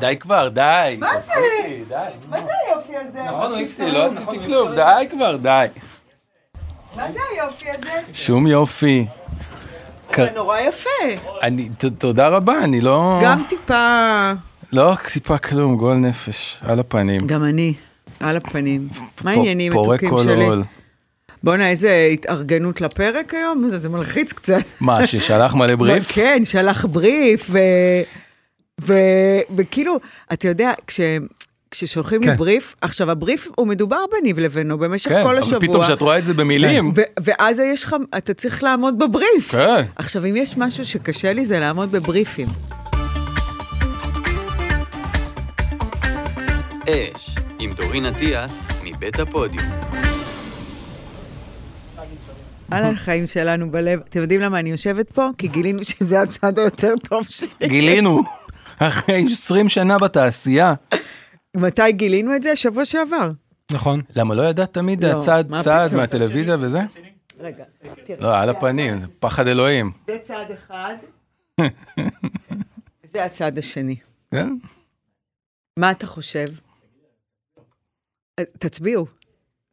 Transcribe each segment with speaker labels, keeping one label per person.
Speaker 1: די כבר, די.
Speaker 2: מה זה?
Speaker 1: תפסיקי, די.
Speaker 2: מה זה היופי הזה?
Speaker 3: נכון, הוא
Speaker 1: תפסיקי, אוקיי. לא
Speaker 3: נכון,
Speaker 1: עשיתי
Speaker 3: הוא
Speaker 1: כלום,
Speaker 3: מקצועי.
Speaker 1: די כבר, די.
Speaker 2: מה זה היופי הזה?
Speaker 1: שום יופי.
Speaker 2: זה נורא יפה.
Speaker 1: אני, ת- תודה רבה, אני לא...
Speaker 2: גם טיפה...
Speaker 1: לא טיפה כלום, גועל נפש, על הפנים.
Speaker 2: גם אני. על הפנים. מה
Speaker 1: פ-
Speaker 2: העניינים מתוקים
Speaker 1: פורק כל
Speaker 2: שלי?
Speaker 1: עול.
Speaker 2: בואנה, איזה התארגנות לפרק היום, זה, זה מלחיץ קצת.
Speaker 1: מה, ששלח מלא בריף?
Speaker 2: בוא, כן, שלח בריף, ו... ו... וכאילו, אתה יודע, כש... כששולחים לי
Speaker 1: כן.
Speaker 2: בריף, עכשיו הבריף הוא מדובר ביני ולבינו במשך
Speaker 1: כן,
Speaker 2: כל השבוע. כן.
Speaker 1: אבל פתאום כשאת רואה את זה במילים.
Speaker 2: ו- ואז יש לך, אתה צריך לעמוד בבריף.
Speaker 1: כן.
Speaker 2: עכשיו, אם יש משהו שקשה לי, זה לעמוד בבריפים.
Speaker 4: אש, עם דורין אטיאס, מבית הפודיום.
Speaker 2: אהלן, חיים שלנו בלב. אתם יודעים למה אני יושבת פה? כי גילינו שזה הצד היותר טוב שלי.
Speaker 1: גילינו, אחרי 20 שנה בתעשייה.
Speaker 2: מתי גילינו את זה? שבוע שעבר.
Speaker 3: נכון.
Speaker 1: למה לא ידעת תמיד
Speaker 2: לא,
Speaker 1: הצעד
Speaker 2: מה
Speaker 1: צעד
Speaker 2: פתאום?
Speaker 1: מהטלוויזיה וזה?
Speaker 2: רגע,
Speaker 1: לא, על הפנים, זה פחד אלוהים.
Speaker 2: זה צעד אחד. זה הצעד השני.
Speaker 1: כן?
Speaker 2: מה אתה חושב? אה, תצביעו.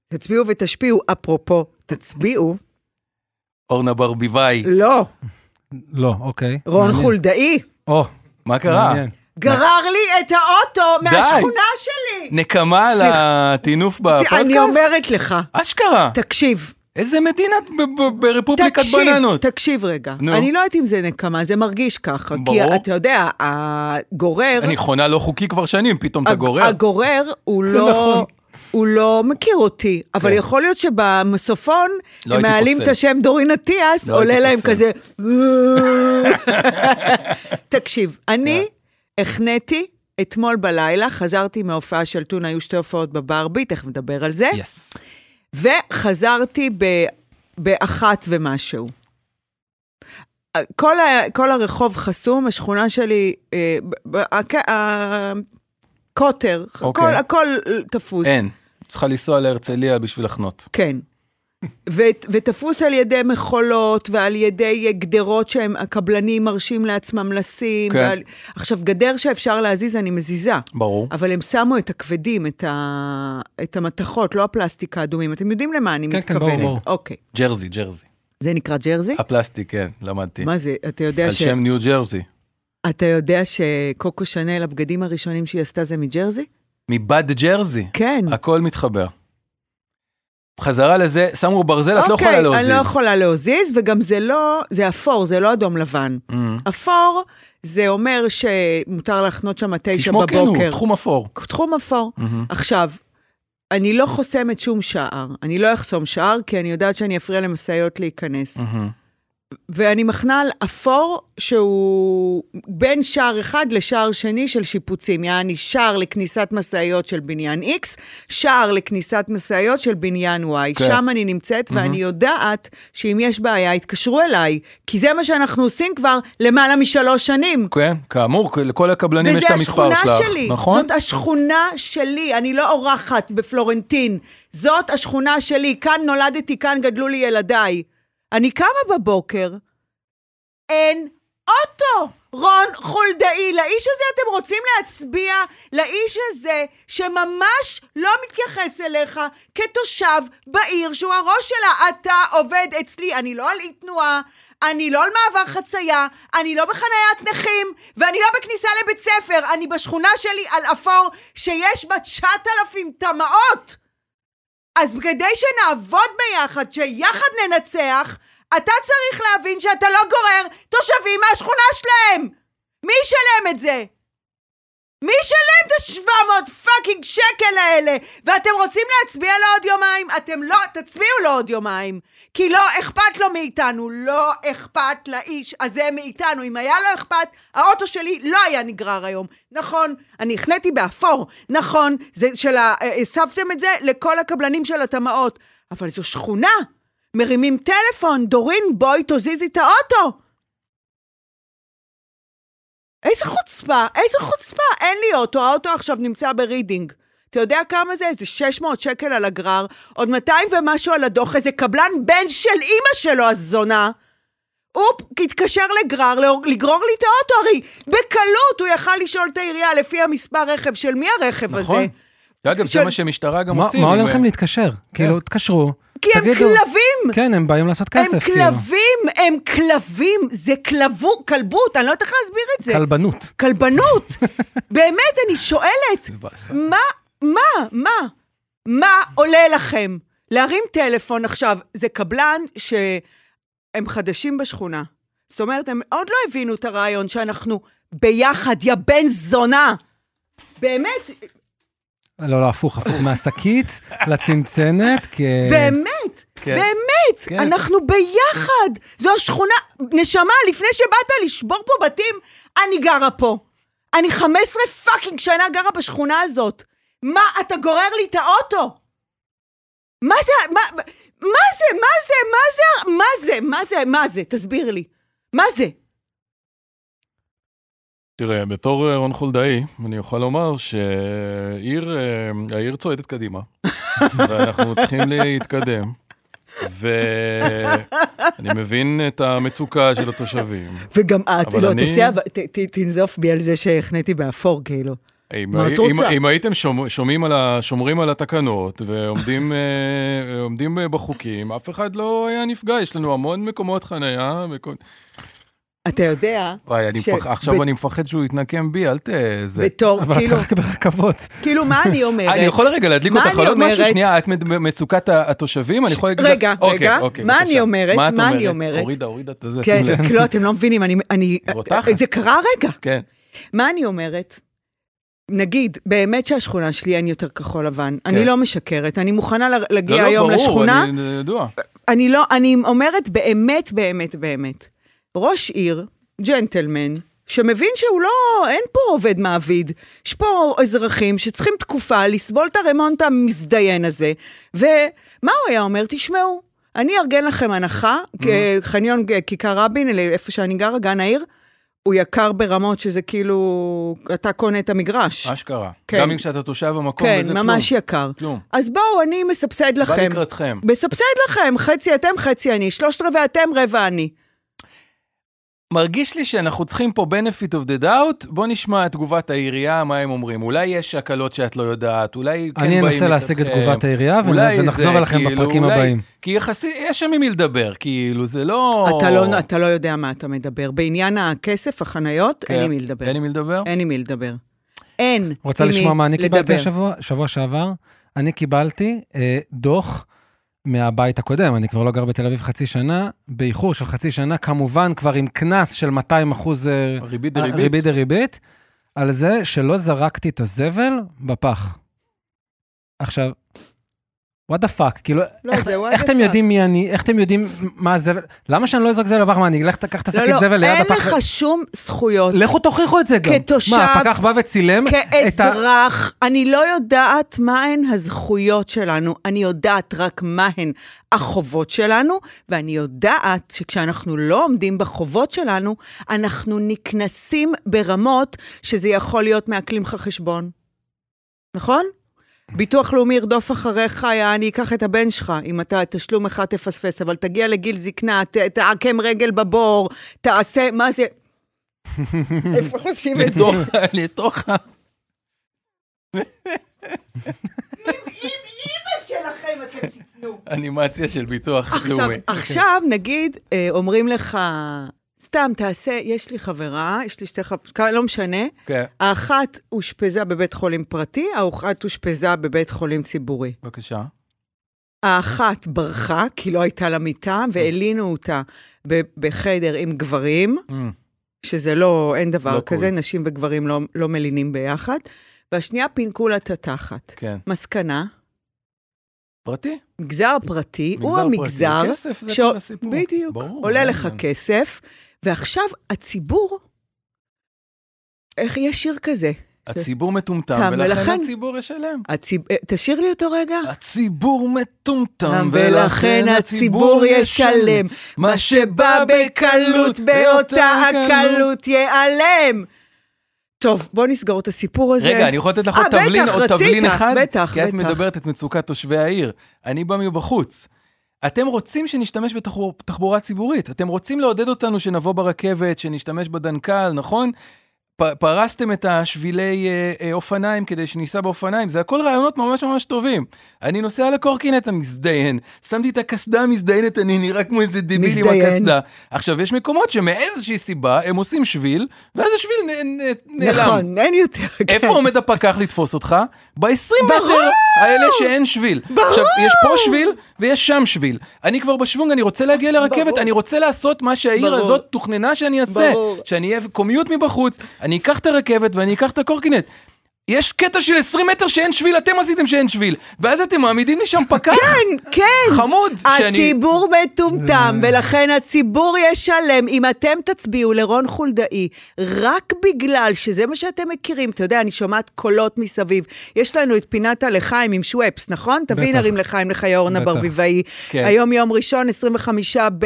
Speaker 2: תצביעו ותשפיעו. אפרופו, תצביעו.
Speaker 1: אורנה ברביבאי,
Speaker 2: לא,
Speaker 3: לא, אוקיי.
Speaker 2: רון
Speaker 3: מעניין.
Speaker 2: חולדאי
Speaker 3: או,
Speaker 1: מה קרה?
Speaker 3: מעניין.
Speaker 2: גרר לי את האוטו מהשכונה שלי.
Speaker 1: נקמה על
Speaker 2: סליחה.
Speaker 1: הטינוף
Speaker 2: אני
Speaker 1: בפודקאסט?
Speaker 2: אומרת לך,
Speaker 1: אשכרה.
Speaker 2: תקשיב.
Speaker 1: איזה מדינה ב- ב- ברפובליקת
Speaker 2: תקשיב,
Speaker 1: בננות.
Speaker 2: תקשיב רגע.
Speaker 1: נו.
Speaker 2: אני לא יודעת אם זה נקמה, זה מרגיש ככה.
Speaker 1: ברור.
Speaker 2: כי אתה יודע, הגורר...
Speaker 1: אני חונה לא חוקי כבר שנים, פתאום אתה
Speaker 2: הג-
Speaker 1: גורר.
Speaker 2: הגורר הוא לא...
Speaker 1: נכון.
Speaker 2: הוא לא מכיר אותי, אבל
Speaker 1: כן.
Speaker 2: יכול להיות שבמסופון,
Speaker 1: לא
Speaker 2: הם
Speaker 1: הייתי
Speaker 2: מעלים
Speaker 1: פוסל.
Speaker 2: את השם דורין אטיאס,
Speaker 1: לא
Speaker 2: עולה
Speaker 1: הייתי
Speaker 2: להם
Speaker 1: פוסל.
Speaker 2: כזה... תקשיב, אני
Speaker 1: כן.
Speaker 2: החניתי אתמול בלילה, חזרתי מההופעה של טונה, היו שתי הופעות בברבי, תכף נדבר על זה,
Speaker 1: יס.
Speaker 2: וחזרתי ב... באחת ומשהו. כל, ה... כל הרחוב חסום, השכונה שלי, אה, ב- ב- הק- הקוטר,
Speaker 1: אוקיי.
Speaker 2: הכל, הכל תפוס.
Speaker 1: אין. צריכה לנסוע להרצליה בשביל לחנות.
Speaker 2: כן. ו... ותפוס על ידי מכולות ועל ידי גדרות שהם, הקבלנים מרשים לעצמם לשים.
Speaker 1: כן.
Speaker 2: ועל... עכשיו, גדר שאפשר להזיז, אני מזיזה.
Speaker 1: ברור.
Speaker 2: אבל הם שמו את הכבדים, את, ה... את המתכות, לא הפלסטיק האדומים. אתם יודעים למה אני
Speaker 3: כן, כן,
Speaker 2: מתכוונת.
Speaker 3: ברור, ברור.
Speaker 2: אוקיי.
Speaker 1: ג'רזי, ג'רזי.
Speaker 2: זה נקרא ג'רזי?
Speaker 1: הפלסטיק, כן, למדתי.
Speaker 2: מה זה, אתה יודע,
Speaker 1: על
Speaker 2: ש...
Speaker 1: שם ניו ג'רזי.
Speaker 2: אתה יודע שקוקו שנל, הבגדים הראשונים שהיא עשתה זה מג'רזי?
Speaker 1: מבד ג'רזי.
Speaker 2: כן.
Speaker 1: הכל מתחבר. חזרה לזה, שמו ברזל, את לא יכולה
Speaker 2: אוקיי,
Speaker 1: להוזיז.
Speaker 2: אני לא יכולה להוזיז, וגם זה לא, זה אפור, זה לא אדום לבן.
Speaker 1: Mm.
Speaker 2: אפור, זה אומר שמותר להחנות שם תשע
Speaker 1: כשמו כן הוא,
Speaker 2: בבוקר.
Speaker 1: תחום אפור.
Speaker 2: תחום אפור. עכשיו, אני לא חוסמת שום שער. אני לא אחסום שער, כי אני יודעת שאני אפריע למשאיות להיכנס. ואני מחנה על אפור שהוא בין שער אחד לשער שני של שיפוצים, יעני שער לכניסת משאיות של בניין X, שער לכניסת משאיות של בניין Y.
Speaker 1: כן.
Speaker 2: שם אני נמצאת, ואני יודעת שאם יש בעיה, יתקשרו אליי, כי זה מה שאנחנו עושים כבר למעלה משלוש שנים.
Speaker 1: כן, כאמור, לכל הקבלנים יש
Speaker 2: וזה
Speaker 1: את המספר
Speaker 2: השכונה
Speaker 1: שלך.
Speaker 2: שלי,
Speaker 1: נכון?
Speaker 2: זאת השכונה שלי, אני לא אורחת בפלורנטין, זאת השכונה שלי, כאן נולדתי, כאן גדלו לי ילדיי. אני קמה בבוקר, אין אוטו. רון חולדאי, לאיש הזה אתם רוצים להצביע? לאיש הזה שממש לא מתייחס אליך כתושב בעיר שהוא הראש שלה. אתה עובד אצלי, אני לא על אי תנועה, אני לא על מעבר חצייה, אני לא בחניית נכים, ואני לא בכניסה לבית ספר, אני בשכונה שלי על אפור שיש בה 9,000 טמעות. אז כדי שנעבוד ביחד, שיחד ננצח, אתה צריך להבין שאתה לא גורר תושבים מהשכונה שלהם! מי ישלם את זה? מי ישלם את ה-700 פאקינג שקל האלה? ואתם רוצים להצביע לו עוד יומיים? אתם לא, תצביעו לו עוד יומיים. כי לא אכפת לו מאיתנו, לא אכפת לאיש הזה מאיתנו. אם היה לו אכפת, האוטו שלי לא היה נגרר היום. נכון, אני החניתי באפור, נכון, זה של ה... הסבתם את זה לכל הקבלנים של הטמעות. אבל זו שכונה. מרימים טלפון, דורין, בואי תזיזי את האוטו. איזה חוצפה, איזה חוצפה, אין לי אוטו, האוטו עכשיו נמצא ברידינג. אתה יודע כמה זה? איזה 600 שקל על הגרר, עוד 200 ומשהו על הדוח, איזה קבלן בן של אימא שלו, הזונה. הוא התקשר לגרר, לאור- לגרור לי את האוטו, הרי בקלות הוא יכל לשאול את העירייה לפי המספר רכב, של מי הרכב הזה?
Speaker 1: נכון. אגב, זה
Speaker 2: של-
Speaker 1: מה שמשטרה גם
Speaker 3: מה
Speaker 1: עושים. אה,
Speaker 3: מה
Speaker 1: אם-
Speaker 3: עולה לכם להתקשר? כאילו, תתקשרו,
Speaker 2: כי הם
Speaker 3: תגידו-
Speaker 2: כלבים!
Speaker 3: כן, הם באים לעשות
Speaker 2: הם
Speaker 3: כסף, כאילו.
Speaker 2: כלבים, הם כלבים, זה כלבו, כלבות, אני לא יודעת איך להסביר את זה.
Speaker 3: כלבנות.
Speaker 2: כלבנות. באמת, אני שואלת,
Speaker 1: באסה.
Speaker 2: מה, מה, מה, מה עולה לכם? להרים טלפון עכשיו, זה קבלן שהם חדשים בשכונה. זאת אומרת, הם עוד לא הבינו את הרעיון שאנחנו ביחד, יא בן זונה. באמת,
Speaker 3: לא, לא, הפוך, הפוך, מהשקית לצנצנת, כי...
Speaker 2: באמת,
Speaker 1: כן.
Speaker 2: באמת,
Speaker 1: כן.
Speaker 2: אנחנו ביחד. זו השכונה, נשמה, לפני שבאת לשבור פה בתים, אני גרה פה. אני 15 פאקינג שנה גרה בשכונה הזאת. מה, אתה גורר לי את האוטו? מה זה, מה, מה זה, מה זה, מה זה, מה זה, מה זה, מה זה, תסביר לי. מה זה?
Speaker 1: תראה, בתור אה, רון חולדאי, אני יכול לומר שהעיר, אה, העיר צועדת קדימה, ואנחנו צריכים להתקדם. ואני מבין את המצוקה של התושבים.
Speaker 2: וגם את,
Speaker 1: אבל
Speaker 2: לא,
Speaker 1: אני-
Speaker 2: תעשה, אבל- ת- ת- תנזוף בי על זה שהחניתי באפור, כאילו.
Speaker 1: אם,
Speaker 2: מה את
Speaker 1: אם-
Speaker 2: רוצה?
Speaker 1: אם הייתם שומע, שומעים על ה, שומרים על התקנות ועומדים אה, עומדים, אה, בחוקים, אף אחד לא היה נפגע, יש לנו המון מקומות חנייה. וכל...
Speaker 2: אתה יודע,
Speaker 1: וואי, אני
Speaker 2: ש-
Speaker 1: מפח... עכשיו
Speaker 2: ב-
Speaker 1: אני מפחד שהוא יתנקם בי, אל ת... זה... אה,
Speaker 2: בתור,
Speaker 3: אבל את
Speaker 2: כאילו,
Speaker 3: רק ברכבות.
Speaker 2: כאילו, מה אני אומרת?
Speaker 1: אני יכול רגע להדליק
Speaker 2: מה
Speaker 1: אותך
Speaker 2: אני
Speaker 1: על עוד משהו?
Speaker 2: אומרת?
Speaker 1: שנייה, את מד- מצוקת ה- התושבים, אני יכול להגיד לך...
Speaker 2: רגע,
Speaker 1: אוקיי,
Speaker 2: רגע,
Speaker 1: אוקיי,
Speaker 2: מה
Speaker 1: בבקשה.
Speaker 2: אני אומרת?
Speaker 1: את
Speaker 2: מה אני אומרת?
Speaker 1: הורידה, הורידה את זה,
Speaker 2: כן,
Speaker 1: שים לב.
Speaker 2: לא, אתם לא מבינים, אני, אני,
Speaker 1: רותחת.
Speaker 2: זה קרה רגע.
Speaker 1: כן.
Speaker 2: מה אני אומרת? נגיד, באמת שהשכונה שלי אין יותר כחול לבן. אני לא משקרת, אני מוכנה ל-
Speaker 1: לא,
Speaker 2: להגיע
Speaker 1: כן. לא,
Speaker 2: היום
Speaker 1: ברור,
Speaker 2: לשכונה.
Speaker 1: אני זה ידוע.
Speaker 2: אני לא, אני אומרת באמת, באמת, באמת. ראש עיר, ג'נטלמן, שמבין שהוא לא, אין פה עובד מעביד. יש פה אזרחים שצריכים תקופה לסבול את הרמונט המזדיין הזה. ומה הוא היה אומר? תשמעו, אני אארגן לכם הנחה,
Speaker 1: Mm-hmm.
Speaker 2: אה, חניון אה, כיכר רבין, אלה- איפה שאני גרה, גן העיר, הוא יקר ברמות שזה כאילו, אתה קונה את המגרש.
Speaker 1: אשכרה.
Speaker 2: כן.
Speaker 1: גם אם כשאתה תושב המקום,
Speaker 2: כן,
Speaker 1: וזה כלום.
Speaker 2: ממש יקר.
Speaker 1: כלום.
Speaker 2: אז בואו, אני מסבסד לכם.
Speaker 1: בא לקראתכם.
Speaker 2: מסבסד לכם, חצי אתם, חצי אני, שלושת רבעי אתם, רבע אני.
Speaker 1: מרגיש לי שאנחנו צריכים פה benefit of the doubt, בוא נשמע את תגובת העירייה, מה הם אומרים. אולי יש הקלות שאת לא יודעת, אולי כן
Speaker 3: אני
Speaker 1: באים
Speaker 3: אנסה להשיג את
Speaker 1: לקראתכם.
Speaker 3: תגובת העירייה ונ-
Speaker 1: אולי
Speaker 3: ונחזור
Speaker 1: זה,
Speaker 3: אליכם
Speaker 1: כאילו,
Speaker 3: בפרקים
Speaker 1: אולי-
Speaker 3: הבאים.
Speaker 1: כי יחסי, יש שם עם מי לדבר, כאילו, זה לא...
Speaker 2: אתה לא, אתה לא יודע מה אתה מדבר. בעניין הכסף, החניות,
Speaker 1: כן.
Speaker 2: אין עם מי לדבר.
Speaker 1: אין עם מי לדבר?
Speaker 2: אין עם מי לדבר. אין
Speaker 3: רוצה
Speaker 2: עם
Speaker 3: לשמוע
Speaker 2: מי
Speaker 3: מה אני
Speaker 2: לדבר.
Speaker 3: קיבלתי השבוע? שבוע שעבר, אני קיבלתי אה, דוח מהבית הקודם, אני כבר לא גר בתל אביב חצי שנה, באיחור של חצי שנה, כמובן כבר עם קנס של 200 אחוז...
Speaker 1: ריבית
Speaker 3: אה, ריבית
Speaker 1: דריבית?
Speaker 3: דריבית, על זה שלא זרקתי את הזבל בפח. עכשיו, what the fuck, כאילו,
Speaker 2: לא,
Speaker 3: איך,
Speaker 2: זה what
Speaker 3: איך
Speaker 2: the
Speaker 3: אתם
Speaker 2: fuck.
Speaker 3: יודעים מי אני, איך אתם יודעים מה הזבל, למה שאני לא אזרק זבל בפח, מה, אני אלך תקח את השקית
Speaker 2: לא,
Speaker 3: זבל
Speaker 2: לא,
Speaker 3: ליד
Speaker 2: אין
Speaker 3: הפח?
Speaker 2: לך שום זכויות.
Speaker 3: לכו תוכיחו את זה גם.
Speaker 2: כתושב,
Speaker 3: מה, הפקח בא וצילם? את ה-
Speaker 2: כאזרח, אני לא יודעת מהן הזכויות שלנו, אני יודעת רק מהן החובות שלנו, ואני יודעת שכשאנחנו לא עומדים בחובות שלנו, אנחנו נקנסים ברמות שזה יכול להיות מעקלים לך חשבון. נכון? ביטוח לאומי ירדוף אחריך, יא, אני אקח את הבן שלך, אם אתה תשלום אחד תפספס, אבל תגיע לגיל זקנה, ת- תעקם רגל בבור, תעשה, מה זה? איפה עושים את זה?
Speaker 1: לתוך- לתוך ה...
Speaker 2: שלכם אתם תיתנו.
Speaker 1: אנימציה של ביטוח
Speaker 2: עכשיו,
Speaker 1: לאומי.
Speaker 2: עכשיו נגיד, אה, אומרים לך, סתם תעשה, יש לי חברה, יש לי שתי חברות, לא משנה,
Speaker 1: כן,
Speaker 2: האחת אושפזה בבית חולים פרטי, האחת אושפזה בבית חולים ציבורי.
Speaker 1: בבקשה.
Speaker 2: האחת ברחה, כי לא הייתה לה מיטה, והלינו אותה ב- בחדר עם גברים,
Speaker 3: אה.
Speaker 2: שזה לא, אין דבר
Speaker 1: לא
Speaker 2: כזה,
Speaker 1: קול.
Speaker 2: נשים וגברים לא, לא מלינים ביחד, והשנייה פינקו לה את התחת.
Speaker 1: כן.
Speaker 2: מסקנה,
Speaker 1: פרטי?
Speaker 2: מגזר פרטי הוא
Speaker 1: מגזר פרטי.
Speaker 2: המגזר
Speaker 1: כסף זה
Speaker 2: ש-
Speaker 1: כל הסיפור.
Speaker 2: בדיוק.
Speaker 1: ברור,
Speaker 2: עולה
Speaker 1: מה
Speaker 2: לך
Speaker 1: העניין?
Speaker 2: כסף, ועכשיו הציבור, איך יש שיר כזה?
Speaker 1: הציבור מטומטם,
Speaker 2: תם,
Speaker 1: ולכן
Speaker 2: ולכן-
Speaker 1: הציבור ישלם.
Speaker 2: הציב... אה, תשאיר לי אותו רגע.
Speaker 1: הציבור מטומטם,
Speaker 2: אה, ולכן הציבור ישלם, מה שבא בקלות באותה הקלות ייעלם. טוב, בוא נסגור את הסיפור הזה.
Speaker 1: רגע, אני יכול לתת לך
Speaker 2: אה,
Speaker 1: עוד
Speaker 2: בטח,
Speaker 1: תבלין, עוד
Speaker 2: רצית,
Speaker 1: תבלין אחד?
Speaker 2: בטח,
Speaker 1: כי את
Speaker 2: בטח.
Speaker 1: מדברת את מצוקת תושבי העיר. אני בא מבחוץ. אתם רוצים שנשתמש בתחבור- בתחבורה ציבורית, אתם רוצים לעודד אותנו שנבוא ברכבת, שנשתמש בדנקל, נכון? פ- פרסתם את השבילי אה, אה, אופניים כדי שניסע באופניים, זה הכל רעיונות ממש ממש טובים. אני נוסע על הקורקינט המזדיין, שמתי את הקסדה המזדיינת, אני נראה כמו איזה דביל עם
Speaker 2: מזדיין.
Speaker 1: הקסדה. עכשיו, יש מקומות שמאיזושהי סיבה הם עושים שביל, ואז השביל נ- נ- נעלם.
Speaker 2: נכון, אין יותר. כן.
Speaker 1: איפה עומד הפקח לתפוס אותך? ב-20 מטר
Speaker 2: ברור!
Speaker 1: האלה שאין שביל.
Speaker 2: ברור!
Speaker 1: עכשיו, יש פה שביל ויש שם שביל. אני כבר בשוונג, אני רוצה להגיע לרכבת,
Speaker 2: ברור.
Speaker 1: אני רוצה לעשות מה שהעיר
Speaker 2: ברור.
Speaker 1: הזאת תוכננה שאני אעשה.
Speaker 2: ברור.
Speaker 1: שאני אהיה קומיוט מבחוץ, אני אקח את הרכבת ואני אקח את הקורקינט. יש קטע של 20 מטר שאין שביל, אתם עשיתם שאין שביל. ואז אתם מעמידים לי שם פקח?
Speaker 2: כן, כן.
Speaker 1: חמוד, שאני...
Speaker 2: הציבור מטומטם, ולכן הציבור ישלם. אם אתם תצביעו לרון חולדאי, רק בגלל שזה מה שאתם מכירים, אתה יודע, אני שומעת קולות מסביב. יש לנו את פינת הלחיים עם שוואפס, נכון?
Speaker 3: בטח.
Speaker 2: תביא נרים לחיים לחיי אורנה
Speaker 3: בטח.
Speaker 2: ברביבאי.
Speaker 1: כן.
Speaker 2: היום יום ראשון, 25 ב...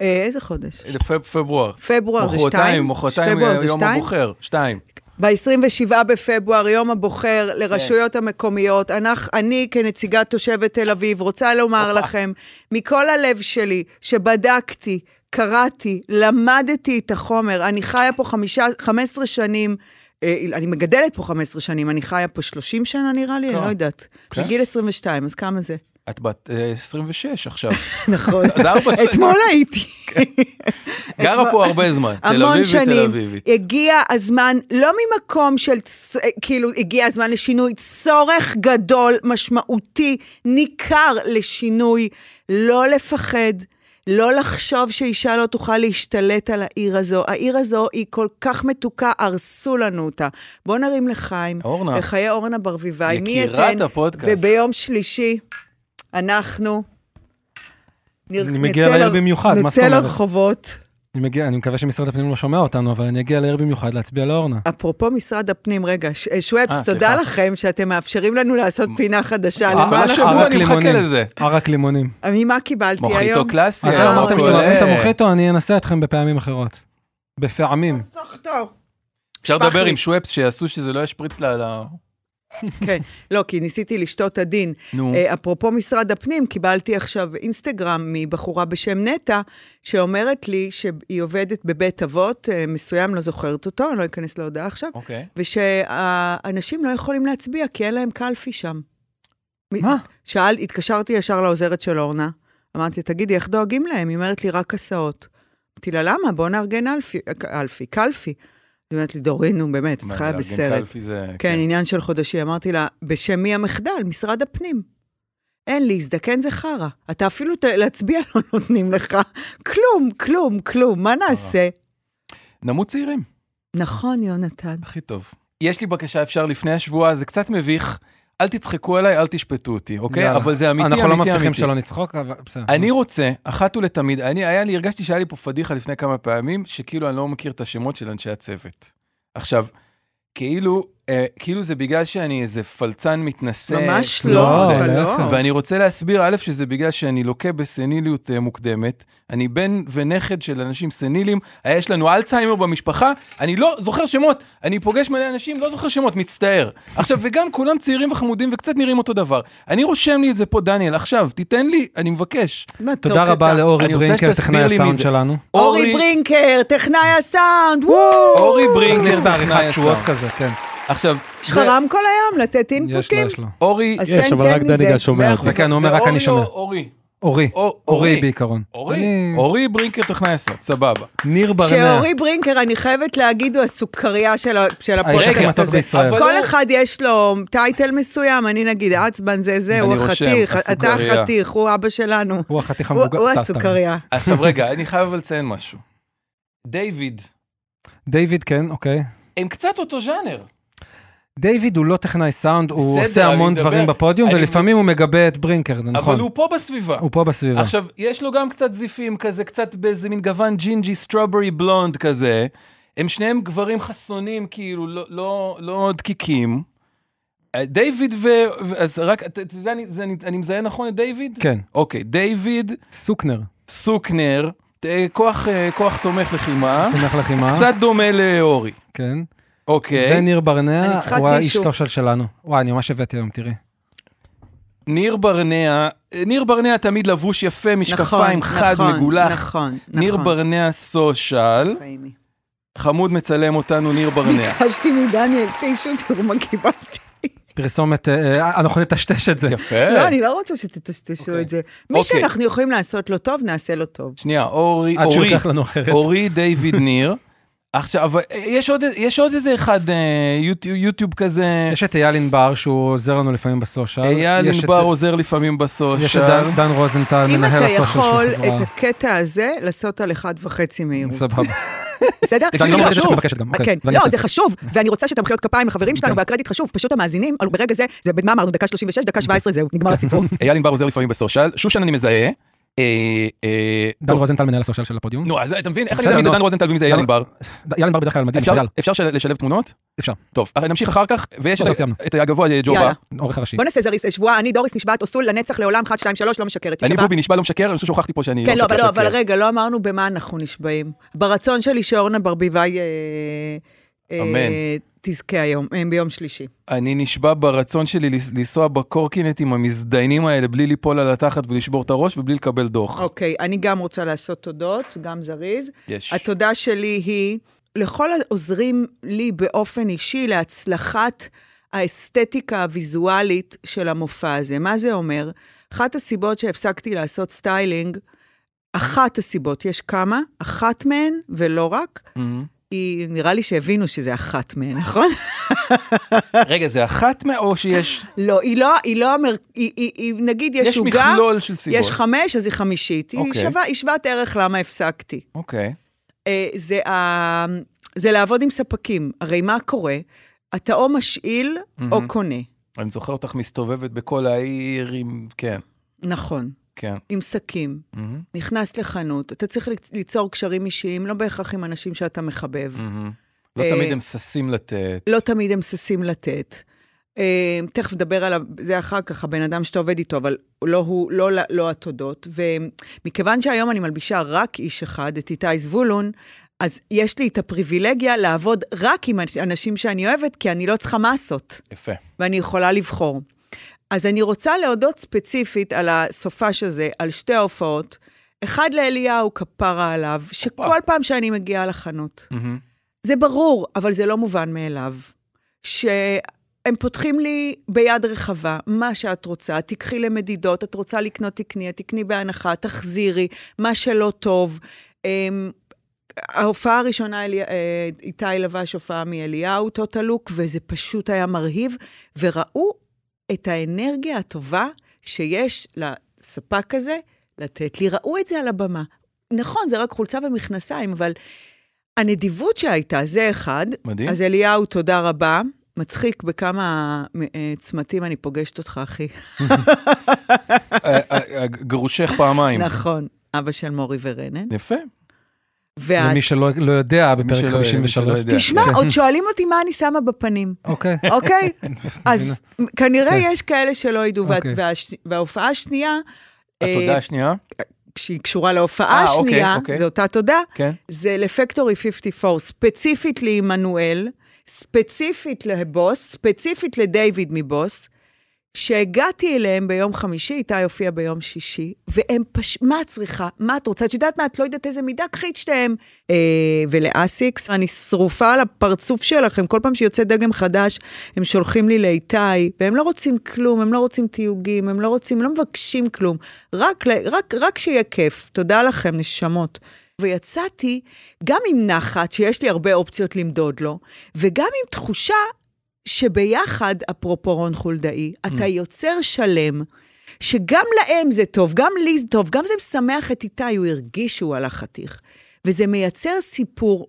Speaker 2: אה, איזה חודש?
Speaker 1: לפ- פברואר.
Speaker 2: פברואר זה
Speaker 1: מחרתיים,
Speaker 2: שתיים?
Speaker 1: מחרתיים
Speaker 2: פברואר זה
Speaker 1: יום
Speaker 2: שתיים?
Speaker 1: הבוחר. שתיים.
Speaker 2: ב-27 בפברואר, יום הבוחר לרשויות
Speaker 1: כן.
Speaker 2: המקומיות. אנחנו, אני כנציגת תושבת תל אביב רוצה לומר לכם, מכל הלב שלי, שבדקתי, קראתי, למדתי את החומר, אני חיה פה חמישה, 15 שנים. אה, אני מגדלת פה 15 שנים, אני חיה פה 30 שנה נראה לי, אני
Speaker 1: כן.
Speaker 2: לא יודעת.
Speaker 1: כן.
Speaker 2: בגיל 22, אז כמה זה?
Speaker 1: את בת אה, 26 עכשיו.
Speaker 2: נכון.
Speaker 1: אז ארבע שנים.
Speaker 2: אתמול הייתי.
Speaker 1: גרה פה הרבה זמן, תל
Speaker 2: המון
Speaker 1: אביב ותל
Speaker 2: שנים.
Speaker 1: אביבית.
Speaker 2: הגיע הזמן, לא ממקום של, צ- כאילו, הגיע הזמן לשינוי, צורך גדול, משמעותי, ניכר לשינוי, לא לפחד. לא לחשוב שאישה לא תוכל להשתלט על העיר הזו. העיר הזו היא כל כך מתוקה, הרסו לנו אותה. בואו נרים לחיים.
Speaker 1: אורנה.
Speaker 2: לחיי אורנה ברביבאי. מי
Speaker 1: יקירת
Speaker 2: ייתן?
Speaker 1: הפודקאסט.
Speaker 2: וביום שלישי אנחנו... נר-
Speaker 3: אני מגיע
Speaker 2: נצא
Speaker 3: לעיר
Speaker 2: ל-
Speaker 3: במיוחד, מה זאת
Speaker 2: נצא
Speaker 3: אומרת?
Speaker 2: לרחובות.
Speaker 3: אני מגיע, אני מקווה שמשרד הפנים לא שומע אותנו, אבל אני אגיע לעיר במיוחד להצביע לאורנה.
Speaker 2: אפרופו משרד הפנים, רגע, ש- אה,
Speaker 1: אה,
Speaker 2: שוואבס, תודה
Speaker 1: סליחה.
Speaker 2: לכם שאתם מאפרים לנו לעשות פינה חדשה.
Speaker 1: אה,
Speaker 2: למה
Speaker 1: כל
Speaker 2: אנחנו-
Speaker 1: השבוע
Speaker 3: ערק
Speaker 1: אני מחכה
Speaker 3: לימונים.
Speaker 1: לזה.
Speaker 3: ערק לימונים.
Speaker 2: ממה קיבלתי היום?
Speaker 1: מוחיטו קלאסי,
Speaker 3: אתם
Speaker 2: אה,
Speaker 3: אמרתם שאתם
Speaker 2: אוקיי.
Speaker 3: אוהבים את המוחיטו, אני אנסה אתכם בפעמים אחרות. בפעמים.
Speaker 2: סחטו.
Speaker 1: אפשר
Speaker 2: נשפך
Speaker 1: לדבר
Speaker 2: לי.
Speaker 1: עם שוואפס שיעשו שזה לא ישפריץ לה ל...
Speaker 2: כן, לא, כי ניסיתי לשתות עדין.
Speaker 1: נו.
Speaker 2: אה, אפרופו משרד הפנים, קיבלתי עכשיו אינסטגרם מבחורה בשם נטע, שאומרת לי שהיא עובדת בבית אבות אה, מסוים, לא זוכרת אותו, אני לא אכנס להודעה עכשיו,
Speaker 1: אוקיי.
Speaker 2: ושהאנשים לא יכולים להצביע כי אין להם קלפי שם. מ-
Speaker 3: מה?
Speaker 2: שאל, התקשרתי ישר לעוזרת של אורנה, אמרתי, תגידי, איך דואגים להם? היא אומרת לי, רק הסעות. אמרתי לה, למה? בואו נארגן אלפי, אלפי, קלפי. היא אומרת לי, דורין, נו באמת, את
Speaker 1: מה,
Speaker 2: חיה
Speaker 1: לארגן
Speaker 2: בסרט.
Speaker 1: קלפי זה-
Speaker 2: כן, עניין של חודשי. אמרתי לה, בשם מי המחדל? משרד הפנים. אין, להזדקן זה חרא. אתה אפילו ת- להצביע לא נותנים לך. כלום, כלום, כלום, מה נעשה?
Speaker 1: נמות צעירים,
Speaker 2: נכון, יונתן.
Speaker 1: הכי טוב. יש לי בקשה, אפשר לפני השבועה, זה קצת מביך. אל תצחקו עליי, אל תשפטו אותי, אוקיי?
Speaker 3: יאללה.
Speaker 1: אבל זה אמיתי, אמיתי,
Speaker 3: אנחנו
Speaker 1: אמיתי.
Speaker 3: לא מבטיחים שלא נצחוק, אבל בסדר.
Speaker 1: אני רוצה, אחת ולתמיד, אני, היה לי, הרגשתי שהיה לי פה פדיחה לפני כמה פעמים, שכאילו אני לא מכיר את השמות של אנשי הצוות. עכשיו, כאילו, אה, כאילו זה בגלל שאני איזה פלצן מתנשא.
Speaker 2: ממש
Speaker 1: זה-
Speaker 2: לא,
Speaker 1: זה-
Speaker 2: אבל
Speaker 3: להפך.
Speaker 2: לא.
Speaker 1: ואני רוצה להסביר, א', שזה בגלל שאני לוקה בסניליות אה, מוקדמת. אני בן ונכד של אנשים סנילים, אה, יש לנו אלצהיימר במשפחה, אני לא זוכר שמות, אני פוגש מלא אנשים, לא זוכר שמות, מצטער. עכשיו, וגם כולם צעירים וחמודים וקצת נראים אותו דבר. אני רושם לי את זה פה, דניאל, עכשיו, תיתן לי, אני מבקש.
Speaker 2: מתוק
Speaker 3: תודה רבה
Speaker 2: אתה.
Speaker 1: אני
Speaker 3: לאורי
Speaker 1: רוצה
Speaker 3: ברינקר,
Speaker 1: שתסביר
Speaker 3: טכנאי
Speaker 1: לי מי
Speaker 3: הסאונד
Speaker 1: זה.
Speaker 3: שלנו.
Speaker 2: אורי ברינקר, טכנאי הסאונד, וואו!
Speaker 1: אורי
Speaker 3: נכניס
Speaker 1: ברינגר,
Speaker 3: בעריכת
Speaker 1: טכנאי
Speaker 3: תשובות
Speaker 1: הסאונד.
Speaker 3: כזה, כן.
Speaker 1: עכשיו,
Speaker 2: יש לך
Speaker 1: זה-
Speaker 2: רמקול היום לתת
Speaker 3: יש לו,
Speaker 2: אינפוטים?
Speaker 3: יש לו.
Speaker 1: אורי,
Speaker 2: אז
Speaker 5: יש,
Speaker 2: תן,
Speaker 5: אבל
Speaker 2: תן
Speaker 5: רק
Speaker 2: מזה.
Speaker 5: דני גל שומע
Speaker 1: מאה
Speaker 5: אותי.
Speaker 1: אחוז,
Speaker 3: וכן, כן, הוא
Speaker 1: זה
Speaker 3: אומר, רק
Speaker 1: אורי
Speaker 3: אני שומע.
Speaker 1: או אורי?
Speaker 3: אורי.
Speaker 1: או-
Speaker 3: אורי בעיקרון.
Speaker 1: אורי?
Speaker 3: אני-
Speaker 1: אורי ברינקר טכנאי הסאונד, סבבה.
Speaker 3: ניר ברנע.
Speaker 2: שאורי ברינקר, אני חייבת להגיד, הוא הסוכריה של ה- של
Speaker 3: האיש הכי
Speaker 2: הפודקאסט
Speaker 3: אה, מתוק
Speaker 2: הזה.
Speaker 3: בישראל.
Speaker 1: אבל-
Speaker 2: כל
Speaker 1: לא-
Speaker 2: אחד יש לו טייטל מסוים, אני נגיד, עצבן זה זה,
Speaker 1: אני
Speaker 2: הוא
Speaker 1: רושם,
Speaker 2: החתיך, אתה
Speaker 1: הסוכריה.
Speaker 2: החתיך, הוא אבא שלנו.
Speaker 3: הוא החתיך
Speaker 2: הוא-
Speaker 3: המבוגר.
Speaker 2: הוא
Speaker 3: סתם, סתם.
Speaker 2: הסוכריה.
Speaker 1: עכשיו רגע, אני חייב אבל לציין משהו. דיוויד,
Speaker 3: דיוויד, כן, אוקיי.
Speaker 1: הם קצת אותו ז'אנר.
Speaker 3: דיוויד הוא לא טכנאי סאונד, הוא
Speaker 1: בסדר,
Speaker 3: עושה
Speaker 1: אני
Speaker 3: המון
Speaker 1: מדבר-
Speaker 3: דברים בפודיום,
Speaker 1: אני-
Speaker 3: ולפעמים הוא מגבה את ברינקר, זה נכון.
Speaker 1: אבל הוא פה בסביבה.
Speaker 3: הוא פה בסביבה.
Speaker 1: עכשיו, יש לו גם קצת זיפים כזה, קצת באיזה מין גוון ג'ינג'י, סטרוברי בלונד כזה. הם שניהם גברים חסונים, כאילו, לא, לא, לא דקיקים. אה, דיוויד ו... ו- אז רק, ת- ת- זה אני, זה אני, אני מזהה נכון את דיוויד?
Speaker 3: כן,
Speaker 1: אוקיי, דיוויד,
Speaker 3: סוקנר,
Speaker 1: סוקנר, ת- כוח, אה, כוח תומך לחימה,
Speaker 3: תומך לחימה,
Speaker 1: קצת דומה לאורי.
Speaker 3: כן.
Speaker 1: אוקיי.
Speaker 3: וניר ברנע,
Speaker 2: אני צריכה
Speaker 3: הוא האיש
Speaker 2: טישו.
Speaker 3: סושיאל שלנו. וואי, אני ממש הבאתי היום, תראי.
Speaker 1: ניר ברנע, ניר ברנע תמיד לבוש יפה, משקפיים
Speaker 2: נכון,
Speaker 1: חד,
Speaker 2: נכון,
Speaker 1: מגולח.
Speaker 2: נכון, נכון.
Speaker 1: ניר ברנע סושל,
Speaker 2: פיימי.
Speaker 1: חמוד מצלם אותנו ניר ברנע.
Speaker 2: ביקשתי מדניאל טישו, תראו מה קיבלתי.
Speaker 3: פרסומת, אה, אה, אנחנו נטשטש את זה.
Speaker 1: יפה.
Speaker 2: לא, אני לא רוצה שתטשטשו
Speaker 1: אוקיי.
Speaker 2: את זה. מי
Speaker 1: אוקיי.
Speaker 2: שאנחנו יכולים לעשות לו טוב, נעשה לו טוב.
Speaker 1: שנייה, אורי,
Speaker 3: עד שהוא
Speaker 1: אורי,
Speaker 3: ייקח לנו אחרת.
Speaker 1: אורי דיוויד ניר. עכשיו, אבל יש עוד, יש עוד איזה אחד, אה, יוטיוב, יוטיוב כזה,
Speaker 3: יש את אייל ענבר, שהוא עוזר לנו לפעמים בסושיאל.
Speaker 1: אייל
Speaker 3: יש את-
Speaker 1: ענבר עוזר לפעמים בסושיאל.
Speaker 3: יש את דן- דן רוזנטל,
Speaker 2: אם
Speaker 3: מנהל
Speaker 2: אתה
Speaker 3: הסושיאל של
Speaker 2: יכול
Speaker 3: החברה.
Speaker 2: את הקטע הזה, לעשות על אחד וחצי מהירות.
Speaker 3: אה. סבבה.
Speaker 2: בסדר?
Speaker 3: שאני לא
Speaker 1: זה
Speaker 3: מוריד את
Speaker 1: חשוב.
Speaker 3: מבקשת גם. אוקיי,
Speaker 2: כן,
Speaker 3: ואני
Speaker 2: לא,
Speaker 3: אעשה-
Speaker 2: זה חשוב, ואני רוצה שאתה מחיאות כפיים לחברים שלנו,
Speaker 3: כן.
Speaker 2: והקרדיט חשוב, פשוט המאזינים, אבל ברגע זה, זה במה אמרנו, דקה 36, דקה 17, זהו, נגמר הסיפור.
Speaker 1: אייל ענבר עוזר לפעמים בסושיאל. שושן אני מזהה. אה, אה,
Speaker 3: דן
Speaker 1: טוב,
Speaker 3: רוזנטל מנהל הסושיאל של הפודיום.
Speaker 1: נו, אז אתה מבין? איך אני
Speaker 3: בסדר,
Speaker 1: יודע מי זה
Speaker 3: נו.
Speaker 1: דן רוזנטל ומי זה אייל
Speaker 3: למה-
Speaker 1: ענבר?
Speaker 3: אייל ענבר בדרך כלל מדהים,
Speaker 1: אפשר-
Speaker 3: אייל,
Speaker 1: אפשר של- לשלב תמונות?
Speaker 3: אפשר.
Speaker 1: טוב, אה, נמשיך אחר כך, ויש את
Speaker 3: טוב,
Speaker 1: ה-
Speaker 3: סיימנו.
Speaker 1: את הגבוה, אה, ג'ובה.
Speaker 2: יאללה.
Speaker 3: עורך הראשי.
Speaker 2: בוא נעשה זריז שבועה, אני דוריס נשבעת אוסול לנצח לעולם 1, 2, 3, לא משקרת.
Speaker 1: אני
Speaker 2: שווה?
Speaker 1: בובי נשבע לא משקר, אני חושב שהוכחתי פה שאני לא
Speaker 2: כן, לא,
Speaker 1: משקר.
Speaker 2: אבל לא, אבל
Speaker 1: שקר.
Speaker 2: רגע, לא אמרנו במה אנחנו נשבעים. ברצון שלי שאורנה ברביבאי אה, אה,
Speaker 1: אמן.
Speaker 2: תזכה היום, אה, ביום שלישי.
Speaker 1: אני נשבע ברצון שלי לס- לנסוע בקורקינט עם המזדיינים האלה בלי ליפול על התחת ולשבור את הראש ובלי לקבל דוח.
Speaker 2: אוקיי, אני גם רוצה לעשות תודות, גם זריז.
Speaker 1: יש.
Speaker 2: התודה שלי היא לכל העוזרים לי באופן אישי להצלחת האסתטיקה הוויזואלית של המופע הזה. מה זה אומר? אחת הסיבות שהפסקתי לעשות סטיילינג, אחת הסיבות, יש כמה, אחת מהן, ולא רק,
Speaker 1: מהמם.
Speaker 2: היא, נראה לי שהבינו שזה אחת מהן, נכון?
Speaker 3: אה.
Speaker 1: רגע, זה אחת מה... או שיש...
Speaker 2: לא, היא לא, היא לא, המר... היא, היא, היא, נגיד יש,
Speaker 1: יש
Speaker 2: עוגה,
Speaker 1: מכלול של סיבות.
Speaker 2: אה, יש חמש, אז היא חמישית. היא
Speaker 1: אוקיי.
Speaker 2: שווה, היא שוות ערך למה הפסקתי.
Speaker 1: אוקיי.
Speaker 2: אה, זה, ה... זה לעבוד עם ספקים. הרי מה קורה? אתה או משאיל
Speaker 1: מהמם.
Speaker 2: או קונה.
Speaker 1: אני זוכר אותך מסתובבת בכל העיר עם... כן,
Speaker 2: נכון,
Speaker 1: כן. Mm-hmm,
Speaker 2: עם שקים.
Speaker 1: מהמם,
Speaker 2: נכנס לחנות, אתה צריך ליצ- ליצור קשרים אישיים, לא בהכרח עם אנשים שאתה מחבב.
Speaker 1: מהמם. לא
Speaker 2: אה,
Speaker 1: תמיד הם ששים לתת.
Speaker 2: לא תמיד הם ששים לתת. אה, תכף נדבר עליו, זה אחר כך, הבן אדם שאתה עובד איתו, אבל לא הוא, לא, לא, לא התודות. ומכיוון שהיום אני מלבישה רק איש אחד, את איתי זבולון, אז יש לי את הפריבילגיה לעבוד רק עם אנש- אנשים שאני אוהבת, כי אני לא צריכה מסות,
Speaker 1: יפה.
Speaker 2: ואני יכולה לבחור. אז אני רוצה להודות ספציפית על הסופש הזה, על שתי ההופעות. אחד לאליהו, כפרה עליו, שכל פעם שאני מגיעה לחנות,
Speaker 1: מהמם.
Speaker 2: זה ברור, אבל זה לא מובן מאליו. שהם פותחים לי ביד רחבה, מה שאת רוצה, תיקחי למדידות, את רוצה לקנות, תקני, תקני בהנחה, תחזירי, מה שלא טוב. אמ, ההופעה הראשונה, אלי, אה, איתי לבש הופעה מאליהו, טוטלוק, וזה פשוט היה מרהיב, וראו את האנרגיה הטובה שיש לספק הזה לתת לי. ראו את זה על הבמה. נכון, זה רק חולצה ומכנסיים, אבל הנדיבות שהייתה, זה אחד.
Speaker 1: מדהים.
Speaker 2: אז אליהו, תודה רבה. מצחיק בכמה אה, צמתים אני פוגשת אותך, אחי.
Speaker 1: אה, אה, אה, גרושך פעמיים.
Speaker 2: נכון, אבא של מורי ורנן.
Speaker 1: יפה.
Speaker 2: וה-
Speaker 3: למי שלא לא יודע,
Speaker 1: שלא-
Speaker 3: בפרק
Speaker 1: למי שלא
Speaker 3: 53.
Speaker 1: יודע.
Speaker 2: תשמע, עוד שואלים אותי מה אני שמה בפנים,
Speaker 3: אוקיי.
Speaker 2: אוקיי?
Speaker 3: הנה.
Speaker 2: אז כנראה
Speaker 1: כן.
Speaker 2: יש כאלה שלא ידעו, וה-
Speaker 3: אוקיי.
Speaker 2: והש- וההופעה השנייה, אה,
Speaker 1: התודה השנייה,
Speaker 2: שהיא קשורה
Speaker 1: אה,
Speaker 2: להופעה
Speaker 1: אוקיי,
Speaker 2: השנייה,
Speaker 1: אוקיי.
Speaker 2: זו אותה תודה,
Speaker 1: כן.
Speaker 2: זה לפקטורי 54, ספציפית לעמנואל, ספציפית לבוס, ספציפית לדיוויד מבוס, שהגעתי אליהם ביום חמישי, איתי הופיע ביום שישי, והם פש... מה את צריכה? מה את רוצה? את יודעת מה? את לא יודעת איזה מידה? קחי את שתיהם. אה, ולאסיקס, אני שרופה על הפרצוף שלכם. כל פעם שיוצא דגם חדש, הם שולחים לי לאיתי, והם לא רוצים כלום, הם לא רוצים תיוגים, הם לא רוצים, לא מבקשים כלום. רק, ל- רק, רק שיהיה כיף. תודה לכם, נשמות. ויצאתי גם עם נחת, שיש לי הרבה אופציות למדוד לו, וגם עם תחושה שביחד, אפרופו רון חולדאי, אתה יוצר שלם, שגם להם זה טוב, גם לי זה טוב, גם זה משמח את איתי, הוא הרגיש שהוא על החתיך. וזה מייצר סיפור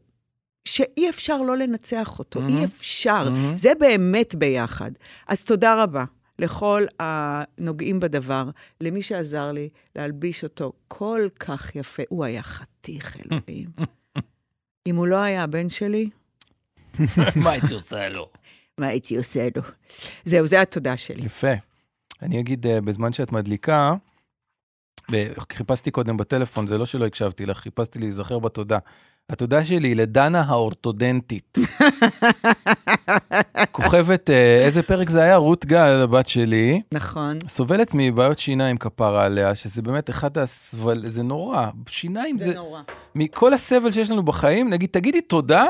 Speaker 2: שאי אפשר לא לנצח אותו, אי אפשר. זה באמת ביחד. אז תודה רבה לכל הנוגעים בדבר, למי שעזר לי להלביש אותו כל כך יפה. הוא היה חתיך, אלוהים. אם הוא לא היה הבן שלי,
Speaker 1: מה הייתי עושה לו?
Speaker 2: מה הייתי עושה לו? זהו, זה התודה שלי.
Speaker 1: יפה. אני אגיד, אה, בזמן שאת מדליקה, אה, חיפשתי קודם בטלפון, זה לא שלא הקשבתי לך, חיפשתי להיזכר בתודה. התודה שלי היא לדנה האורתודנטית. כל הכוכבת, אה, איזה פרק זה היה? רות גל, הבת שלי,
Speaker 2: נכון.
Speaker 1: סובלת מבעיות שיניים כפרה עליה, שזה באמת אחד הסבל... זה נורא. שיניים זה...
Speaker 2: זה נורא.
Speaker 1: מכל הסבל שיש לנו בחיים, נגיד, תגידי תודה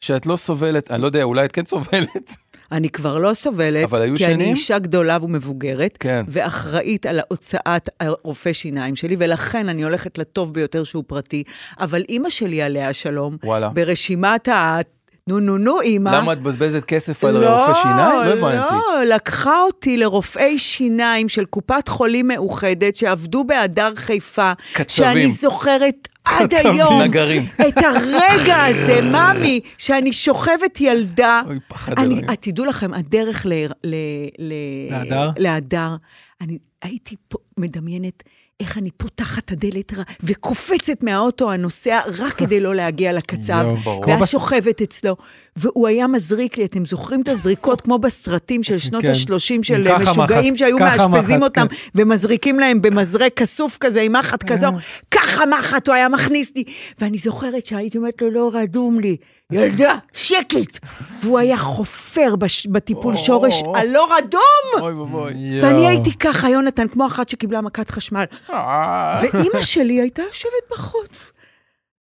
Speaker 1: שאת לא סובלת, אני לא יודע, אולי את כן סובלת.
Speaker 2: אני כבר לא סובלת,
Speaker 1: אבל היו
Speaker 2: כי אני
Speaker 1: שנים?
Speaker 2: אישה גדולה ומבוגרת,
Speaker 1: כן.
Speaker 2: ואחראית על הוצאת רופא שיניים שלי, ולכן אני הולכת לטוב ביותר שהוא פרטי. אבל אימא שלי, עליה השלום,
Speaker 1: וואלה.
Speaker 2: ברשימת ה... נו נו נו, אימא.
Speaker 1: אה. למה את מבזבזת כסף על רופא שיניים? לא הבנתי.
Speaker 2: לא, לקחה אותי לרופאי שיניים של קופת חולים מאוחדת, שעבדו בהדר חיפה.
Speaker 1: קצבים.
Speaker 2: שאני זוכרת עד
Speaker 3: קצבים.
Speaker 2: היום.
Speaker 1: נגרים.
Speaker 2: את הרגע הזה, ממי, שאני שוכבת ילדה.
Speaker 1: אוי, פחד
Speaker 2: אני,
Speaker 1: אלוהים.
Speaker 2: תדעו לכם, הדרך ל... ל, ל
Speaker 3: להדר?
Speaker 2: להדר. אני הייתי פה מדמיינת איך אני פותחת את הדלת ר- וקופצת מהאוטו הנוסע רק כדי לא להגיע לקצב.
Speaker 3: יואו,
Speaker 1: ברור.
Speaker 3: כמו
Speaker 2: ואז
Speaker 3: בס-
Speaker 2: שוכבת אצלו, והוא היה מזריק לי, אתם זוכרים את הזריקות כמו בסרטים של שנות
Speaker 3: כן.
Speaker 2: ה-30 של
Speaker 3: ככה
Speaker 2: משוגעים
Speaker 3: מחט,
Speaker 2: שהיו
Speaker 3: ככה
Speaker 2: מאשפזים
Speaker 3: מחט,
Speaker 2: אותם
Speaker 3: כן.
Speaker 2: ומזריקים להם במזרק כסוף כזה, עם מחט כזו, ככה מחט הוא היה מכניס לי. ואני זוכרת שהייתי אומרת לו, לא רדום לי, ילדה, שקט. והוא היה חופר בש- בטיפול
Speaker 1: או,
Speaker 2: שורש
Speaker 1: או, או.
Speaker 2: הלא רדום.
Speaker 1: אוי ואבוי.
Speaker 2: ואני הייתי ככה, יונתן, כמו אחת שקיבלה מכת חשמל.
Speaker 1: אה,
Speaker 2: ואימא שלי הייתה יושבת בחוץ,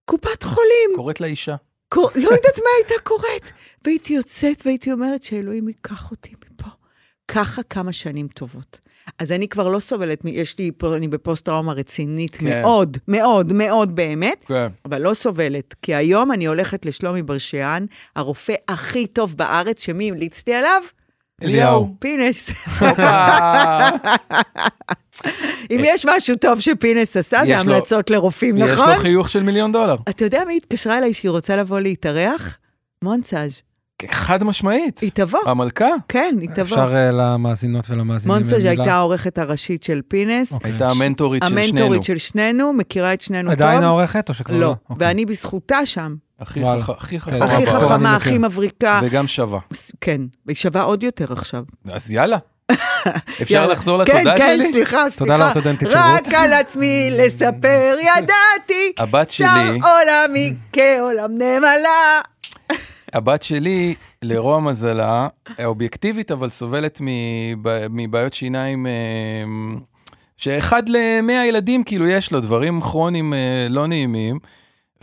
Speaker 2: קופת חולים.
Speaker 1: קוראת לאישה.
Speaker 2: קור... לא יודעת מה הייתה קורית. והייתי יוצאת והייתי אומרת שאלוהים ייקח אותי מפה. ככה כמה שנים טובות. אז אני כבר לא סובלת, מ- יש לי, פה- אני בפוסט-טראומה רצינית
Speaker 1: כן.
Speaker 2: כן. מאוד, מאוד, מאוד באמת,
Speaker 1: כן.
Speaker 2: אבל לא סובלת. כי היום אני הולכת לשלומי ברשיאן, הרופא הכי טוב בארץ, שמי המליץ לי עליו?
Speaker 1: אליהו.
Speaker 2: פינס.
Speaker 1: הופה.
Speaker 2: אם יש משהו טוב שפינס עשה,
Speaker 1: יש
Speaker 2: זה
Speaker 1: לו-
Speaker 2: המלצות לרופאים,
Speaker 1: יש
Speaker 2: נכון?
Speaker 1: לו חיוך של מיליון דולר.
Speaker 2: אתה יודע מי התקשרה אליי שהיא רוצה לבוא להתארח? מונצאז'.
Speaker 1: חד משמעית.
Speaker 2: היא תבוא.
Speaker 1: המלכה
Speaker 2: כן, היא תבוא.
Speaker 3: אפשר אה, למאזינות ולמאזינים.
Speaker 2: מונצה,
Speaker 3: מילה?
Speaker 2: שהייתה העורכת הראשית של פינס,
Speaker 3: אוקיי.
Speaker 1: הייתה המנטורית של שנינו.
Speaker 2: המנטורית של שנינו, מכירה את שנינו טוב.
Speaker 3: עדיין העורכת או שכבר לא?
Speaker 2: לא.
Speaker 3: אוקיי.
Speaker 2: ואני בזכותה שם.
Speaker 1: הכי
Speaker 3: וואלה.
Speaker 1: חכ- הכי
Speaker 3: כן,
Speaker 1: חכמה.
Speaker 3: הכי
Speaker 2: הכי
Speaker 3: וואו,
Speaker 1: בעולם.
Speaker 3: אני
Speaker 2: חכמה,
Speaker 3: מכיר.
Speaker 2: הכי מבריקה.
Speaker 1: וגם שווה.
Speaker 2: ס- כן, והיא שווה עוד יותר עכשיו.
Speaker 1: אז יאללה. אפשר
Speaker 2: יאללה.
Speaker 1: לחזור לתודה
Speaker 2: כן, כן,
Speaker 1: שלי?
Speaker 2: סליחה, סליחה.
Speaker 3: לאורתודנטית
Speaker 2: רק
Speaker 3: שרות.
Speaker 2: על עצמי לספר ידעתי,
Speaker 1: הבת שלי,
Speaker 2: שר עולמי כעולם נמלה.
Speaker 1: הבת שלי, לרוע מזלה, אובייקטיבית, אבל סובלת מב- מבעיות שיניים, אה, שאחד למאה ילדים, כאילו, יש לו דברים כרוניים אה, לא נעימים.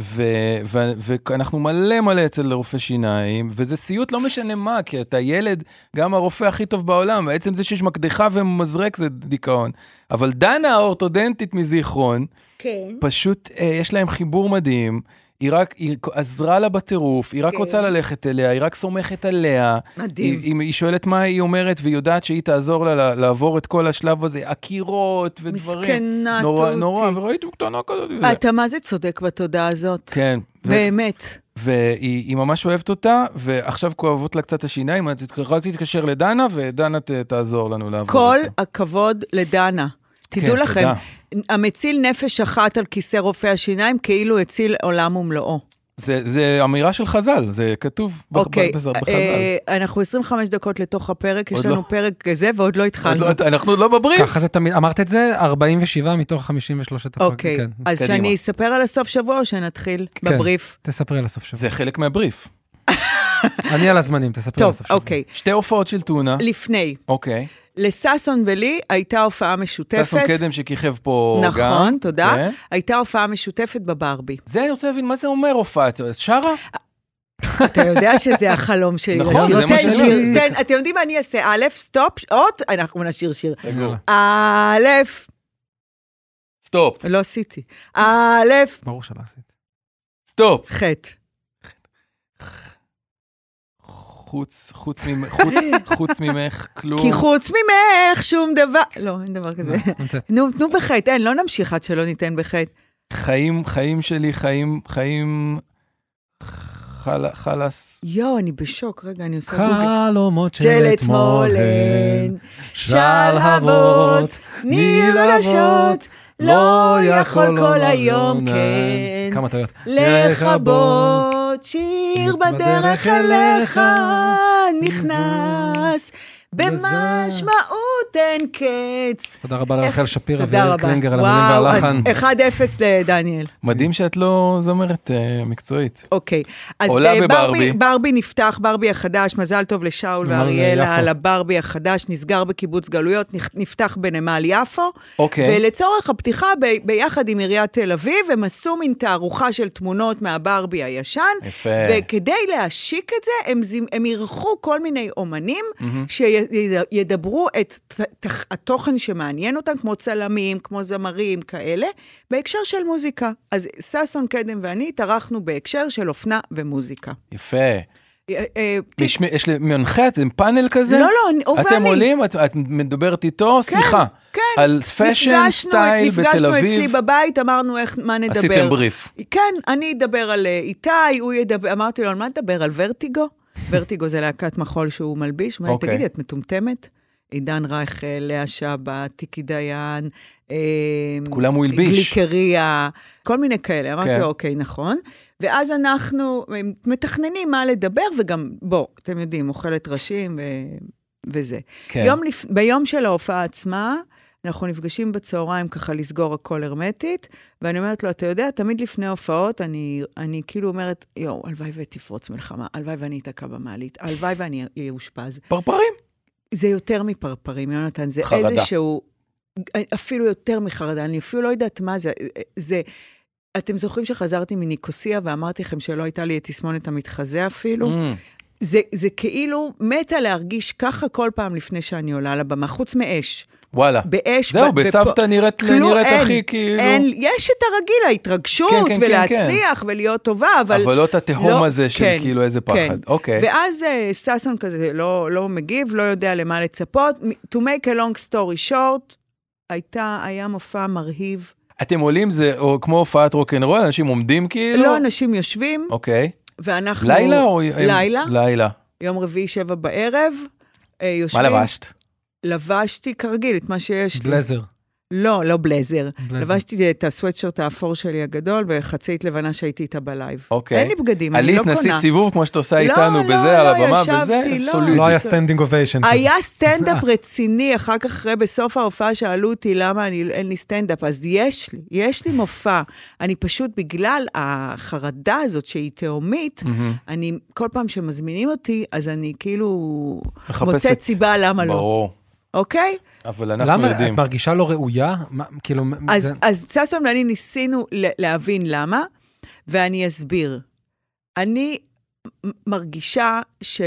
Speaker 1: ו- ו- ואנחנו מלא מלא אצל רופא שיניים, וזה סיוט לא משנה מה, כי אתה ילד, גם הרופא הכי טוב בעולם, ועצם זה שיש מקדחה ומזרק זה דיכאון. אבל דנה האורתודנטית מזיכרון,
Speaker 2: כן.
Speaker 1: פשוט אה, יש להם חיבור מדהים. היא רק, היא עזרה לה בטירוף, היא רק
Speaker 2: כן.
Speaker 1: רוצה ללכת אליה, היא רק סומכת עליה.
Speaker 2: מדהים.
Speaker 1: היא, היא, היא שואלת מה היא אומרת, והיא יודעת שהיא תעזור לה ל- לעבור את כל השלב הזה, עקירות ודברים.
Speaker 2: מסכנה,
Speaker 1: נורא,
Speaker 2: תותי.
Speaker 1: נורא, וראיתי קטנה כזאת.
Speaker 2: אתה מה זה צודק בתודה הזאת?
Speaker 1: כן. ו-
Speaker 2: באמת.
Speaker 1: והיא היא ממש אוהבת אותה, ועכשיו כואבות לה קצת השיניים, את- רק תתקשר לדנה, ודנה ת, תעזור לנו לעבור
Speaker 2: כל
Speaker 1: את זה.
Speaker 2: הכבוד לדנה. תדעו
Speaker 1: כן,
Speaker 2: לכם,
Speaker 1: תודה.
Speaker 2: המציל נפש אחת על כיסא רופא השיניים כאילו הציל עולם ומלואו.
Speaker 1: זה, זה אמירה של חז"ל, זה כתוב בח-
Speaker 2: אוקיי,
Speaker 1: בח- בחז"ל.
Speaker 2: אה, אנחנו 25 דקות לתוך הפרק, יש
Speaker 1: עוד לא.
Speaker 2: לנו פרק זה ועוד לא
Speaker 1: עוד
Speaker 2: התחלנו.
Speaker 1: לא- אנחנו עוד לא בבריף.
Speaker 3: ככה זה תמיד, אמרת את זה, 47 מתוך 53 הפרקים.
Speaker 2: אוקיי,
Speaker 3: כן.
Speaker 2: אז
Speaker 1: קדימה.
Speaker 2: שאני אספר על הסוף שבוע או שנתחיל
Speaker 3: כן.
Speaker 2: בבריף?
Speaker 3: תספרי על הסוף שבוע.
Speaker 1: זה חלק מהבריף.
Speaker 3: אני על הזמנים, תספרי על
Speaker 2: טוב,
Speaker 3: הסוף שבוע.
Speaker 2: אוקיי.
Speaker 1: שתי הופעות של טונה.
Speaker 2: לפני,
Speaker 1: אוקיי.
Speaker 2: לששון ולי הייתה הופעה
Speaker 1: ששון
Speaker 2: משותפת.
Speaker 1: קדם שכיכב פה גם.
Speaker 2: נכון, תודה.
Speaker 1: כן.
Speaker 2: הייתה הופעה משותפת בברבי.
Speaker 1: זה אני רוצה להבין, מה זה אומר הופעת? שרה?
Speaker 2: אתה יודע שזה החלום שלי.
Speaker 1: נכון,
Speaker 2: לשיר.
Speaker 1: זה מה
Speaker 2: תן
Speaker 1: שאני
Speaker 2: שיר,
Speaker 1: אומר.
Speaker 2: תן, אתם יודעים מה אני אעשה? א', סטופ, עוד, אנחנו נשיר שיר.
Speaker 1: יאללה.
Speaker 2: א',
Speaker 1: סטופ,
Speaker 2: לא עשיתי. א',
Speaker 3: ברור שלא עשית.
Speaker 1: סטופ.
Speaker 2: ח'.
Speaker 1: חוץ, חוץ ממך, חוץ- חוץ ממך, כלום.
Speaker 2: כי חוץ ממך שום דבר... לא, אין דבר כזה.
Speaker 3: נמצאת.
Speaker 2: נו, תנו בח', אין, לא נמשיך עד שלא ניתן בח'.
Speaker 1: חיים, חיים שלי, חיים, חיים... חל- חלאס.
Speaker 2: יואו, אני בשוק. רגע, אני עושה גוגל.
Speaker 3: חלומות של
Speaker 2: אוקיי. של
Speaker 3: אתמול
Speaker 2: אתמול
Speaker 3: הן
Speaker 2: הן
Speaker 3: שלהבות
Speaker 2: שלהבות נרגשות, לא יכול כל היום,
Speaker 3: לומר.
Speaker 2: כן.
Speaker 3: כמה טעויות.
Speaker 2: לכבות שיר בדרך אליך נכנס במשמעות אין קץ.
Speaker 3: תודה רבה לרחל
Speaker 2: איך-
Speaker 3: שפירא
Speaker 2: תודה
Speaker 3: ויאיר
Speaker 2: רבה.
Speaker 3: קלינגר על המילים והלחן.
Speaker 2: וואו, אז 1-0 לדניאל.
Speaker 1: מדהים שאת לא זמרת אה, מקצועית.
Speaker 2: אוקיי. אז
Speaker 1: עולה
Speaker 2: אה,
Speaker 1: בברבי.
Speaker 2: ברבי נפתח, ברבי החדש, מזל טוב לשאול
Speaker 3: נמל
Speaker 2: ואריאלה
Speaker 3: אה, יפו.
Speaker 2: על הברבי החדש, נסגר בקיבוץ גלויות, נכ- נפתח בנמל יפו.
Speaker 1: אוקיי.
Speaker 2: ולצורך הפתיחה, ב- ביחד עם עיריית תל אביב, הם עשו מין תערוכה של תמונות מהברבי הישן.
Speaker 1: יפה.
Speaker 2: וכדי להשיק את זה, הם, זימ- הם אירחו כל מיני אומנים שידברו את ת- ת- התוכן שמעניין אותם, כמו צלמים, כמו זמרים, כאלה, בהקשר של מוזיקה. אז ששון קדם ואני התארחנו בהקשר של אופנה ומוזיקה.
Speaker 1: יפה.
Speaker 2: אה, אה, ת-
Speaker 1: יש, מי- יש לי מנחה, אתם פאנל כזה?
Speaker 2: לא, לא, אני- הוא
Speaker 1: אתם
Speaker 2: ואני.
Speaker 1: עולים, את, את מדברת איתו,
Speaker 2: כן,
Speaker 1: סליחה.
Speaker 2: כן.
Speaker 1: על פאשן,
Speaker 2: נפגשנו-
Speaker 1: סטייל בתל אביב.
Speaker 2: נפגשנו אצלי בבית, אמרנו איך, מה נדבר.
Speaker 1: עשיתם בריף.
Speaker 2: כן, אני אדבר על אה, איתי, הוא ידבר, אמרתי לו, על מה נדבר? על ורטיגו? ורטיגו זה להקת מחול שהוא מלביש. אמרתי,
Speaker 1: אוקיי.
Speaker 2: תגידי, את מטומטמת? עידן רייכל, לאה שבת, טיקי דיין. אה,
Speaker 1: כולם הוא הלביש.
Speaker 2: גליקריה, כל מיני כאלה. אמרתי
Speaker 1: כן.
Speaker 2: לו, אוקיי, נכון. ואז אנחנו אה, מתכננים מה לדבר, וגם, בוא, אתם יודעים, אוכלת ראשים ו- וזה.
Speaker 1: כן.
Speaker 2: יום לפ... ביום של ההופעה עצמה, אנחנו נפגשים בצהריים ככה לסגור הכל הרמטית, ואני אומרת לו, אתה יודע, תמיד לפני הופעות אני, אני כאילו אומרת, יואו, הלוואי ותפרוץ מלחמה, הלוואי ואני אתקע במעלית, הלוואי ואני אהיה אושפז.
Speaker 1: פרפרים.
Speaker 2: זה יותר מפרפרים, יונתן, זה
Speaker 1: חרדה.
Speaker 2: איזשהו... אה, אפילו יותר מחרדה, אני אפילו לא יודעת מה זה. זה... אתם זוכרים שחזרתי מניקוסיה ואמרתי לכם שלא הייתה לי את תסמונת המתחזה אפילו?
Speaker 1: Mm.
Speaker 2: זה, זה כאילו מתה להרגיש ככה כל פעם לפני שאני עולה לבמה, חוץ מאש.
Speaker 1: וואלה.
Speaker 2: באש.
Speaker 1: זהו,
Speaker 2: ו-
Speaker 1: בצוותא
Speaker 2: ופה-
Speaker 1: נראית-
Speaker 2: כלום,
Speaker 1: נראית
Speaker 2: אין,
Speaker 1: הכי כאילו-
Speaker 2: אין, יש את הרגיל, ההתרגשות,
Speaker 1: כן, כן, כן,
Speaker 2: ולהצליח, ולהיות טובה, אבל...
Speaker 1: אבל לא את התהום הזה של כאילו איזה פחד.
Speaker 2: כן.
Speaker 1: אוקיי.
Speaker 2: ואז אה, ששון כזה לא, לא מגיב, לא יודע למה לצפות. To make a long story short, הייתה, היה מופע מרהיב.
Speaker 1: אתם עולים, זה או, כמו הופעת רוקנרול, אנשים עומדים כאילו?
Speaker 2: לא, אנשים יושבים,
Speaker 1: אוקיי.
Speaker 2: ואנחנו...
Speaker 1: לילה או...
Speaker 2: לילה,
Speaker 1: לילה.
Speaker 2: יום רביעי שבע בערב. אה,
Speaker 1: מה
Speaker 2: יושבים,
Speaker 1: לבשת?
Speaker 2: לבשתי כרגיל את מה שיש לי.
Speaker 3: בלזר.
Speaker 2: לא, לא בלזר.
Speaker 3: בלזר.
Speaker 2: לבשתי את הסוואטשרט האפור שלי הגדול וחצאית לבנה שהייתי איתה בלייב.
Speaker 1: אוקיי.
Speaker 2: אין לי בגדים, אני
Speaker 1: עלית
Speaker 2: לא קונה.
Speaker 1: נשיא סיבוב, כמו שאת עושה
Speaker 2: לא,
Speaker 1: איתנו,
Speaker 2: לא,
Speaker 1: בזה,
Speaker 2: לא,
Speaker 1: על הבמה,
Speaker 2: ישבתי,
Speaker 1: בזה,
Speaker 2: לא.
Speaker 1: אבסולוט.
Speaker 3: לא היה
Speaker 2: זה-
Speaker 3: סטנדינג אוביישן.
Speaker 2: היה סטנדאפ רציני, אחר כך, אחרי, בסוף ההופעה, שאלו אותי למה אני, אין לי סטנדאפ. אז יש לי, יש לי מופע. אני פשוט, בגלל החרדה הזאת שהיא תהומית,
Speaker 1: Mm.
Speaker 2: אני, כל פעם שמזמינים אותי, אז אני כאילו...
Speaker 1: מחפשת.
Speaker 2: מוצאת סיבה למה לא.
Speaker 1: ברור.
Speaker 2: אוקיי?
Speaker 1: אבל אנחנו
Speaker 3: למה את
Speaker 1: יודעים.
Speaker 3: מרגישה לא ראויה? מה, כאילו, מ-
Speaker 2: אז,
Speaker 3: זה-
Speaker 2: אז ששון ואני ניסינו ל- להבין למה, ואני אסביר. אני מ- מרגישה ש...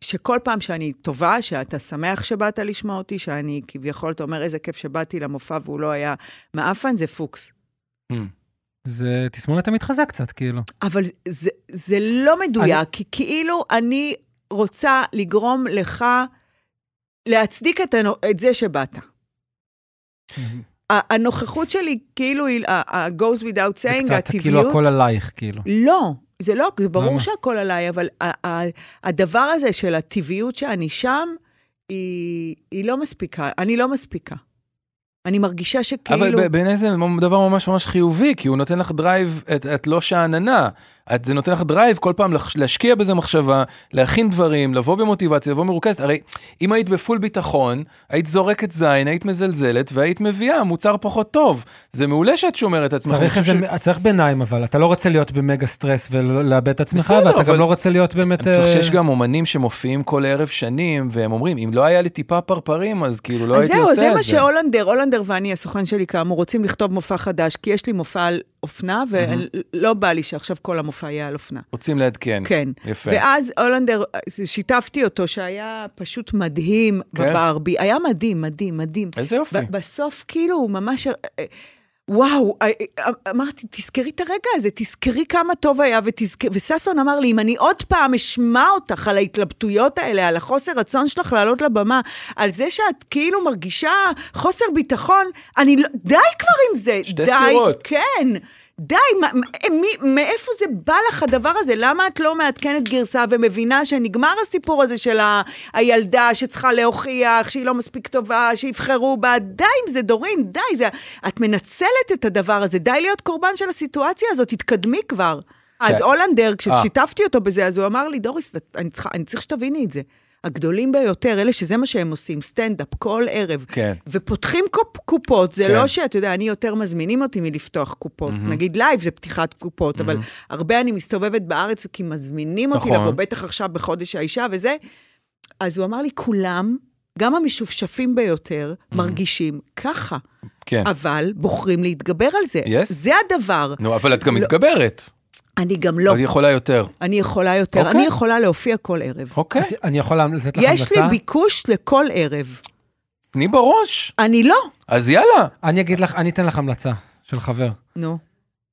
Speaker 2: שכל פעם שאני טובה, שאתה שמח שבאת לשמוע אותי, שאני כביכול, אתה אומר, איזה כיף שבאתי למופע והוא לא היה מעפן, זה פוקס.
Speaker 3: זה תסמונת המתחזה קצת, כאילו.
Speaker 2: אבל זה, זה לא מדויק, אני... כי כאילו אני רוצה לגרום לך להצדיק את, הנו, את זה שבאת. ה- הנוכחות שלי, כאילו, היא- ה- ה- goes without
Speaker 3: זה
Speaker 2: saying,
Speaker 3: קצת כאילו
Speaker 2: הטבעיות,
Speaker 3: הכל עלייך, כאילו.
Speaker 2: לא, זה לא, זה ברור
Speaker 3: למה?
Speaker 2: שהכל עליי, אבל ה- ה- הדבר הזה של הטבעיות שאני שם, היא, היא לא מספיקה, אני לא מספיקה. אני מרגישה שכאילו...
Speaker 1: אבל ב- בעיניי זה דבר ממש ממש חיובי, כי הוא נותן לך דרייב, את, את לא שאננה, את, זה נותן לך דרייב כל פעם לח- להשקיע בזה מחשבה, להכין דברים, לבוא במוטיבציה, לבוא מרוכזת. הרי אם היית בפול ביטחון, היית זורקת זין, היית מזלזלת והיית מביאה מוצר פחות טוב. זה מעולה שאת שומרת את עצמך. אני
Speaker 3: צריך
Speaker 1: חושב
Speaker 3: איזה,
Speaker 1: ש-
Speaker 3: צריך ביניים אבל, אתה לא רוצה להיות במגה סטרס ולאבד את עצמך,
Speaker 1: בסדר,
Speaker 3: ואתה
Speaker 1: אבל-
Speaker 3: גם לא רוצה להיות באמת...
Speaker 1: אני בטוח
Speaker 3: אה,
Speaker 1: שיש גם אומנים שמופיעים כל ערב שנים, והם אומרים, אם לא היה לי טיפה פרפרים, אז כאילו לא
Speaker 2: אז
Speaker 1: הייתי
Speaker 2: זהו,
Speaker 1: עושה את זה.
Speaker 2: זה מה שהולנדר, הולנדר ואני, הסוכן שלי כאמור, רוצים לכתוב מופע חדש, כי יש לי מופע על אופנה,
Speaker 1: Mhm.
Speaker 2: ולא בא לי שעכשיו כל המופע יהיה על אופנה.
Speaker 1: רוצים לעדכן.
Speaker 2: כן.
Speaker 1: יפה.
Speaker 2: ואז הולנדר, אה, שיתפתי אותו, שהיה פשוט מדהים
Speaker 1: כן.
Speaker 2: בברבי. היה מדהים, מדהים, מדהים.
Speaker 1: איזה יופי.
Speaker 2: ב- בסוף, כאילו, הוא ממש... וואו, אה, אה, אמרתי, תזכרי את הרגע הזה, תזכרי כמה טוב היה, ותזכרי, וששון אמר לי, אם אני עוד פעם אשמע אותך על ההתלבטויות האלה, על החוסר רצון שלך לעלות לבמה, על זה שאת כאילו מרגישה חוסר ביטחון, אני לא, די כבר עם זה,
Speaker 1: שתי
Speaker 2: די,
Speaker 1: סתירות.
Speaker 2: כן, די, מה- מה- מי- מאיפה זה בא לך הדבר הזה? למה את לא מעדכנת גרסה ומבינה שנגמר הסיפור הזה של ה- הילדה שצריכה להוכיח שהיא לא מספיק טובה, שיבחרו בה? די עם זה, דורין, די, זה, את מנצלת את הדבר הזה, די להיות קורבן של הסיטואציה הזאת, תתקדמי כבר. אז הולנדר, כששיתפתי אותו בזה, אז הוא אמר לי, דוריס, את- אני, צריכה, אני צריך שתביני את זה. הגדולים ביותר, אלה שזה מה שהם עושים, סטנדאפ כל ערב.
Speaker 1: כן.
Speaker 2: ופותחים קופ, קופות, זה
Speaker 1: כן.
Speaker 2: כן. לא שאתה יודע, אני יותר מזמינים אותי מלפתוח קופות. Mm-hmm. נגיד לייב זה פתיחת קופות, mm-hmm. אבל הרבה אני מסתובבת בארץ כי מזמינים אותי
Speaker 1: נכון.
Speaker 2: לבוא, בטח עכשיו בחודש האישה וזה. אז הוא אמר לי, כולם, גם המשופשפים ביותר, mm-hmm. מרגישים ככה,
Speaker 1: כן.
Speaker 2: אבל בוחרים להתגבר על זה.
Speaker 1: Yes.
Speaker 2: זה הדבר.
Speaker 1: נו, אבל את גם
Speaker 2: לא.
Speaker 1: מתגברת.
Speaker 2: אני גם לא,
Speaker 1: את יכולה יותר.
Speaker 2: אני יכולה יותר,
Speaker 1: אוקיי.
Speaker 2: אני יכולה להופיע כל ערב.
Speaker 1: אוקיי,
Speaker 3: את- אני יכול לתת לך המלצה?
Speaker 2: יש לי ביקוש לכל ערב.
Speaker 1: תני בראש.
Speaker 2: אני לא.
Speaker 1: אז יאללה.
Speaker 3: אני אגיד לך, אני אתן לך המלצה של חבר.
Speaker 2: נו.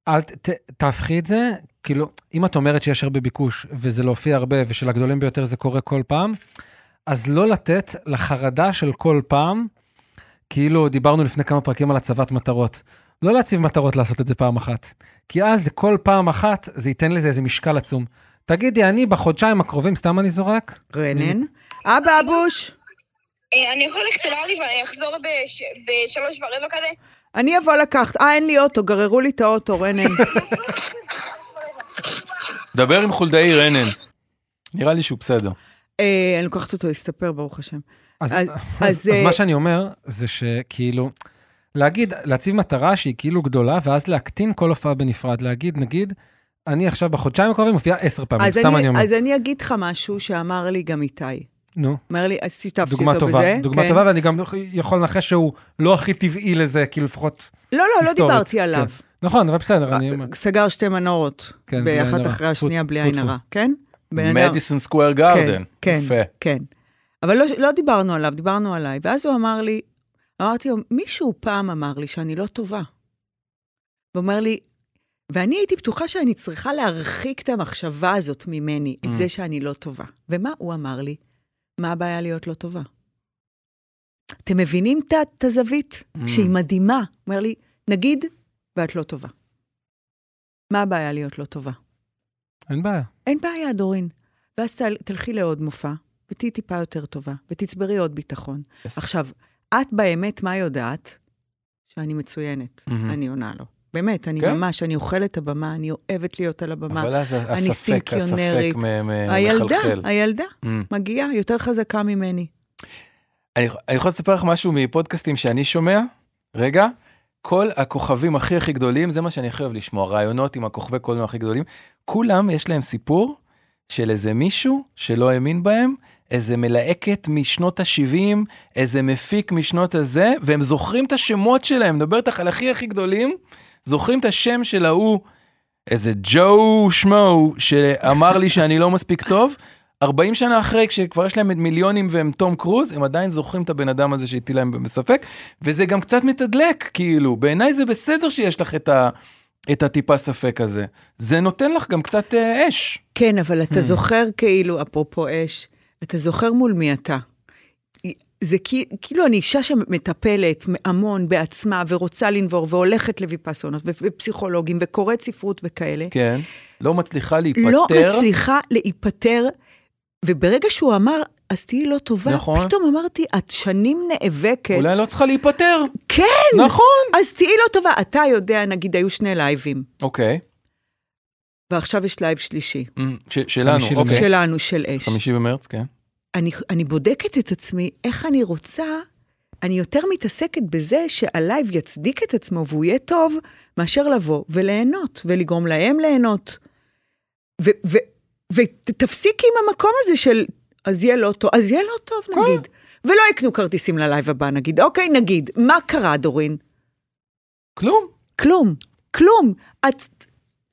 Speaker 3: אל ת, ת- תהפכי את זה, כאילו, אם את אומרת שיש הרבה ביקוש, וזה להופיע הרבה, ושלגדולים ביותר זה קורה כל פעם, אז לא לתת לחרדה של כל פעם, כאילו דיברנו לפני כמה פרקים על הצבת מטרות. לא להציב מטרות לעשות את זה פעם אחת. כי אז זה כל פעם אחת, זה ייתן לזה איזה משקל עצום. תגידי, אני בחודשיים הקרובים, סתם אני זורק?
Speaker 2: רנן. אבא אבוש,
Speaker 5: אה, אני יכול ללכת אלי ואני אחזור בש- בשלוש ורבע כזה?
Speaker 2: אני אבוא לקחת. אה, אין לי אוטו, גררו לי את האוטו, רנן.
Speaker 1: דבר עם חולדאי רנן. נראה לי שהוא בסדר.
Speaker 2: אה, אני לוקחת אותו להסתפר, ברוך השם.
Speaker 3: אז, אז,
Speaker 2: אז-
Speaker 3: אז, אז,
Speaker 2: אז,
Speaker 3: אז
Speaker 2: אה,
Speaker 3: מה שאני אומר, זה שכאילו, להגיד, להציב מטרה שהיא כאילו גדולה, ואז להקטין כל הופעה בנפרד. להגיד, נגיד, אני עכשיו בחודשיים הקרובים מופיע עשר פעמים,
Speaker 2: אז
Speaker 3: סתם אני,
Speaker 2: אני,
Speaker 3: אומר.
Speaker 2: אז אני אגיד לך משהו שאמר לי גם איתי.
Speaker 3: נו,
Speaker 2: אומר לי, אז שיתפתי
Speaker 3: דוגמה
Speaker 2: אותו
Speaker 3: טובה.
Speaker 2: בזה.
Speaker 3: דוגמה
Speaker 2: כן.
Speaker 3: טובה, ואני גם יכול לנחש שהוא לא הכי טבעי לזה, כאילו לפחות
Speaker 2: לא, לא, לא
Speaker 3: היסטורית.
Speaker 2: דיברתי עליו. אה,
Speaker 3: כן. נכון, אבל בסדר, אני אומר.
Speaker 2: סגר שתי מנורות,
Speaker 3: כן, בלי עין
Speaker 2: באחת
Speaker 3: הרע.
Speaker 2: אחרי השנייה,
Speaker 3: טפו,
Speaker 2: בלי
Speaker 3: טפו,
Speaker 2: עין
Speaker 3: טפו.
Speaker 2: הרע. כן? בן אדם.
Speaker 1: מדיסון סקוואר
Speaker 2: כן,
Speaker 1: גארדן.
Speaker 2: כן,
Speaker 1: יפה.
Speaker 2: כן. אבל לא, לא דיברנו עליו, דיברנו עליי. ואז הוא אמר לי, אמרתי לו, מישהו פעם אמר לי שאני לא טובה. הוא אומר לי, ואני הייתי בטוחה שאני צריכה להרחיק את המחשבה הזאת ממני, את זה שאני לא טובה. ומה הוא אמר לי? מה הבעיה להיות לא טובה? אתם מבינים את ה- את הזווית? שהיא מדהימה. הוא אומר לי, נגיד, ואת לא טובה. מה הבעיה להיות לא טובה?
Speaker 3: אין בעיה.
Speaker 2: אין בעיה, דורין. ואז תל, תלכי לעוד מופע, ותהיי טיפה יותר טובה, ותצברי עוד ביטחון.
Speaker 1: Yes.
Speaker 2: עכשיו, את באמת, מה יודעת? שאני מצוינת,
Speaker 1: Mhm.
Speaker 2: אני עונה לו. באמת, אני
Speaker 1: כן.
Speaker 2: ממש, אני אוכלת את הבמה, אני אוהבת להיות על הבמה.
Speaker 1: אבל אז
Speaker 2: אני
Speaker 1: הספק, הספק
Speaker 2: סיקיונרית.
Speaker 1: מ- מ-
Speaker 2: הילדה,
Speaker 1: מחלחל.
Speaker 2: הילדה
Speaker 1: Mm.
Speaker 2: מגיעה יותר חזקה ממני.
Speaker 1: אני, אני יכול לספר לך משהו מפודקאסטים שאני שומע? רגע. כל הכוכבים הכי הכי גדולים, זה מה שאני הכי אוהב לשמוע, רעיונות עם הכוכבי קולנוע הכי גדולים, כולם יש להם סיפור של איזה מישהו שלא האמין בהם, איזה מלהקת משנות ה-70, איזה מפיק משנות הזה, והם זוכרים את השמות שלהם, מדבר איתך על הכי הכי גדולים, זוכרים את השם של ההוא, איזה ג'ו שמו, שאמר לי שאני לא מספיק טוב, 40 שנה אחרי, כשכבר יש להם את מיליונים והם תום קרוז, הם עדיין זוכרים את הבן אדם הזה שהטיל להם בספק, וזה גם קצת מתדלק, כאילו, בעיניי זה בסדר שיש לך את, ה, את הטיפה ספק הזה. זה נותן לך גם קצת אה, אש.
Speaker 2: כן, אבל
Speaker 1: Hmm.
Speaker 2: אתה זוכר כאילו, אפרופו אש, אתה זוכר מול מי אתה. זה כי- כאילו, אני אישה שמטפלת המון בעצמה, ורוצה לנבור, והולכת לוויפסונות, ופסיכולוגים, וקוראת ספרות וכאלה.
Speaker 1: כן. לא מצליחה להיפטר.
Speaker 2: לא מצליחה להיפטר, וברגע שהוא אמר, אז תהיי לא טובה,
Speaker 1: נכון.
Speaker 2: פתאום אמרתי, את שנים נאבקת.
Speaker 1: אולי לא צריכה להיפטר.
Speaker 2: כן,
Speaker 1: נכון.
Speaker 2: אז תהיי לא טובה. אתה יודע, נגיד, היו שני לייבים,
Speaker 1: אוקיי.
Speaker 2: ועכשיו יש לייב שלישי,
Speaker 1: Mm, ש- שלנו,
Speaker 3: חמישי
Speaker 1: אוקיי.
Speaker 2: שלנו, של אש.
Speaker 1: חמישי במרץ, כן.
Speaker 2: אני, אני בודקת את עצמי, איך אני רוצה, אני יותר מתעסקת בזה שהלייב יצדיק את עצמו והוא יהיה טוב, מאשר לבוא וליהנות, ולגרום להם ליהנות. ותפסיקי עם המקום הזה של, אז יהיה לא טוב, אז יהיה לא טוב נגיד. ולא יקנו כרטיסים ללייב הבא נגיד. אוקיי, נגיד, מה קרה, דורין?
Speaker 1: כלום.
Speaker 2: כלום, כלום. את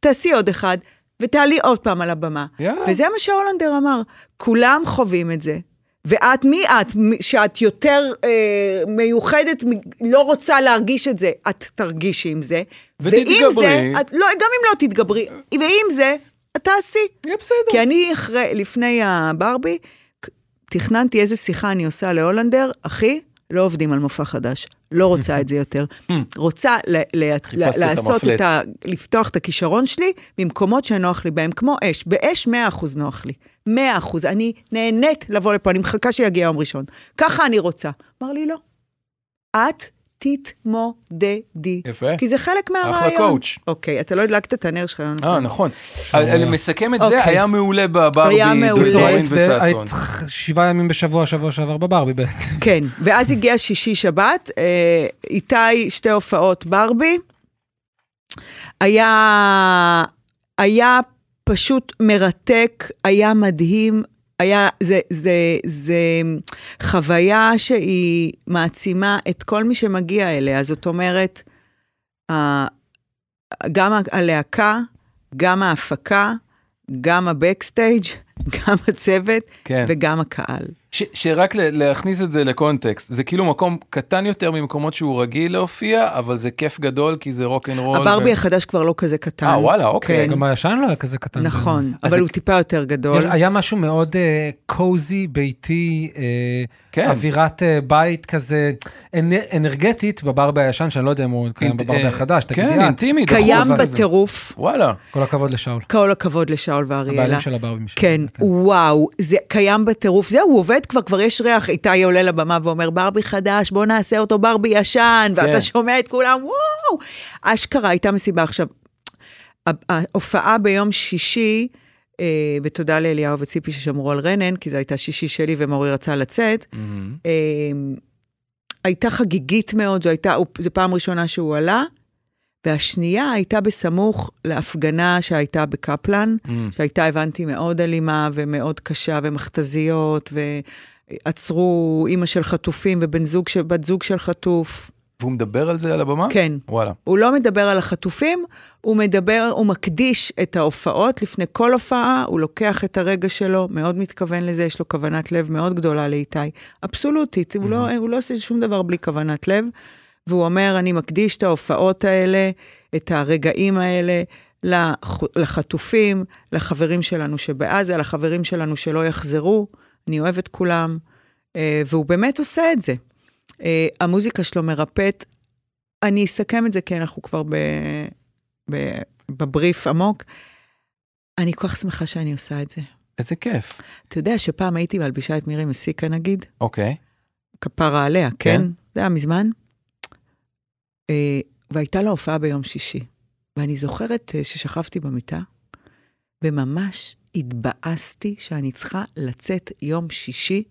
Speaker 2: תעשי עוד אחד, ותעלי עוד פעם על הבמה.
Speaker 1: יאללה.
Speaker 2: וזה מה שהולנדר אמר, כולם חווים את זה. ואת, מי את, מ- שאת יותר אה, מיוחדת, מ- לא רוצה להרגיש את זה, את תרגישי עם זה. ואם
Speaker 1: ותתגברי.
Speaker 2: זה, את, לא, גם אם לא תתגברי, ואם זה, את תעשי.
Speaker 1: יהיה בסדר.
Speaker 2: כי אני אחרי, לפני הברבי, כ- תכננתי איזה שיחה אני עושה להולנדר, אחי, לא עובדים על מופע חדש, לא רוצה את זה יותר. רוצה ל- ל-
Speaker 1: חיפשת את
Speaker 2: ל- לעשות
Speaker 1: המפלט.
Speaker 2: את ה... לפתוח את הכישרון שלי במקומות שנוח לי בהם, כמו אש. באש 100% נוח לי. 100%. אני נהנית לבוא לפה, אני מחכה שיגיע יום ראשון. ככה אני רוצה. אמר לי, לא. את תתמודדי.
Speaker 1: יפה.
Speaker 2: כי זה חלק מהרעיון.
Speaker 1: קואוץ'.
Speaker 2: אוקיי, אתה לא הדלקת את הנר שלך, יונתן.
Speaker 1: אה, נכון. אני מסכם את זה,
Speaker 2: אוקיי.
Speaker 1: היה מעולה בברבי,
Speaker 2: היה מעולה.
Speaker 1: דודו
Speaker 2: בקיצור,
Speaker 1: מרין
Speaker 3: היית ב-
Speaker 1: וששון.
Speaker 3: היית שבעה ימים בשבוע, שבוע שעבר בברבי בעצם.
Speaker 2: כן, ואז הגיע שישי-שבת, אה, איתי שתי הופעות ברבי. היה, היה פשוט מרתק, היה מדהים, היה, זה, זה, זה חוויה שהיא מעצימה את כל מי שמגיע אליה, זאת אומרת, ה- גם ה- הלהקה, גם ההפקה, גם הבקסטייג', גם הצוות
Speaker 1: כן.
Speaker 2: וגם הקהל.
Speaker 1: ש- שרק ל- להכניס את זה לקונטקסט, זה כאילו מקום קטן יותר ממקומות שהוא רגיל להופיע, אבל זה כיף גדול כי זה רוק אנד רול.
Speaker 2: הברבי
Speaker 1: ו-
Speaker 2: החדש כבר לא כזה קטן.
Speaker 1: אה, וואלה, אוקיי.
Speaker 2: כן.
Speaker 3: גם הישן לא היה כזה קטן.
Speaker 2: נכון,
Speaker 1: אז
Speaker 2: אבל
Speaker 1: זה-
Speaker 2: הוא טיפה יותר גדול.
Speaker 3: יש- היה משהו מאוד אה, קוזי, ביתי, אה,
Speaker 1: כן.
Speaker 3: אווירת אה, בית כזה אנ- אנרגטית בברבי הישן, שאני לא יודע אם הוא קיים
Speaker 1: אינט-
Speaker 3: בברבי
Speaker 1: אה,
Speaker 3: החדש, תגידי
Speaker 1: כן,
Speaker 3: את.
Speaker 1: אינטימי, דחוף.
Speaker 2: קיים
Speaker 1: זה- זה-
Speaker 2: בטירוף,
Speaker 1: וואלה.
Speaker 3: כל הכבוד לשאול.
Speaker 2: כל הכבוד לשאול ואריאלה.
Speaker 3: הבעלים של הברבי משם.
Speaker 2: כן, וואו, זה קיים בטירוף. זהו, הוא עובד כבר, כבר יש ריח. איתי עולה לבמה ואומר, ברבי חדש, בוא נעשה אותו ברבי ישן,
Speaker 1: כן.
Speaker 2: ואתה שומע את כולם, וואו. אשכרה, הייתה מסיבה עכשיו. ה- ההופעה ביום שישי, אה, ותודה לאליהו וציפי ששמרו על רנן, כי זו הייתה שישי שלי ומורי רצה לצאת,
Speaker 1: מהמם.
Speaker 2: אמ, הייתה חגיגית מאוד, זו הייתה, הוא- זו פעם ראשונה שהוא עלה, והשנייה הייתה בסמוך להפגנה שהייתה בקפלן,
Speaker 1: מהמם.
Speaker 2: שהייתה, הבנתי, מאוד אלימה ומאוד קשה, ומכתזיות, ועצרו אימא של חטופים ובן זוג, של- בת זוג של חטוף.
Speaker 1: והוא מדבר על זה על הבמה?
Speaker 2: כן.
Speaker 1: וואלה.
Speaker 2: הוא לא מדבר על החטופים, הוא מדבר, הוא מקדיש את ההופעות לפני כל הופעה, הוא לוקח את הרגע שלו, מאוד מתכוון לזה, יש לו כוונת לב מאוד גדולה לאיתי, אבסולוטית, הוא, לא, הוא לא עושה שום דבר בלי כוונת לב, והוא אומר, אני מקדיש את ההופעות האלה, את הרגעים האלה. לח- לחטופים, לחברים שלנו שבעזה, לחברים שלנו שלא יחזרו, אני אוהב את כולם, אה, והוא באמת עושה את זה. אה, המוזיקה שלו מרפאת אני אסכם את זה, כי אנחנו כבר ב, ב, בבריף עמוק. אני כל כך שמחה שאני עושה את זה.
Speaker 1: איזה כיף.
Speaker 2: אתה יודע שפעם הייתי מלבישה את מירי מסיקה, נגיד,
Speaker 1: אוקיי.
Speaker 2: כפרה עליה, כן?
Speaker 1: כן.
Speaker 2: זה היה מזמן. אה, והייתה לה הופעה ביום שישי. ואני זוכרת אה, ששכבתי במיטה, וממש התבאסתי שאני צריכה לצאת יום שישי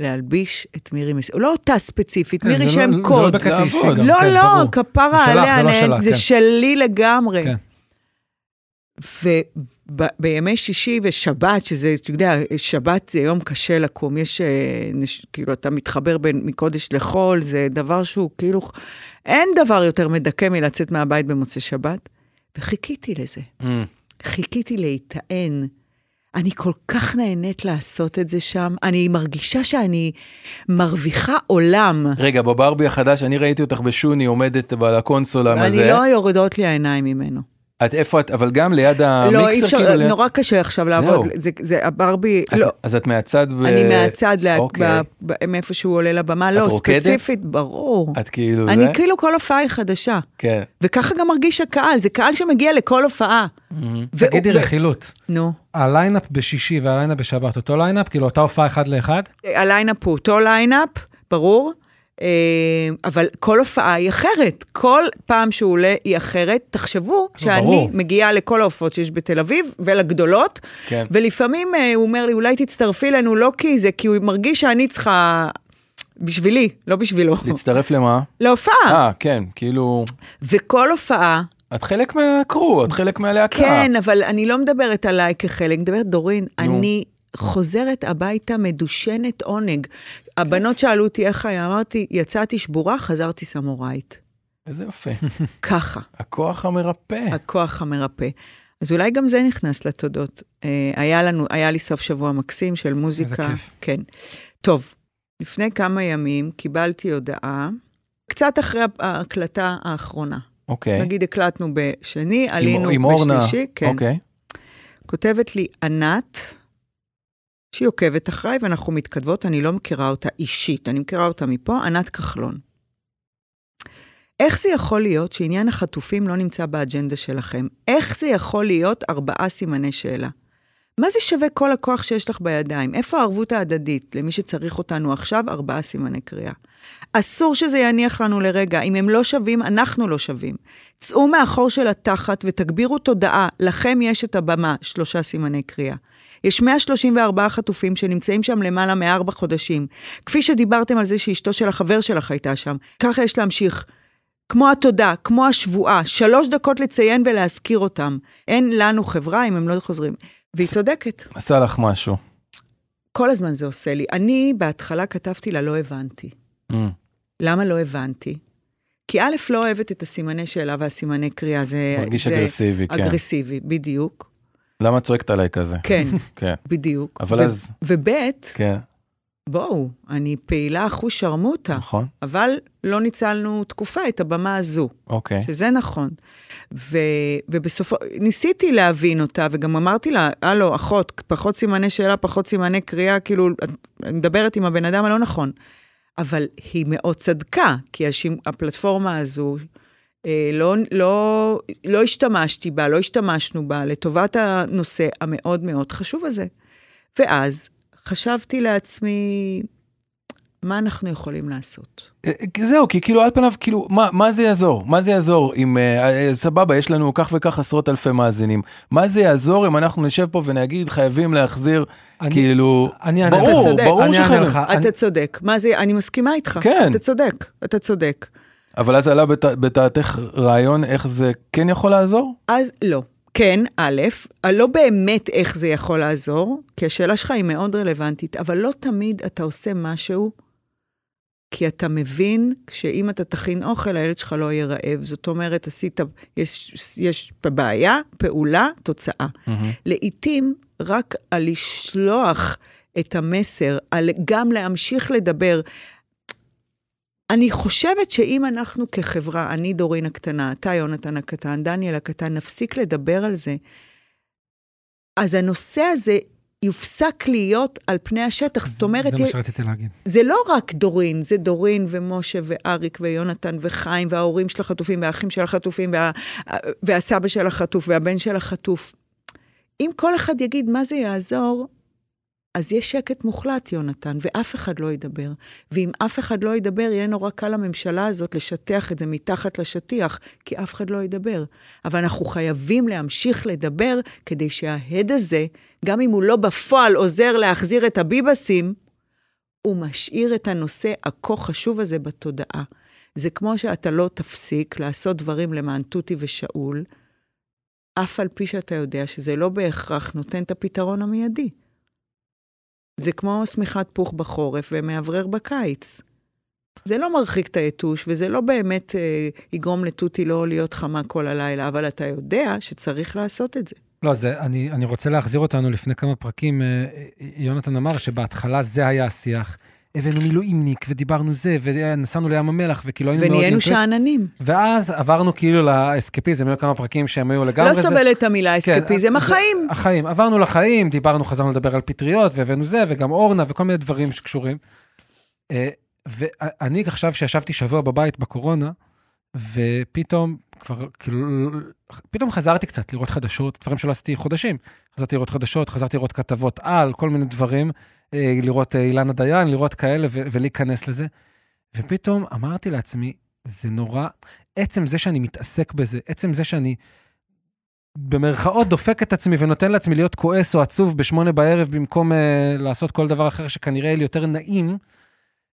Speaker 2: להלביש את מירי מסיקה. לא אותה ספציפית,
Speaker 3: כן,
Speaker 2: מירי
Speaker 3: זה לא-
Speaker 2: שם
Speaker 3: זה לא
Speaker 2: קוד.
Speaker 3: בקטיש,
Speaker 1: לעבוד.
Speaker 3: גם,
Speaker 2: לא,
Speaker 3: כן,
Speaker 2: לא,
Speaker 3: ברור.
Speaker 2: כפרה
Speaker 3: זה שלך,
Speaker 2: עליה,
Speaker 3: זה לא
Speaker 2: נהן,
Speaker 3: שלה,
Speaker 2: זה
Speaker 3: כן.
Speaker 2: שלי לגמרי.
Speaker 3: כן.
Speaker 2: ובימי שישי ושבת, שזה, אתה יודע, שבת זה יום קשה לקום, יש, אה, נש- כאילו, אתה מתחבר בין מקודש לחול, זה דבר שהוא כאילו, אין דבר יותר מדכא מלצאת מהבית במוצאי שבת. וחיכיתי לזה,
Speaker 1: מהמם.
Speaker 2: חיכיתי להיטען. אני כל כך נהנית לעשות את זה שם, אני מרגישה שאני מרוויחה עולם.
Speaker 1: רגע, בברבי החדש, אני ראיתי אותך בשוני עומדת על הקונסולה הזה.
Speaker 2: אני לא יורדות לי העיניים ממנו.
Speaker 1: את איפה את, אבל גם ליד המיקסר,
Speaker 2: לא, אי אפשר,
Speaker 1: כאילו, ליד-
Speaker 2: נורא קשה עכשיו לעבוד, זה- זה הברבי,
Speaker 1: את-
Speaker 2: לא,
Speaker 1: אז את מהצד, ב-
Speaker 2: אני מהצד, לה-
Speaker 1: אוקיי.
Speaker 2: ב- ב- מאיפה שהוא עולה לבמה, לא,
Speaker 1: רוקדת?
Speaker 2: ספציפית, ברור.
Speaker 1: את כאילו זה?
Speaker 2: אני כאילו כל הופעה היא חדשה,
Speaker 1: כן.
Speaker 2: וככה גם מרגיש הקהל, זה קהל שמגיע לכל הופעה. והוא-
Speaker 3: תגידי
Speaker 2: ו-
Speaker 3: רכילות.
Speaker 2: נו,
Speaker 3: הליינאפ בשישי והליינאפ בשבת, אותו ליינאפ? כאילו, אותה הופעה אחד לאחד?
Speaker 2: הליינאפ הוא אותו ליינאפ, ברור, אה, אבל כל הופעה היא אחרת, כל פעם שהוא עולה היא אחרת. תחשבו שאני
Speaker 3: ברור.
Speaker 2: מגיעה לכל ההופעות שיש בתל אביב ולגדולות,
Speaker 1: כן.
Speaker 2: ולפעמים אה, הוא אומר לי, אולי תצטרפי אלינו, לא כי זה, כי הוא מרגיש שאני צריכה... בשבילי, לא בשבילו.
Speaker 1: להצטרף למה?
Speaker 2: להופעה.
Speaker 1: אה, כן, כאילו,
Speaker 2: וכל הופעה,
Speaker 1: את חלק מהקרו, את חלק מהלהקה.
Speaker 2: כן, אבל אני לא מדברת עליי כחלק, מדברת, דורין, אני חוזרת הביתה מדושנת עונג. הבנות שאלו אותי איך היה, אמרתי, יצאתי שבורה, חזרתי סמוראית.
Speaker 1: איזה יופי.
Speaker 2: ככה,
Speaker 1: הכוח המרפא.
Speaker 2: הכוח המרפא. אז אולי גם זה נכנס לתודות. אה, היה לנו, היה לי סוף שבוע מקסים של מוזיקה.
Speaker 3: איזה כיף.
Speaker 2: כן. טוב, לפני כמה ימים קיבלתי הודעה, קצת אחרי ההקלטה האחרונה.
Speaker 1: אוקיי.
Speaker 2: נגיד הקלטנו בשני,
Speaker 1: עם-
Speaker 2: עלינו
Speaker 1: עם אורנה.
Speaker 2: בשלישי, כן.
Speaker 1: אוקיי.
Speaker 2: כותבת לי ענת, שהיא עוקבת אחריי ואנחנו מתכתבות, אני לא מכירה אותה אישית, אני מכירה אותה מפה, ענת כחלון. איך זה יכול להיות שעניין החטופים לא נמצא באג'נדה שלכם? איך זה יכול להיות ארבעה סימני שאלה? מה זה שווה כל הכוח שיש לך בידיים? איפה הערבות ההדדית למי שצריך אותנו עכשיו? ארבעה סימני קריאה. אסור שזה יניח לנו לרגע. אם הם לא שווים, אנחנו לא שווים. צאו מהחור של התחת ותגבירו תודעה, לכם יש את הבמה, שלושה סימני קריאה. יש 134 חטופים שנמצאים שם למעלה מארבע חודשים. כפי שדיברתם על זה שאשתו של החבר שלך הייתה שם, ככה יש להמשיך. כמו התודה, כמו השבועה, שלוש דקות לציין ולהזכיר אותם. אין לנו חברה אם הם לא חוזרים. והיא צודקת.
Speaker 1: עשה לך משהו. Mm.
Speaker 2: כל הזמן זה עושה לי. אני בהתחלה כתבתי לה, לא הבנתי.
Speaker 1: Mm.
Speaker 2: למה לא הבנתי? כי א', לא אוהבת את הסימני שאלה והסימני קריאה, זה...
Speaker 1: מרגיש
Speaker 2: אה, זה
Speaker 1: אגרסיבי, כן.
Speaker 2: אגרסיבי, בדיוק.
Speaker 1: למה את צועקת עליי כזה?
Speaker 2: כן,
Speaker 1: כן,
Speaker 2: בדיוק.
Speaker 1: אבל אז-
Speaker 2: וב',
Speaker 1: כן,
Speaker 2: בואו, אני פעילה אחוז שרמוטה,
Speaker 1: נכון.
Speaker 2: אבל לא ניצלנו תקופה, את הבמה הזו.
Speaker 1: אוקיי.
Speaker 2: שזה נכון. ו, ובסופו, ניסיתי להבין אותה, וגם אמרתי לה, הלו, אחות, פחות סימני שאלה, פחות סימני קריאה, כאילו, את מדברת עם הבן אדם הלא נכון. אבל היא מאוד צדקה, כי השימ, הפלטפורמה הזו, אה, לא, לא, לא השתמשתי בה, לא השתמשנו בה, לטובת הנושא המאוד מאוד חשוב הזה. ואז חשבתי לעצמי, מה אנחנו יכולים לעשות?
Speaker 1: אה, אה, זהו, כי כאילו על פניו, כאילו, מה, מה זה יעזור? מה זה יעזור אם, אה, אה, סבבה, יש לנו כך וכך עשרות אלפי מאזינים. מה זה יעזור אם אנחנו נשב פה ונגיד, חייבים להחזיר,
Speaker 3: אני-
Speaker 1: כאילו...
Speaker 3: אני אענה
Speaker 1: ברור,
Speaker 2: אתה צודק.
Speaker 1: ברור
Speaker 3: אני אענה
Speaker 1: שחייבים.
Speaker 3: לך.
Speaker 2: אתה
Speaker 3: אני-
Speaker 2: צודק. מה זה, אני מסכימה איתך.
Speaker 1: כן.
Speaker 2: אתה צודק, אתה צודק.
Speaker 1: אבל אז עלה בת- בתעתך רעיון איך זה כן יכול לעזור?
Speaker 2: אז לא. כן, א', לא באמת איך זה יכול לעזור, כי השאלה שלך היא מאוד רלוונטית, אבל לא תמיד אתה עושה משהו, כי אתה מבין שאם אתה תכין אוכל, הילד שלך לא יהיה רעב. זאת אומרת, עשית, יש, יש בעיה, פעולה, תוצאה. לעתים רק על לשלוח את המסר, על גם להמשיך לדבר. אני חושבת שאם אנחנו כחברה, אני דורין הקטנה, אתה יונתן הקטן, דניאל הקטן, נפסיק לדבר על זה, אז הנושא הזה יופסק להיות על פני השטח. זאת אומרת, אה,
Speaker 3: זה מה שרציתי להגיד.
Speaker 2: זה לא רק דורין, זה דורין ומשה ואריק ויונתן וחיים וההורים של החטופים והאחים של החטופים וה... והסבא של החטוף והבן של החטוף. אם כל אחד יגיד מה זה יעזור, אז יש שקט מוחלט, יונתן, ואף אחד לא ידבר. ואם אף אחד לא ידבר, יהיה נורא קל לממשלה הזאת לשטח את זה מתחת לשטיח, כי אף אחד לא ידבר. אבל אנחנו חייבים להמשיך לדבר כדי שההד הזה, גם אם הוא לא בפועל עוזר להחזיר את הביבסים, הוא משאיר את הנושא הכה חשוב הזה בתודעה. זה כמו שאתה לא תפסיק לעשות דברים למען תותי ושאול, אף על פי שאתה יודע שזה לא בהכרח נותן את הפתרון המיידי. זה כמו שמיכת פוך בחורף ומאוורר בקיץ. זה לא מרחיק את היתוש, וזה לא באמת אה, יגרום לתותי לא להיות חמה כל הלילה, אבל אתה יודע שצריך לעשות את זה.
Speaker 3: לא, זה, אני, אני רוצה להחזיר אותנו לפני כמה פרקים. אה, אה, יונתן אמר שבהתחלה זה היה השיח. הבאנו מילואימניק, ודיברנו זה, ונסענו לים המלח, וכאילו היינו מאוד...
Speaker 2: ונהיינו
Speaker 3: אינטואיט-
Speaker 2: שאננים.
Speaker 3: ואז עברנו כאילו לאסקפיזם, היו כמה פרקים שהם היו לגמרי...
Speaker 2: לא
Speaker 3: זה-
Speaker 2: סובל את המילה
Speaker 3: כן,
Speaker 2: אסקפיזם,
Speaker 3: זה-
Speaker 2: החיים.
Speaker 3: החיים. עברנו לחיים, דיברנו, חזרנו לדבר על פטריות, והבאנו זה, וגם אורנה, וכל מיני דברים שקשורים. אה, ואני עכשיו, שישבתי שבוע בבית בקורונה, ופתאום כבר, כאילו, פתאום חזרתי קצת לראות חדשות, דברים שלא עשיתי חודשים. חזרתי לראות חדשות, חזרתי לראות כתבות על, כל מיני דברים, אה, לראות אה, אילנה דיין, לראות כאלה ו- ולהיכנס לזה. ופתאום אמרתי לעצמי, זה נורא, עצם זה שאני מתעסק בזה, עצם זה שאני במרכאות דופק את עצמי ונותן לעצמי להיות כועס או עצוב בשמונה בערב במקום אה, לעשות כל דבר אחר שכנראה לי יותר נעים,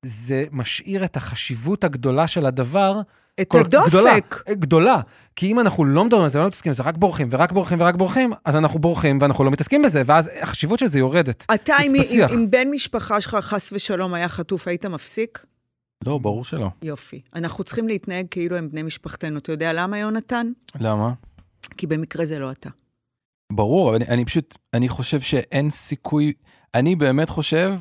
Speaker 3: זה משאיר את החשיבות הגדולה של הדבר
Speaker 2: את
Speaker 3: כל- גדולה,
Speaker 2: הדופק.
Speaker 3: גדולה. כי אם אנחנו לא מדברים על זה, לא מתעסקים בזה, רק בורחים ורק בורחים ורק בורחים, אז אנחנו בורחים ואנחנו לא מתעסקים בזה, ואז החשיבות של זה יורדת.
Speaker 2: אתה, אם, אם,
Speaker 3: בשיח.
Speaker 2: אם בן משפחה שלך, חס ושלום, היה חטוף, היית מפסיק?
Speaker 1: לא, ברור שלא.
Speaker 2: יופי. אנחנו צריכים להתנהג כאילו הם בני משפחתנו. אתה יודע למה, יונתן?
Speaker 1: למה?
Speaker 2: כי במקרה זה לא אתה.
Speaker 1: ברור, אבל אני, אני פשוט, אני חושב שאין סיכוי, אני באמת חושב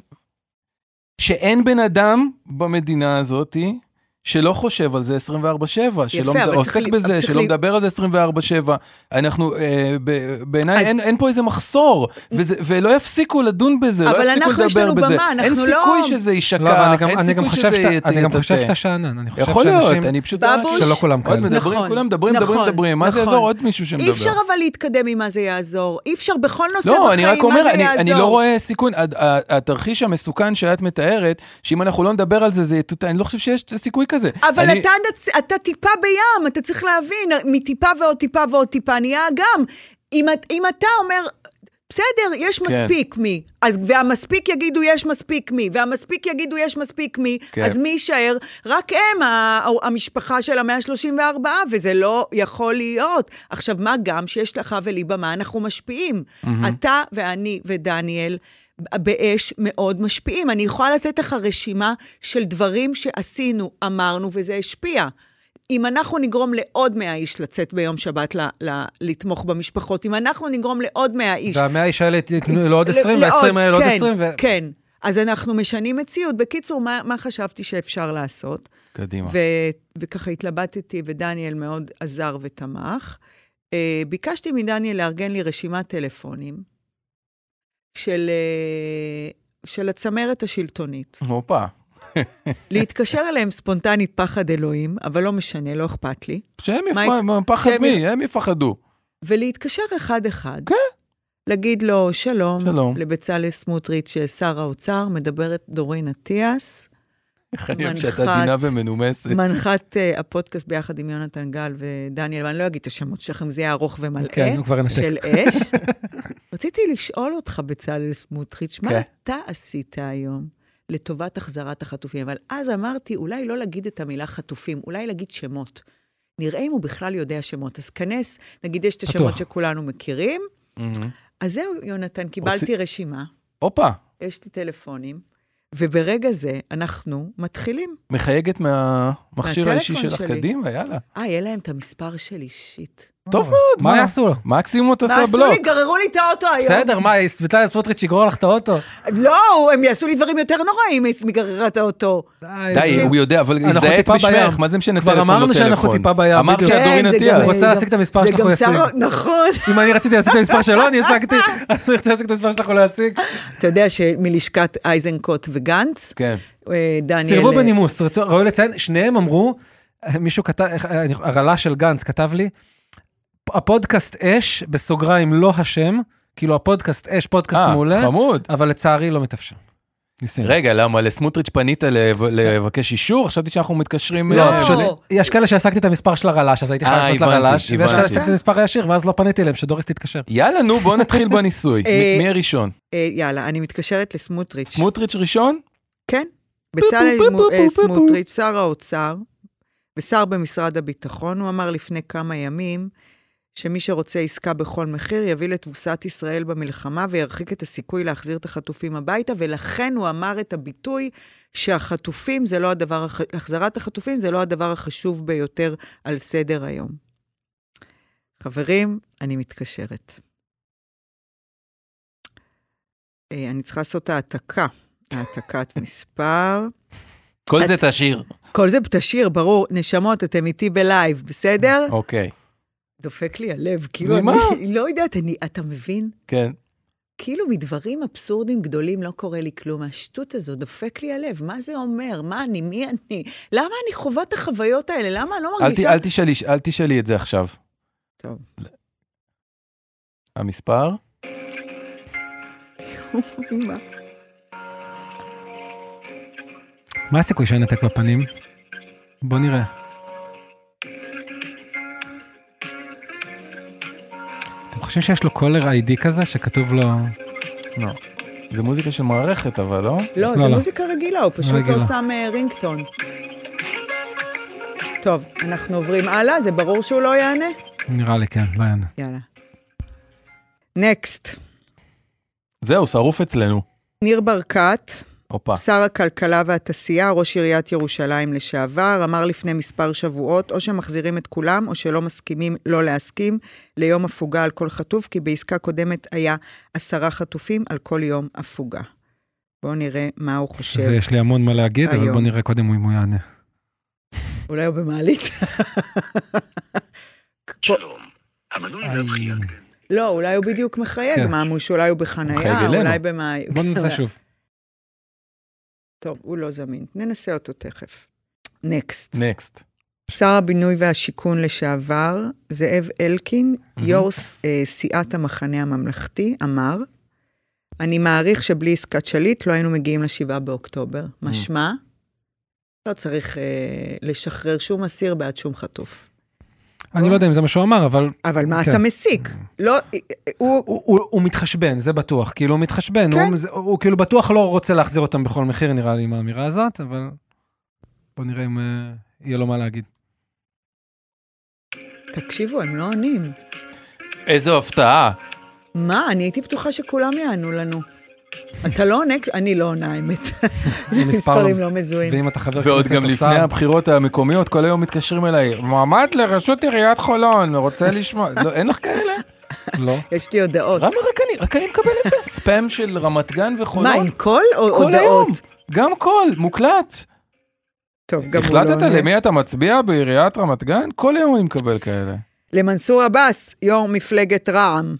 Speaker 1: שאין בן אדם במדינה הזאתי שלא חושב על זה 24-7, שלא
Speaker 2: יפה,
Speaker 1: מד...
Speaker 2: אבל
Speaker 1: עוסק
Speaker 2: צריך ל- אבל
Speaker 1: בזה,
Speaker 2: צריך
Speaker 1: שלא
Speaker 2: ל-
Speaker 1: מדבר על זה 24-7. אנחנו, אה, ב- בעיניי,
Speaker 2: אז-
Speaker 1: אין, אין פה איזה מחסור, וזה, ולא יפסיקו לדון בזה, לא
Speaker 2: אבל
Speaker 1: יפסיקו
Speaker 2: אנחנו, יש
Speaker 1: לדבר
Speaker 2: לנו
Speaker 1: בזה.
Speaker 2: במה, אנחנו
Speaker 1: אין
Speaker 2: לא-
Speaker 1: סיכוי שזה יישכח,
Speaker 3: לא, אבל אני גם-
Speaker 1: אין
Speaker 3: אני גם
Speaker 1: סיכוי
Speaker 3: חושב
Speaker 1: שזה
Speaker 3: שאתה- אני גם
Speaker 1: יטאטא.
Speaker 3: חושב שאתה שאנן, אני חושב
Speaker 1: יכול להיות,
Speaker 3: שאנשים-
Speaker 1: אני פשוט... רק-
Speaker 2: בבוש.
Speaker 3: שלא כולם
Speaker 1: עוד
Speaker 3: כאלה.
Speaker 1: מדברים,
Speaker 2: נכון,
Speaker 1: כולם מדברים, מדברים,
Speaker 2: נכון,
Speaker 1: מדברים. מה זה
Speaker 2: נכון.
Speaker 1: יעזור עוד מישהו
Speaker 2: אי
Speaker 1: שמדבר?
Speaker 2: אפשר אבל להתקדם עם מה זה יעזור. אי אפשר בכל נושא
Speaker 1: לא, אני
Speaker 2: בחיים,
Speaker 1: רק
Speaker 2: מה
Speaker 1: אומר,
Speaker 2: זה
Speaker 1: אני,
Speaker 2: יעזור.
Speaker 1: אני לא רואה סיכון. הד- ה- התרחיש המסוכן שאת מתארת, שאם אנחנו לא נדבר על זה, זה יטוטה, אני לא חושב שיש סיכוי כזה.
Speaker 2: אבל
Speaker 1: אני,
Speaker 2: אתה, נצ- אתה טיפה בים, אתה צריך להבין, מטיפה ועוד טיפה ועוד טיפה נהיה אגם. אם, את- אם אתה אומר, בסדר,
Speaker 1: כן.
Speaker 2: יש מספיק מי, אז, והמספיק יגידו יש מספיק מי, והמספיק יגידו יש מספיק מי,
Speaker 1: כן.
Speaker 2: אז מי יישאר? רק הם, ה- ה- המשפחה של ה-134, וזה לא יכול להיות. עכשיו, מה גם שיש לך ולי במה, אנחנו משפיעים. אתה ואני ודניאל. באש מאוד משפיעים. אני יכולה לתת לך רשימה של דברים שעשינו, אמרנו, וזה השפיע. אם אנחנו נגרום לעוד 100 איש לצאת ביום שבת ל- ל- לתמוך במשפחות, אם אנחנו נגרום לעוד 100 איש...
Speaker 3: והמאה איש האלה ייתנו לעוד
Speaker 2: ל-
Speaker 3: 20,
Speaker 2: לעוד,
Speaker 3: וה-20 האלה לעוד
Speaker 2: כן,
Speaker 3: 20, אה, ו-
Speaker 2: כן, אז אנחנו משנים מציאות. בקיצור, מה, מה חשבתי שאפשר לעשות?
Speaker 1: קדימה.
Speaker 2: ו, וככה התלבטתי, ודניאל מאוד עזר ותמך. אה, ביקשתי מדניאל לארגן לי רשימת טלפונים של, אה, של הצמרת השלטונית.
Speaker 1: הופה.
Speaker 2: להתקשר אליהם ספונטנית פחד אלוהים, אבל לא משנה, לא אכפת לי.
Speaker 1: שהם
Speaker 2: מה-
Speaker 1: יפ- מה- פחד
Speaker 2: שהם
Speaker 1: מי? הם יפחדו.
Speaker 2: ולהתקשר אחד-אחד.
Speaker 1: כן.
Speaker 2: להגיד לו, שלום,
Speaker 1: שלום.
Speaker 2: לבצלאל סמוטריץ', אה, שר האוצר, מדברת דורין אטיאס,
Speaker 1: איך אני אוהב
Speaker 2: מנחת-
Speaker 1: שאתה עדינה ומנומסת.
Speaker 2: מנחת אה, הפודקאסט ביחד עם יונתן גל ודניאל, ואני לא אגיד את השמות שלכם, זה יהיה ארוך ומלא,
Speaker 3: כן, הוא כבר ינתק.
Speaker 2: אה, של אש. רציתי לשאול אותך, בצלאל סמוטריץ', מה
Speaker 1: כן.
Speaker 2: אתה עשית היום לטובת החזרת החטופים? אבל אז אמרתי, אולי לא להגיד את המילה חטופים, אולי להגיד שמות. נראה אם הוא בכלל יודע שמות. אז כנס, נגיד יש את השמות
Speaker 3: פתוח.
Speaker 2: שכולנו מכירים.
Speaker 1: מהמם.
Speaker 2: אז זהו, יונתן, קיבלתי רשימה,
Speaker 1: הופה,
Speaker 2: יש לי טלפונים, וברגע זה אנחנו מתחילים.
Speaker 1: מחייגת מהמכשיר האישי
Speaker 2: מהטלפון
Speaker 1: שלך.
Speaker 2: שלי.
Speaker 1: קדימה, יאללה.
Speaker 2: אה, יהיה להם את המספר שלי, שיט.
Speaker 1: טוב מאוד,
Speaker 3: מה יעשו לו?
Speaker 1: מקסימום אתה
Speaker 2: מה
Speaker 1: עושה
Speaker 2: עשו
Speaker 1: בלוק.
Speaker 2: לי? גררו לי את האוטו היום.
Speaker 3: בסדר, מה, בצלאל סמוטריץ' יגרור לך את האוטו?
Speaker 2: לא, הם יעשו לי דברים יותר נוראים מגררת האוטו.
Speaker 1: די, הוא יודע, אבל
Speaker 3: אנחנו
Speaker 1: הזדהק
Speaker 3: טיפה בים.
Speaker 1: בשמך, מה זה משנה
Speaker 3: כבר
Speaker 1: טלפון
Speaker 3: אמרנו
Speaker 1: לא
Speaker 3: שאנחנו
Speaker 1: טלפון?
Speaker 3: טיפה בים,
Speaker 1: אמרת
Speaker 3: בדיוק.
Speaker 1: שאת
Speaker 2: כן,
Speaker 1: דורין
Speaker 2: זה
Speaker 1: אטיאס.
Speaker 2: גם-
Speaker 3: הוא רוצה
Speaker 2: זה
Speaker 3: להשיג את המספר
Speaker 2: זה
Speaker 3: שלך,
Speaker 2: גם
Speaker 3: הוא
Speaker 2: שר-
Speaker 3: ישיג.
Speaker 2: נכון.
Speaker 3: אם אני רציתי להשיג את המספר שלו, אני השגתי, אז הוא ירצה להשיג את המספר שלך, הוא לא ישיג.
Speaker 2: אתה יודע שמלשכת איזנקוט וגנץ,
Speaker 1: כן.
Speaker 2: אה, דניאל...
Speaker 3: סירבו
Speaker 2: אה,
Speaker 3: בנימוס, רצו- ראוי לציין, שניהם אמרו, מישהו כתב, אה, אני- הרעלה של גנץ כתב לי, הפודקאסט אש, בסוגריים לא השם, כאילו הפודקאסט אש, פודקאסט
Speaker 1: אה,
Speaker 3: מעולה,
Speaker 1: חמוד.
Speaker 3: אבל לצערי לא מתאפשר. ניסינו.
Speaker 1: רגע, למה? לסמוטריץ' פנית לב- לבקש אישור? חשבתי שאנחנו מתקשרים...
Speaker 3: לא,
Speaker 1: אה,
Speaker 3: פשוט, יש כאלה שהשגתי את המספר של הרל"ש, אז הייתי
Speaker 1: אה,
Speaker 3: חייב לפנות
Speaker 1: הבנתי,
Speaker 3: לרל"ש, ויש כאלה
Speaker 1: הבנתי.
Speaker 3: שהשגתי את המספר הישיר, ואז לא פניתי אליהם, שדוריס תתקשר.
Speaker 1: יאללה, נו, בוא נתחיל בניסוי.
Speaker 2: אה,
Speaker 1: מ- מי הראשון?
Speaker 2: אה, יאללה, אני מתקשרת לסמוטריץ'.
Speaker 1: סמוטריץ' ראשון?
Speaker 2: כן. בצלאל
Speaker 1: פו, פו,
Speaker 2: מו-
Speaker 1: פו,
Speaker 2: אה,
Speaker 1: פו, פו.
Speaker 2: סמוטריץ', שר האוצר ושר במשרד הביטחון, הוא אמר לפני כמה ימים שמי שרוצה עסקה בכל מחיר יביא לתבוסת ישראל במלחמה וירחיק את הסיכוי להחזיר את החטופים הביתה, ולכן הוא אמר את הביטוי שהחטופים זה לא הדבר, הח- החזרת החטופים זה לא הדבר החשוב ביותר על סדר היום. חברים, אני מתקשרת. אה, אני צריכה לעשות העתקה, העתקת מספר.
Speaker 1: כל
Speaker 2: את-
Speaker 1: זה תשאיר.
Speaker 2: כל זה תשאיר, ברור. נשמות, אתם איתי בלייב, בסדר?
Speaker 1: אוקיי,
Speaker 2: דופק לי הלב, כאילו,
Speaker 1: ממה?
Speaker 2: אני לא יודעת, אני, אתה מבין?
Speaker 1: כן.
Speaker 2: כאילו מדברים אבסורדים גדולים לא קורה לי כלום. השטות הזו דופק לי הלב, מה זה אומר? מה אני? מי אני? למה אני חווה את החוויות האלה? למה אני לא
Speaker 1: אל ת-
Speaker 2: מרגישה...
Speaker 1: אל תשאלי, אל תשאלי את זה עכשיו.
Speaker 2: טוב.
Speaker 1: המספר?
Speaker 2: אמא.
Speaker 3: מה הסיכוי שנתק בפנים? בוא נראה. אתם חושבים שיש לו קולר איי-די כזה שכתוב לו...
Speaker 1: לא. זה מוזיקה של מערכת, אבל לא?
Speaker 2: לא,
Speaker 3: לא,
Speaker 2: זו
Speaker 3: לא.
Speaker 2: מוזיקה רגילה, הוא פשוט
Speaker 3: רגילה.
Speaker 2: לא שם אה, רינגטון. טוב, אנחנו עוברים הלאה, זה ברור שהוא לא יענה?
Speaker 3: נראה לי כן, לא יענה.
Speaker 2: יאללה. נקסט.
Speaker 1: זהו, שרוף אצלנו.
Speaker 2: ניר ברקת.
Speaker 1: הופה.
Speaker 3: אה.
Speaker 2: שר הכלכלה והתעשייה, ראש עיריית ירושלים לשעבר, אמר לפני מספר שבועות, או שמחזירים את כולם, או שלא מסכימים לא להסכים ליום הפוגה על כל חטוף, כי בעסקה קודמת היה עשרה חטופים על כל יום הפוגה. בואו נראה מה הוא חושב.
Speaker 3: שזה יש לי המון מה להגיד, אבל
Speaker 2: היום.
Speaker 3: בוא נראה קודם אם הוא יענה.
Speaker 2: אולי הוא במעלית.
Speaker 6: שלום. המנוי להתחיל.
Speaker 2: לא, אולי הוא בדיוק מחייג
Speaker 3: כן.
Speaker 2: ממוש, אולי הוא
Speaker 1: מחייג
Speaker 2: בחנייה,
Speaker 1: אלינו.
Speaker 2: אולי במה...
Speaker 3: בוא ננסה
Speaker 2: אולי-
Speaker 3: שוב.
Speaker 2: טוב, הוא לא זמין. ננסה אותו תכף. נקסט.
Speaker 1: נקסט.
Speaker 2: שר הבינוי והשיכון לשעבר, זאב אלקין,
Speaker 1: מהמם.
Speaker 2: יו"ר ס- אה, סיעת המחנה הממלכתי, אמר, אני מעריך שבלי עסקת שליט לא היינו מגיעים לשבעה באוקטובר. משמע, לא צריך אה, לשחרר שום אסיר בעד שום חטוף.
Speaker 3: אני לא יודע אם זה מה שהוא אמר, אבל
Speaker 2: אבל מה
Speaker 3: כן.
Speaker 2: אתה מסיק? לא, אה, אה, הוא...
Speaker 3: הוא- הוא הוא מתחשבן, זה בטוח. כאילו, הוא מתחשבן.
Speaker 2: כן.
Speaker 3: הוא- זה- הוא כאילו בטוח לא רוצה להחזיר אותם בכל מחיר, נראה לי, עם האמירה הזאת, אבל בוא נראה אם אה, יהיה לו מה להגיד.
Speaker 2: תקשיבו, הם לא עונים.
Speaker 1: איזו הפתעה.
Speaker 2: לא, מה, אני הייתי בטוחה שכולם יענו לנו. אתה לא עונה, כש- אני לא עונה, האמת.
Speaker 3: עם מספר לא
Speaker 2: מספרים
Speaker 3: מס-
Speaker 2: לא מזוהים.
Speaker 3: ואם אתה חבר כנסת
Speaker 1: ועוד
Speaker 3: או שר...
Speaker 1: גם לפני הבחירות המקומיות, כל היום מתקשרים אליי, מועמד לראשות עיריית חולון, רוצה לשמוע, לא, אין לך כאלה?
Speaker 3: לא.
Speaker 2: יש לי הודעות.
Speaker 1: למה רק אני, רק אני מקבל את זה? ספאם של רמת גן
Speaker 2: מה,
Speaker 1: וחולון?
Speaker 2: עם קול או
Speaker 1: כל היום,
Speaker 2: הודעות?
Speaker 1: גם קול, מוקלט.
Speaker 2: טוב, גם הוא לא
Speaker 1: החלטת
Speaker 2: עונה.
Speaker 1: למי אתה מצביע בעיריית רמת גן? כל יום אני מקבל כאלה.
Speaker 2: למנסור עבאס, יו"ר מפלגת רע"מ.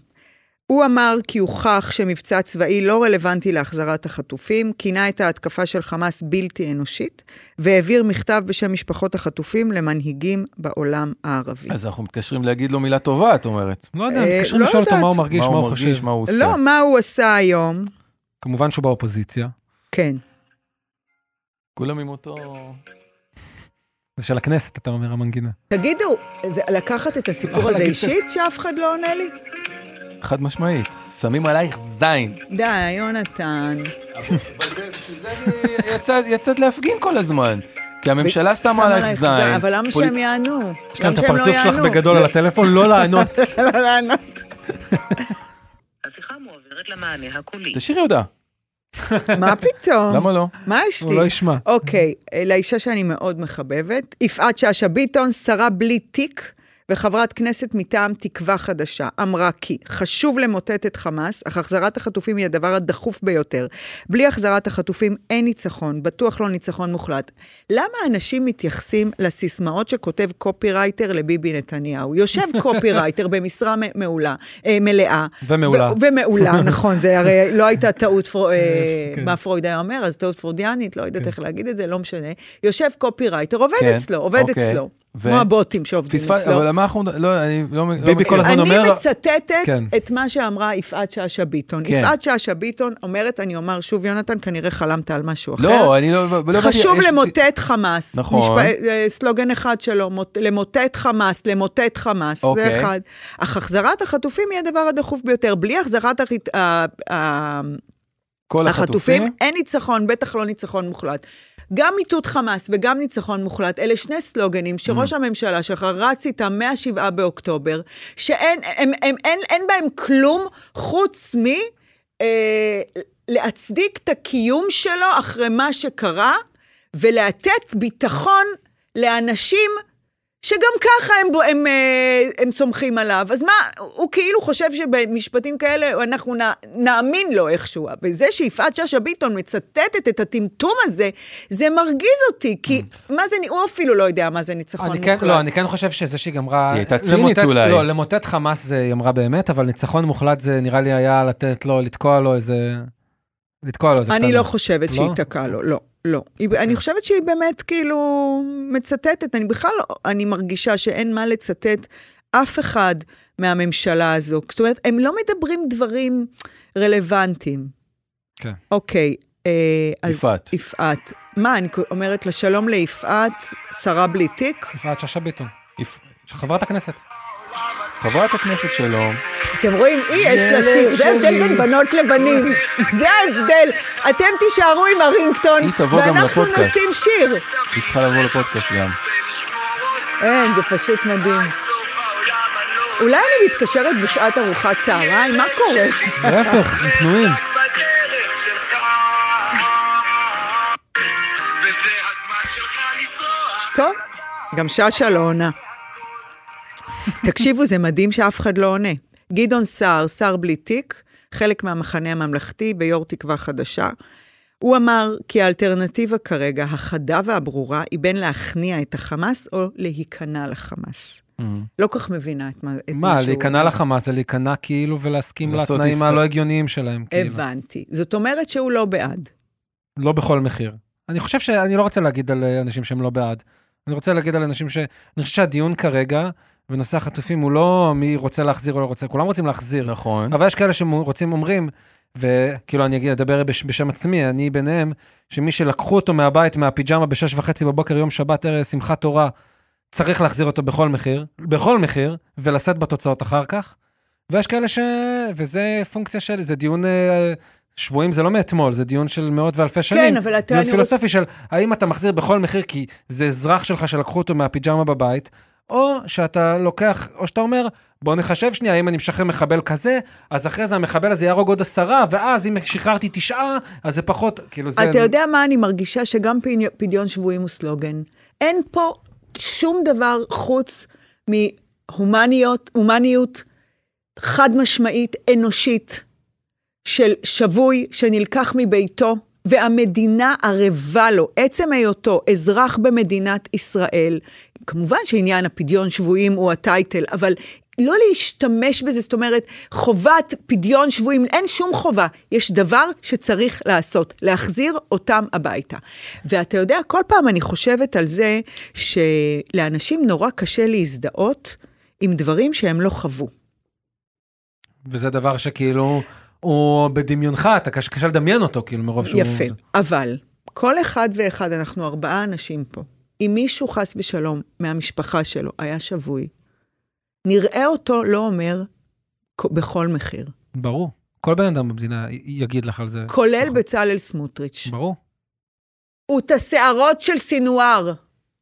Speaker 2: הוא אמר כי הוכח שמבצע צבאי לא רלוונטי להחזרת החטופים, כינה את ההתקפה של חמאס בלתי אנושית, והעביר מכתב בשם משפחות החטופים למנהיגים בעולם הערבי.
Speaker 1: אז אנחנו מתקשרים להגיד לו מילה טובה, את אומרת.
Speaker 3: לא יודע,
Speaker 2: אה,
Speaker 3: מתקשרים
Speaker 2: לא
Speaker 3: לשאול אותו מה
Speaker 2: יודעת.
Speaker 3: הוא מרגיש, מה הוא חושב.
Speaker 1: מה הוא עושה.
Speaker 2: לא, מה הוא עשה היום?
Speaker 3: כמובן שהוא באופוזיציה.
Speaker 2: כן.
Speaker 1: כולם עם אותו...
Speaker 3: זה של הכנסת, אתה אומר, המנגינה.
Speaker 2: תגידו, זה, לקחת את הסיפור הזה אישית שאף אחד לא עונה לי?
Speaker 1: חד משמעית, שמים עלייך זין.
Speaker 2: די, יונתן.
Speaker 1: יצאת- יצאת להפגין כל הזמן. כי הממשלה שמה עלייך זין.
Speaker 2: אבל למה
Speaker 1: פוליט-
Speaker 2: שהם יענו?
Speaker 3: יש להם את
Speaker 2: למה שהם לא
Speaker 3: הפרצוף שלך
Speaker 2: יענו?
Speaker 3: בגדול על הטלפון, לא לענות.
Speaker 2: לא לענות.
Speaker 7: השיחה מועברת למענה הקולי.
Speaker 1: תשאירי הודעה,
Speaker 2: מה פתאום?
Speaker 1: למה לא?
Speaker 2: מה יש לי?
Speaker 3: הוא לא ישמע.
Speaker 2: אוקיי, אה, לאישה שאני מאוד מחבבת, יפעת שאשא ביטון, שרה בלי תיק וחברת כנסת מטעם תקווה חדשה, אמרה כי חשוב למוטט את חמאס, אך החזרת החטופים היא הדבר הדחוף ביותר. בלי החזרת החטופים אין ניצחון, בטוח לא ניצחון מוחלט. למה אנשים מתייחסים לסיסמאות שכותב קופירייטר לביבי נתניהו? יושב קופירייטר במשרה מ- מעולה, אה, מלאה.
Speaker 3: ומעולה.
Speaker 2: ו- ומעולה, נכון, זה הרי לא הייתה טעות, פרו- אה,
Speaker 3: כן.
Speaker 2: מה פרויד היה אומר, אז טעות פרוידיאנית, לא יודעת איך להגיד את זה, לא משנה. יושב קופירייטר, עובד
Speaker 1: כן,
Speaker 2: אצלו, עובד
Speaker 1: אוקיי.
Speaker 2: אצלו.
Speaker 1: ו-
Speaker 2: כמו הבוטים שעובדים
Speaker 1: פספס,
Speaker 2: אצלו.
Speaker 1: אבל למה אנחנו... לא, אני לא לא מכיר.
Speaker 3: ביבי כל הזמן-
Speaker 2: אני
Speaker 3: אומר-
Speaker 2: מצטטת
Speaker 3: כן.
Speaker 2: את מה שאמרה יפעת שאשא ביטון.
Speaker 1: כן.
Speaker 2: יפעת שאשא ביטון אומרת, אני אומר שוב, יונתן, כנראה חלמת על משהו אחר.
Speaker 1: לא, אני לא... לא באתי-
Speaker 2: אוקיי? חשוב
Speaker 1: יש לי-
Speaker 2: למוטט חמאס.
Speaker 1: נכון.
Speaker 2: אה, סלוגן אחד שלו, מוט- למוטט חמאס, למוטט חמאס,
Speaker 1: אוקיי.
Speaker 2: זה אחד. אך החזרת החטופים היא הדבר הדחוף ביותר. בלי החזרת החיט- ה- ה-
Speaker 1: כל
Speaker 2: החטופים,
Speaker 1: החטופים.
Speaker 2: אין ניצחון, בטח לא ניצחון מוחלט. גם מיטוט חמאס וגם ניצחון מוחלט, אלה שני סלוגנים שראש הממשלה שלך רץ איתם מה-7 באוקטובר, שאין הם, הם, אין, אין בהם כלום חוץ מ... אה, להצדיק את הקיום שלו אחרי מה שקרה, ולתת ביטחון לאנשים שגם ככה הם, בו- הם, אה, הם סומכים עליו. אז מה, הוא כאילו חושב שבמשפטים כאלה אנחנו נ, נאמין לו איכשהו. וזה שיפעת שאשא ביטון מצטטת את הטמטום הזה, זה מרגיז אותי, כי מה זה, נ- הוא אפילו לא יודע מה זה ניצחון
Speaker 3: Mm. אני
Speaker 2: מוחלט.
Speaker 3: כן, לא, אני כן חושב שזה שהיא גמרה...
Speaker 1: היא הייתה צינית
Speaker 3: למוטט-
Speaker 1: אולי.
Speaker 3: לא, למוטט חמאס זה היא אמרה באמת, אבל ניצחון מוחלט זה נראה לי היה לתת לו, לתקוע לו איזה... לתקוע לו איזה
Speaker 2: אני
Speaker 3: קטנה.
Speaker 2: לא חושבת שהיא
Speaker 3: לא?
Speaker 2: תקעה לו, לא, לא. היא,
Speaker 1: אוקיי.
Speaker 2: אני חושבת שהיא באמת כאילו מצטטת, אני בכלל, לא- אני מרגישה שאין מה לצטט אף אחד מהממשלה הזו. זאת אומרת, הם לא מדברים דברים רלוונטיים.
Speaker 3: כן.
Speaker 2: אוקיי, אה, אז...
Speaker 1: יפעת.
Speaker 2: יפעת. מה, אני אומרת לה שלום ליפעת, שרה בלי תיק?
Speaker 3: יפעת שאשא ביטון,
Speaker 1: יפ-
Speaker 3: חברת הכנסת.
Speaker 1: חברת הכנסת שלום,
Speaker 2: אתם רואים, היא יש לה שיר, זה ההבדל בין בנות לבנים, זה ההבדל. אתם תישארו עם הרינגטון,
Speaker 1: היא תבוא גם
Speaker 2: ואנחנו
Speaker 1: לפודקאסט.
Speaker 2: נשים שיר.
Speaker 1: היא צריכה לבוא לפודקאסט גם.
Speaker 2: אין, זה פשוט מדהים. אולי אני מתקשרת בשעת ארוחת צהריים? מה קורה?
Speaker 3: להפך, הם פנויים.
Speaker 6: בדרך שלך, וזה הזמן שלך לנסוע.
Speaker 2: טוב, גם שאשא לא עונה. תקשיבו, זה מדהים שאף אחד לא עונה. גדעון סער, שר בלי תיק, חלק מהמחנה הממלכתי ביו"ר תקווה חדשה, הוא אמר כי האלטרנטיבה כרגע, החדה והברורה, היא בין להכניע את החמאס או להיכנע לחמאס.
Speaker 1: Mm.
Speaker 2: לא כל כך מבינה את מה, את
Speaker 3: מה,
Speaker 2: שהוא
Speaker 3: להיכנע
Speaker 2: אומר.
Speaker 3: לחמאס זה להיכנע כאילו ולהסכים
Speaker 1: לעשות
Speaker 3: לתנאים
Speaker 1: עסקה.
Speaker 3: הלא הגיוניים שלהם, כאילו.
Speaker 2: הבנתי. זאת אומרת שהוא לא בעד.
Speaker 3: לא בכל מחיר. אני חושב שאני לא רוצה להגיד על אה, אנשים שהם לא בעד. אני רוצה להגיד על אנשים ש... אני חושב שהדיון כרגע בנושא החטופים הוא לא מי רוצה להחזיר או לא רוצה, כולם רוצים להחזיר.
Speaker 1: נכון.
Speaker 3: אבל יש כאלה שרוצים, אומרים, וכאילו אני אגיד, אדבר בש, בשם עצמי, אני ביניהם, שמי שלקחו אותו מהבית, מהפיג'מה בשש וחצי בבוקר, יום שבת, ערב שמחת תורה, צריך להחזיר אותו בכל מחיר, בכל מחיר, ולשאת בתוצאות אחר כך. ויש כאלה ש... וזה פונקציה של, זה דיון... אה, שבויים זה לא מאתמול, זה דיון של מאות ואלפי שנים.
Speaker 2: כן, אבל אתה-
Speaker 3: דיון
Speaker 2: אני
Speaker 3: פילוסופי של האם אתה מחזיר בכל מחיר כי זה אזרח שלך שלקחו אותו מהפיג'מה בבית, או שאתה לוקח, או שאתה אומר, בוא נחשב שנייה, אם אני משחרר מחבל כזה, אז אחרי זה המחבל הזה יהרוג עוד עשרה, ואז אם שחררתי תשעה, אז זה פחות, כאילו זה...
Speaker 2: אתה יודע מה אני מרגישה? שגם פני- פדיון שבויים הוא סלוגן. אין פה שום דבר חוץ מהומניות, הומניות חד משמעית, אנושית, של שבוי שנלקח מביתו, והמדינה ערבה לו. עצם היותו אזרח במדינת ישראל, כמובן שעניין הפדיון שבויים הוא הטייטל, אבל... לא להשתמש בזה, זאת אומרת, חובת פדיון שבויים, אין שום חובה. יש דבר שצריך לעשות, להחזיר אותם הביתה. ואתה יודע, כל פעם אני חושבת על זה שלאנשים נורא קשה להזדהות עם דברים שהם לא חוו.
Speaker 3: וזה דבר שכאילו, הוא בדמיונך, אתה קשה, קשה לדמיין אותו, כאילו, מרוב שהוא...
Speaker 2: יפה, אבל כל אחד ואחד, אנחנו ארבעה אנשים פה. אם מישהו חס ושלום מהמשפחה שלו היה שבוי, נראה אותו לא אומר "כ- בכל מחיר,
Speaker 3: ברור. כל בן אדם במדינה י- יגיד לך על זה.
Speaker 2: כולל
Speaker 3: נכון.
Speaker 2: בצלאל סמוטריץ'.
Speaker 3: ברור.
Speaker 2: הוא את השערות של סינואר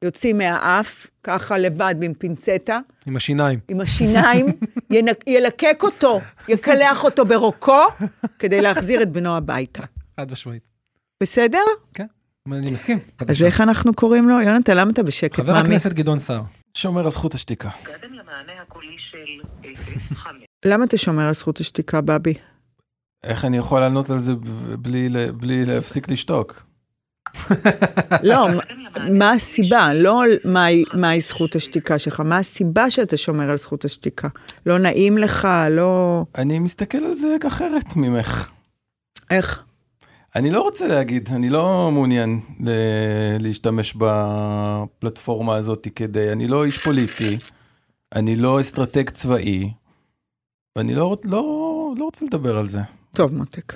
Speaker 2: יוצאים מהאף, ככה לבד עם פינצטה,
Speaker 3: עם השיניים.
Speaker 2: עם השיניים, ינק, ילקק אותו, יקלח אותו ברוקו, כדי להחזיר את בנו הביתה.
Speaker 3: חד משמעית.
Speaker 2: בסדר?
Speaker 3: כן, אני מסכים.
Speaker 2: אז איך אנחנו קוראים לו? יונתן, למה אתה בשקט,
Speaker 3: חבר
Speaker 2: מאמי?
Speaker 3: הכנסת גדעון סער.
Speaker 1: שומר על זכות השתיקה.
Speaker 7: הגעתם למענה הקולי של 05.
Speaker 2: למה אתה שומר על זכות השתיקה, בבי?
Speaker 1: איך אני יכול לענות על זה ב- בלי ל- בלי להפסיק לשתוק?
Speaker 2: לא, מ- מה הסיבה? לא מהי- מהי זכות השתיקה שלך, מה הסיבה שאתה שומר על זכות השתיקה? לא נעים לך, לא...
Speaker 1: אני מסתכל על זה אחרת ממך.
Speaker 2: איך?
Speaker 1: אני לא רוצה להגיד, אני לא מעוניין ל- להשתמש בפלטפורמה הזאת כדי, אני לא איש פוליטי, אני לא אסטרטג צבאי, ואני לא, רוצ- לא, לא רוצה לדבר על זה.
Speaker 2: טוב, מותק.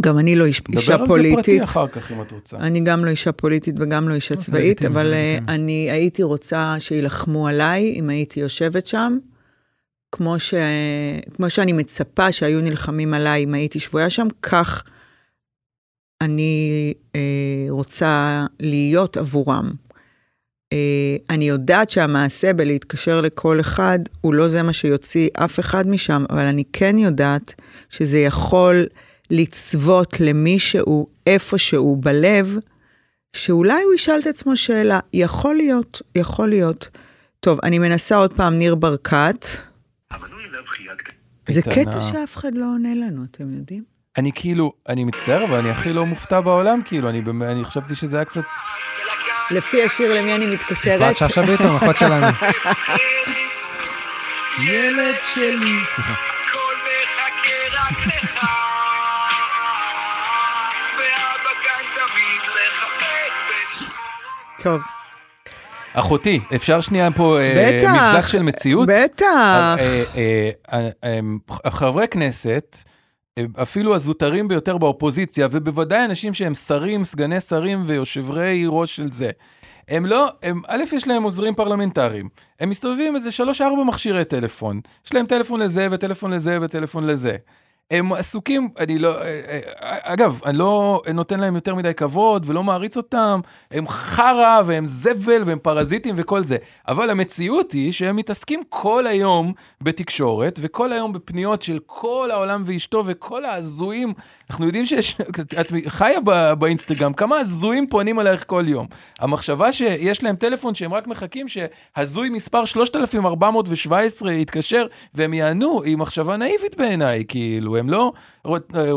Speaker 2: גם אני לא איש,
Speaker 1: נדבר
Speaker 2: אישה
Speaker 1: על זה פרטי
Speaker 2: פוליטית.
Speaker 1: אחר כך אם את רוצה.
Speaker 2: אני גם לא אישה פוליטית וגם לא אישה
Speaker 3: זה
Speaker 2: צבאית,
Speaker 3: לגיטימי, זה
Speaker 2: אבל אה,
Speaker 3: לגיטימי.
Speaker 2: אני הייתי רוצה שיילחמו עליי אם הייתי יושבת שם, כמו, ש... כמו שאני מצפה שהיו נלחמים עליי אם הייתי שבויה שם, כך אני אה, רוצה להיות עבורם. אה, אני יודעת שהמעשה בלהתקשר לכל אחד, הוא לא זה מה שיוציא אף אחד משם, אבל אני כן יודעת שזה יכול לצוות למישהו איפשהו בלב, שאולי הוא ישאל את עצמו שאלה, יכול להיות, יכול להיות. טוב, אני מנסה עוד פעם ניר ברקת.
Speaker 6: המנוי לבחייה קטנה.
Speaker 2: זה
Speaker 1: איתנה.
Speaker 2: קטע שאף אחד לא עונה לנו, אתם יודעים?
Speaker 1: אני כאילו, אני מצטער, אבל אני הכי לא מופתע בעולם, כאילו, אני, באמת- אני חשבתי שזה היה קצת...
Speaker 2: לפי השיר למי אני מתקשרת?
Speaker 3: יפעת שאשא ביטון, אחות שלנו.
Speaker 1: ילד שלי.
Speaker 3: סליחה.
Speaker 6: הכל מחכה רק לך, ואבא כאן תמיד לחפש ולשמור.
Speaker 2: טוב.
Speaker 1: אחותי, אפשר שנייה פה אה,
Speaker 2: בטח.
Speaker 1: מבזק של מציאות?
Speaker 2: בטח.
Speaker 1: אה, אה, אה, אה, אה, חברי כנסת, אה, אפילו הזוטרים ביותר באופוזיציה, ובוודאי אנשים שהם שרים, סגני שרים ויושברי ראש של זה, הם לא, הם, א', יש להם עוזרים פרלמנטריים. הם מסתובבים עם איזה שלוש-ארבע מכשירי טלפון. יש להם טלפון לזה וטלפון לזה וטלפון לזה. הם עסוקים, אני לא, אה, אה, אגב, אני לא נותן להם יותר מדי כבוד ולא מעריץ אותם, הם חרא והם זבל והם פרזיטים וכל זה. אבל המציאות היא שהם מתעסקים כל היום בתקשורת וכל היום בפניות של כל העולם ואשתו וכל ההזויים. אנחנו יודעים שיש, את חיה ב- באינסטגרם, כמה הזויים פונים אלייך כל יום. המחשבה שיש להם טלפון שהם רק מחכים שהזוי מספר 3417 יתקשר והם יענו, היא מחשבה נאיבית בעיניי, כאילו, הם לא,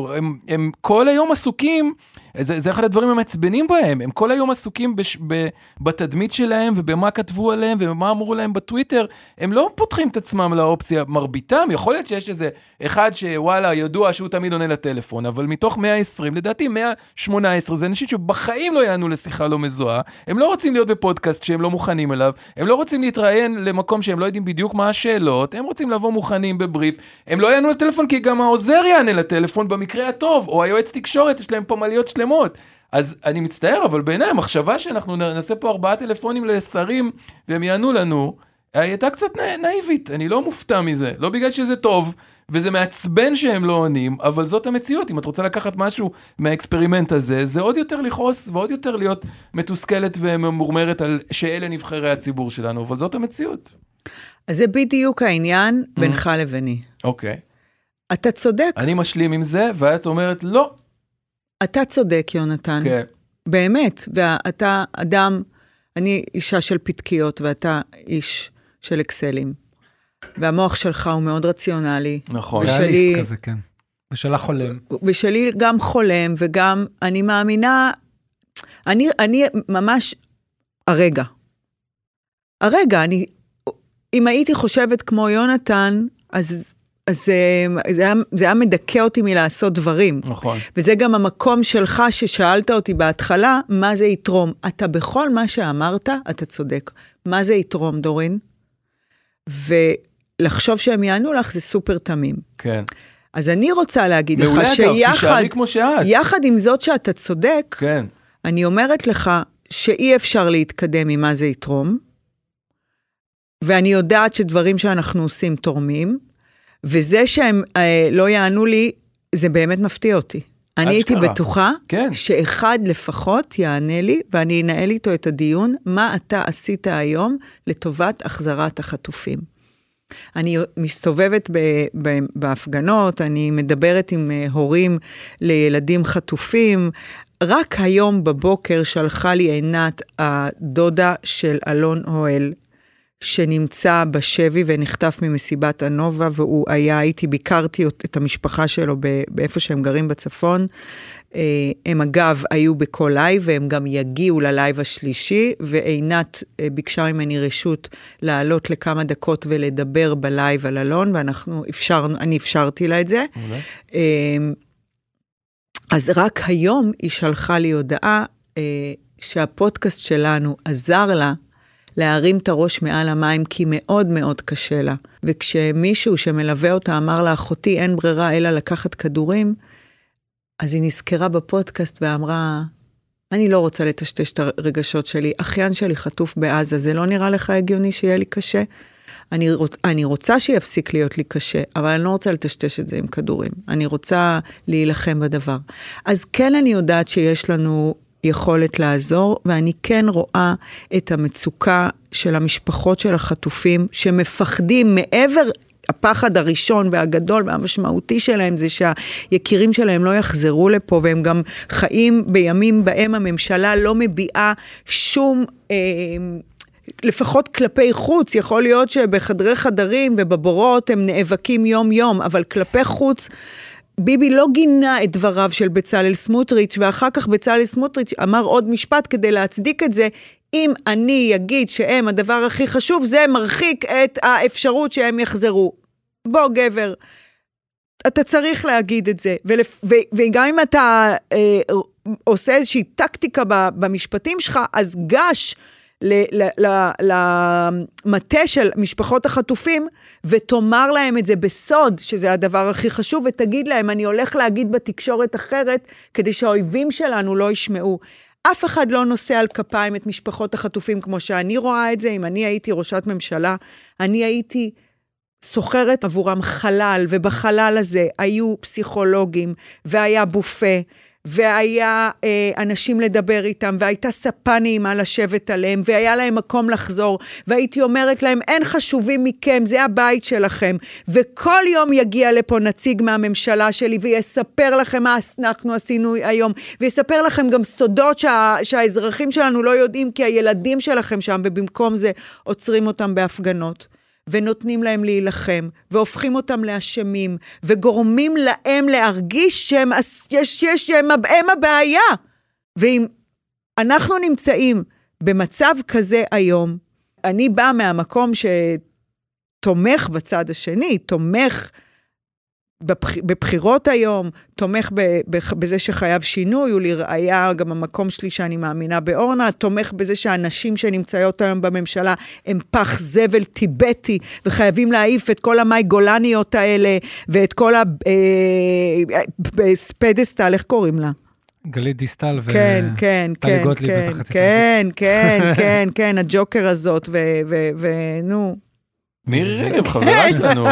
Speaker 1: הם, הם כל היום עסוקים, זה, זה אחד הדברים המעצבנים בהם, הם כל היום עסוקים בש, ב, בתדמית שלהם ובמה כתבו עליהם ומה אמרו להם בטוויטר, הם לא פותחים את עצמם לאופציה, מרביתם, יכול להיות שיש איזה אחד שוואלה, ידוע שהוא תמיד עונה לטלפון, אבל מתוך 120, לדעתי 118 זה אנשים שבחיים לא יענו לשיחה לא מזוהה, הם לא רוצים להיות בפודקאסט שהם לא מוכנים אליו, הם לא רוצים להתראיין למקום שהם לא יודעים בדיוק מה השאלות, הם רוצים לבוא מוכנים בבריף, הם לא יענו לטלפון כי גם העוזר יענה לטלפון במקרה הטוב, או היועץ תקשורת, יש להם פה מליות שלמות. אז אני מצטער, אבל בעיניי המחשבה שאנחנו נ- נעשה פה ארבעה טלפונים לשרים והם יענו לנו, הייתה קצת נא- נאיבית, אני לא מופתע מזה, לא בגלל שזה טוב וזה מעצבן שהם לא עונים, אבל זאת המציאות, אם את רוצה לקחת משהו מהאקספרימנט הזה, זה עוד יותר לכעוס ועוד יותר להיות מתוסכלת וממורמרת על שאלה נבחרי הציבור שלנו, אבל זאת המציאות.
Speaker 2: אז זה בדיוק העניין בינך לביני.
Speaker 1: אוקיי.
Speaker 2: אתה צודק,
Speaker 1: אני משלים עם זה, ואת אומרת לא.
Speaker 2: אתה צודק, יונתן.
Speaker 1: כן.
Speaker 2: באמת, ואתה אדם, אני אישה של פתקיות ואתה איש של אקסלים. והמוח שלך הוא מאוד רציונלי.
Speaker 1: נכון.
Speaker 2: ושלי-
Speaker 3: ריאליסט כזה, כן. ושלה חולם.
Speaker 2: בשלי גם חולם וגם אני מאמינה, אני, אני ממש, הרגע. הרגע, אני, אם הייתי חושבת כמו יונתן, אז, אז זה, זה, היה, זה היה מדכא אותי מלעשות דברים.
Speaker 1: נכון.
Speaker 2: וזה גם המקום שלך ששאלת אותי בהתחלה, מה זה יתרום. אתה בכל מה שאמרת, אתה צודק. מה זה יתרום, דורין? ולחשוב שהם יענו לך זה סופר תמים.
Speaker 1: כן.
Speaker 2: אז אני רוצה להגיד
Speaker 1: מעולה,
Speaker 2: לך
Speaker 1: אגב,
Speaker 2: שיחד,
Speaker 1: תישארי כמו שאת.
Speaker 2: יחד עם זאת שאתה צודק,
Speaker 1: כן.
Speaker 2: אני אומרת לך שאי אפשר להתקדם ממה זה יתרום, ואני יודעת שדברים שאנחנו עושים תורמים, וזה שהם אה, לא יענו לי, זה באמת מפתיע אותי. אני הייתי
Speaker 1: אשכרה.
Speaker 2: בטוחה
Speaker 1: כן.
Speaker 2: שאחד לפחות יענה לי, ואני אנהל איתו את הדיון, מה אתה עשית היום לטובת החזרת החטופים. אני מסתובבת ב, ב, בהפגנות, אני מדברת עם אה, הורים לילדים חטופים. רק היום בבוקר שלחה לי עינת הדודה של אלון אוהל, שנמצא בשבי ונחטף ממסיבת הנובה, והוא היה איתי, ביקרתי אות- את המשפחה שלו ב- באיפה שהם גרים בצפון. אה, הם אגב היו בכל לייב, והם גם יגיעו ללייב השלישי, ועינת אה, ביקשה ממני רשות לעלות לכמה דקות ולדבר בלייב על אלון, ואנחנו אפשרנו, אני אפשרתי לה את זה. אה, אז רק היום היא שלחה לי הודעה אה, שהפודקאסט שלנו עזר לה להרים את הראש מעל המים, כי מאוד מאוד קשה לה. וכשמישהו שמלווה אותה אמר לה, אחותי, אין ברירה אלא לקחת כדורים, אז היא נזכרה בפודקאסט ואמרה, אני לא רוצה לטשטש את הרגשות שלי, אחיין שלי חטוף בעזה, זה לא נראה לך הגיוני שיהיה לי קשה? אני, רוצ, אני רוצה שיפסיק להיות לי קשה, אבל אני לא רוצה לטשטש את זה עם כדורים. אני רוצה להילחם בדבר. אז כן, אני יודעת שיש לנו יכולת לעזור, ואני כן רואה את המצוקה של המשפחות של החטופים, שמפחדים מעבר... הפחד הראשון והגדול והמשמעותי שלהם זה שהיקירים שלהם לא יחזרו לפה, והם גם חיים בימים בהם הממשלה לא מביעה שום... אה, לפחות כלפי חוץ, יכול להיות שבחדרי חדרים ובבורות הם נאבקים יום-יום, אבל כלפי חוץ, ביבי לא גינה את דבריו של בצלאל סמוטריץ', ואחר כך בצלאל סמוטריץ' אמר עוד משפט כדי להצדיק את זה. אם אני אגיד שהם הדבר הכי חשוב, זה מרחיק את האפשרות שהם יחזרו. בוא, גבר. אתה צריך להגיד את זה. ולפ... ו... וגם אם אתה אה, עושה איזושהי טקטיקה ב... במשפטים שלך, אז גש ל- ל- ל- למטה של משפחות החטופים ותאמר להם את זה בסוד, שזה הדבר הכי חשוב, ותגיד להם, אני הולך להגיד בתקשורת אחרת, כדי שהאויבים שלנו לא ישמעו. אף אחד לא נושא על כפיים את משפחות החטופים כמו שאני רואה את זה. אם אני הייתי ראשת ממשלה, אני הייתי שוכרת עבורם חלל, ובחלל הזה היו פסיכולוגים, והיה בופה, והיה אה, אנשים לדבר איתם, והייתה ספה נעימה לשבת עליהם, והיה להם מקום לחזור, והייתי אומרת להם, אין חשובים מכם, זה הבית שלכם. וכל יום יגיע לפה נציג מהממשלה שלי ויספר לכם מה אנחנו עשינו היום, ויספר לכם גם סודות שה, שהאזרחים שלנו לא יודעים, כי הילדים שלכם שם, ובמקום זה עוצרים אותם בהפגנות. ונותנים להם להילחם, והופכים אותם לאשמים, וגורמים להם להרגיש שהם, הס- יש, יש, הם, הב- הם הבעיה. ואם אנחנו נמצאים במצב כזה היום, אני באה מהמקום שתומך בצד השני, תומך בבח... בבחירות היום, תומך ב... בח... בזה שחייב שינוי, ולראיה גם המקום שלי שאני מאמינה באורנה, תומך בזה שהנשים שנמצאות היום בממשלה הם פח זבל טיבטי, וחייבים להעיף את כל המאי גולניות האלה, ואת כל ה... אה, אה, פדסטל, איך קוראים לה?
Speaker 3: גלית דיסטל ו...
Speaker 2: כן, כן,
Speaker 3: טלי
Speaker 2: כן,
Speaker 3: גוטליב
Speaker 2: כן,
Speaker 3: בטח הציטוט.
Speaker 2: כן, כן, כן, כן, הג'וקר הזאת, ו- ו- ונו.
Speaker 1: מירי רגב, חברה שלנו.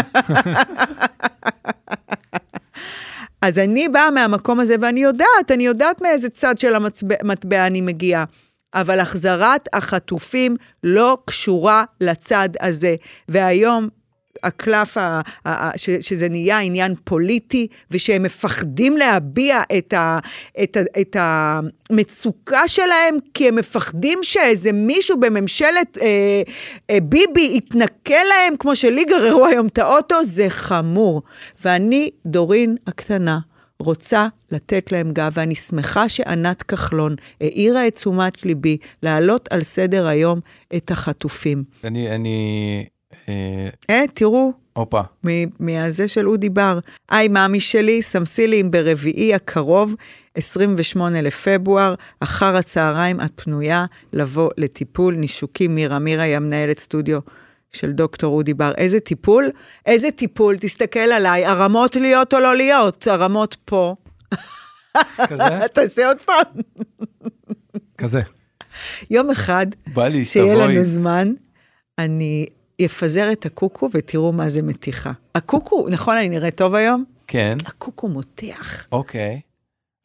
Speaker 2: אז אני באה מהמקום הזה, ואני יודעת, אני יודעת מאיזה צד של המטבע אני מגיעה. אבל החזרת החטופים לא קשורה לצד הזה. והיום הקלף, ה, ה, ה, ש, שזה נהיה עניין פוליטי, ושהם מפחדים להביע את, ה, את, ה, את המצוקה שלהם, כי הם מפחדים שאיזה מישהו בממשלת אה, אה, ביבי יתנכל להם, כמו שלי גררו היום את האוטו, זה חמור. ואני, דורין הקטנה, רוצה לתת להם גב, ואני שמחה שענת כחלון העירה את תשומת ליבי להעלות על סדר היום את החטופים.
Speaker 1: אני, אני, אה,
Speaker 2: אה, תראו,
Speaker 1: הופה.
Speaker 2: מ- מהזה של אודי בר. היי, מאמי שלי, סמסילים ברביעי הקרוב, 28 לפברואר, אחר הצהריים את פנויה לבוא לטיפול נישוקים. מירה, מירה היא המנהלת סטודיו. של דוקטור אודי בר, איזה טיפול? איזה טיפול? תסתכל עליי, הרמות להיות או לא להיות, הרמות פה.
Speaker 3: כזה?
Speaker 2: תעשה עוד פעם.
Speaker 3: כזה.
Speaker 2: יום אחד,
Speaker 1: בא לי,
Speaker 2: שיהיה
Speaker 1: שתבואי.
Speaker 2: לנו זמן, אני אפזר את הקוקו ותראו מה זה מתיחה. הקוקו, נכון, אני נראית טוב היום?
Speaker 1: כן,
Speaker 2: הקוקו מותח.
Speaker 1: אוקיי.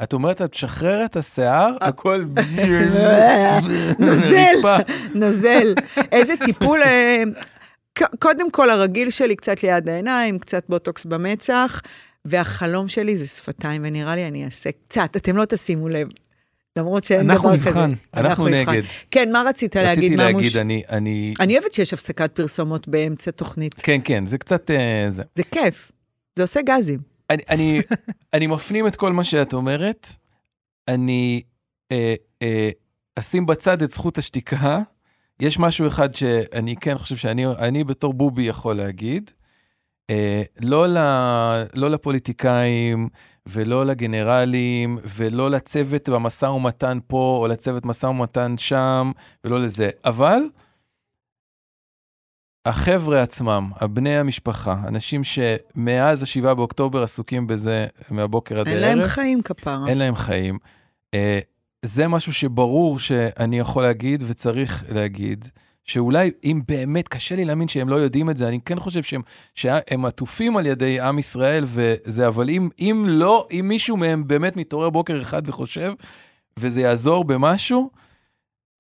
Speaker 1: את אומרת, את משחררת את השיער,
Speaker 2: אה.
Speaker 1: הכל... כן.
Speaker 2: נוזל,
Speaker 1: רצפה.
Speaker 2: נוזל. איזה טיפול... אה, ק- קודם כל, הרגיל שלי קצת ליד העיניים, קצת בוטוקס במצח, והחלום שלי זה שפתיים, ונראה לי אני אעשה קצת, אתם לא תשימו לב, למרות שאין דבר כזה.
Speaker 3: אנחנו נבחן,
Speaker 1: אנחנו
Speaker 2: נבחן.
Speaker 1: נגד.
Speaker 2: כן, מה רצית להגיד,
Speaker 1: רציתי
Speaker 2: ממוש?
Speaker 1: להגיד, אני, אני...
Speaker 2: אני אוהבת שיש הפסקת פרסומות באמצע תוכנית.
Speaker 1: כן, כן, זה קצת... אה, זה.
Speaker 2: זה כיף. זה עושה גזים.
Speaker 1: אני, אני, אני מפנים את כל מה שאת אומרת, אני אה, אה, אשים בצד את זכות השתיקה. יש משהו אחד שאני כן חושב שאני אני בתור בובי יכול להגיד, אה, לא, ל, לא לפוליטיקאים ולא לגנרלים ולא לצוות במשא ומתן פה או לצוות משא ומתן שם ולא לזה, אבל החבר'ה עצמם, הבני המשפחה, אנשים שמאז ה-7 באוקטובר עסוקים בזה מהבוקר עד
Speaker 2: אין
Speaker 1: הערב.
Speaker 2: להם חיים כפרה.
Speaker 1: אין להם חיים. אה, זה משהו שברור שאני יכול להגיד וצריך להגיד, שאולי אם באמת קשה לי להאמין שהם לא יודעים את זה, אני כן חושב שהם, שהם עטופים על ידי עם ישראל וזה, אבל אם, אם לא, אם מישהו מהם באמת מתעורר בוקר אחד וחושב, וזה יעזור במשהו,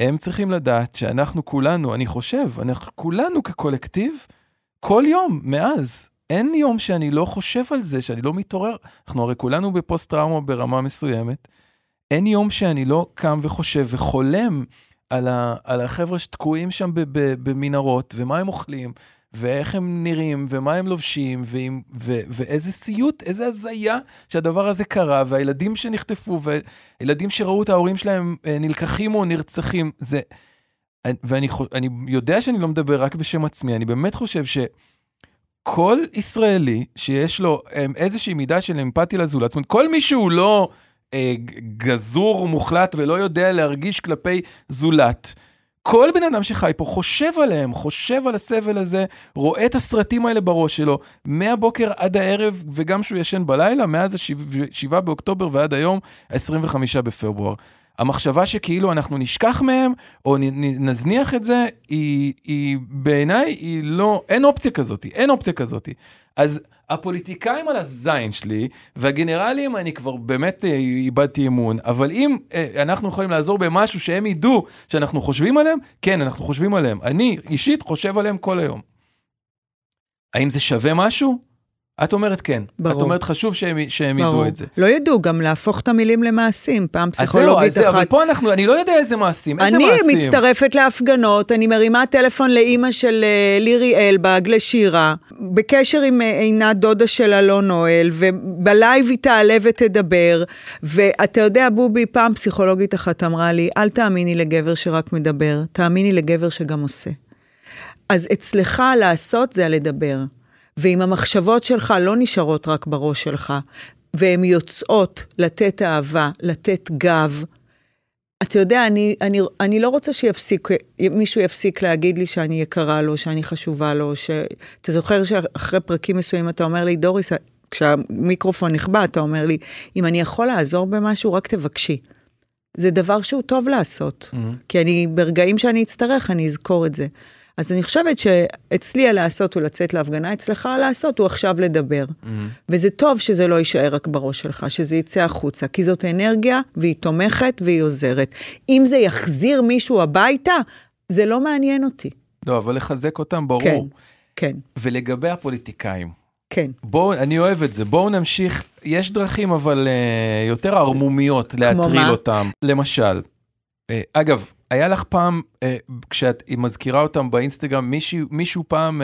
Speaker 1: הם צריכים לדעת שאנחנו כולנו, אני חושב, אנחנו כולנו כקולקטיב, כל יום מאז, אין יום שאני לא חושב על זה, שאני לא מתעורר. אנחנו הרי כולנו בפוסט-טראומה ברמה מסוימת. אין יום שאני לא קם וחושב וחולם על, ה, על החבר'ה שתקועים שם ב, ב, במנהרות, ומה הם אוכלים, ואיך הם נראים, ומה הם לובשים, ועם, ו, ואיזה סיוט, איזה הזיה שהדבר הזה קרה, והילדים שנחטפו, והילדים שראו את ההורים שלהם אה, נלקחים או נרצחים, זה... ואני חו- אני יודע שאני לא מדבר רק בשם עצמי, אני באמת חושב ש... כל ישראלי שיש לו אמ, איזושהי מידה של אמפתיה לזולת, זאת אומרת, כל מי שהוא לא אה, ג- גזור מוחלט ולא יודע להרגיש כלפי זולת, כל בן אדם שחי פה חושב עליהם, חושב על הסבל הזה, רואה את הסרטים האלה בראש שלו, מהבוקר עד הערב, וגם כשהוא ישן בלילה, מאז ה-7 באוקטובר ועד היום, ה-25 בפברואר. המחשבה שכאילו אנחנו נשכח מהם, או נ- נ- נזניח את זה, היא, היא בעיניי, היא לא, אין אופציה כזאת, אין אופציה כזאת. אז הפוליטיקאים על הזין שלי, והגנרלים, אני כבר באמת אה, איבדתי אמון, אבל אם אה, אנחנו יכולים לעזור במשהו שהם ידעו שאנחנו חושבים עליהם, כן, אנחנו חושבים עליהם. אני אישית חושב עליהם כל היום. האם זה שווה משהו? את אומרת כן.
Speaker 2: ברור.
Speaker 1: את אומרת חשוב שהם, שהם ידעו את זה.
Speaker 2: לא ידעו גם להפוך את המילים למעשים, פעם
Speaker 1: אז זהו, אז
Speaker 2: פסיכולוגית
Speaker 1: זהו, אבל
Speaker 2: אחת.
Speaker 1: פה אנחנו, אני לא יודע איזה מעשים, איזה
Speaker 2: אני
Speaker 1: מעשים.
Speaker 2: מצטרפת להפגנות, אני מרימה טלפון לאימא של אה, לירי אלבג, לשירה, בקשר עם אה, עינת דודה של אלון נואל, ובלייב היא תעלה ותדבר, ואתה יודע, בובי, פעם פסיכולוגית אחת אמרה לי, אל תאמיני לגבר שרק מדבר, תאמיני לגבר שגם עושה. אז אצלך לעשות זה הלדבר. ואם המחשבות שלך לא נשארות רק בראש שלך, והן יוצאות לתת אהבה, לתת גב, אתה יודע, אני, אני, אני לא רוצה שיפסיק, מישהו יפסיק להגיד לי שאני יקרה לו, שאני חשובה לו, ש... אתה זוכר שאחרי פרקים מסוימים אתה אומר לי, דוריס, כשהמיקרופון נכבה, אתה אומר לי, אם אני יכול לעזור במשהו, רק תבקשי. זה דבר שהוא טוב לעשות, mm-hmm. כי אני, ברגעים שאני אצטרך, אני אזכור את זה. אז אני חושבת שאצלי הלעשות הוא לצאת להפגנה, אצלך הלעשות הוא עכשיו לדבר. Mm-hmm. וזה טוב שזה לא יישאר רק בראש שלך, שזה יצא החוצה, כי זאת אנרגיה, והיא תומכת והיא עוזרת. אם זה יחזיר מישהו הביתה, זה לא מעניין אותי.
Speaker 1: לא, אבל לחזק אותם, ברור.
Speaker 2: כן, כן,
Speaker 1: ולגבי הפוליטיקאים,
Speaker 2: כן.
Speaker 1: בואו, אני אוהב את זה, בואו נמשיך. יש דרכים, אבל אה, יותר ערמומיות להטריל
Speaker 2: מה?
Speaker 1: אותם. למשל, אה, אגב, היה לך פעם, אה, כשאת היא מזכירה אותם באינסטגרם, מישהו, מישהו פעם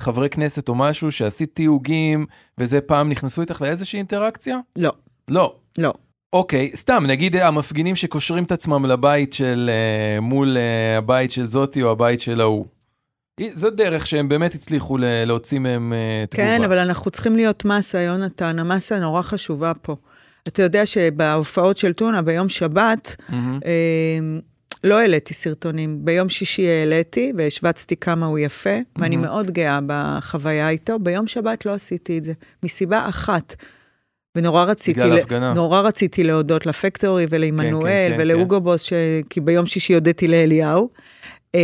Speaker 1: מהחברי כנסת או משהו, שעשית תיוגים, וזה פעם נכנסו איתך לאיזושהי אינטראקציה?
Speaker 2: לא,
Speaker 1: לא.
Speaker 2: לא.
Speaker 1: אוקיי, סתם, נגיד אה, המפגינים שקושרים את עצמם לבית של, אה, מול אה, הבית של זאתי או הבית של ההוא. אי- זו דרך שהם באמת הצליחו ל- להוציא מהם אה, תגובה.
Speaker 2: כן, אבל אנחנו צריכים להיות מסה, יונתן. המסה נורא חשובה פה. אתה יודע שבהופעות של טונה ביום שבת,
Speaker 1: מהמם. Mm-hmm.
Speaker 2: אמ, לא העליתי סרטונים. ביום שישי העליתי והשווצתי כמה הוא יפה,
Speaker 1: Mm-hmm.
Speaker 2: ואני מאוד גאה בחוויה איתו. ביום שבת לא עשיתי את זה, מסיבה אחת. ונורא רציתי,
Speaker 1: בגלל
Speaker 2: ל-
Speaker 1: ההפגנה.
Speaker 2: נורא רציתי להודות לפקטורי ולעמנואל
Speaker 1: כן, כן,
Speaker 2: ולאוגו בוס, ש... כי ביום שישי הודיתי לאליהו. אה,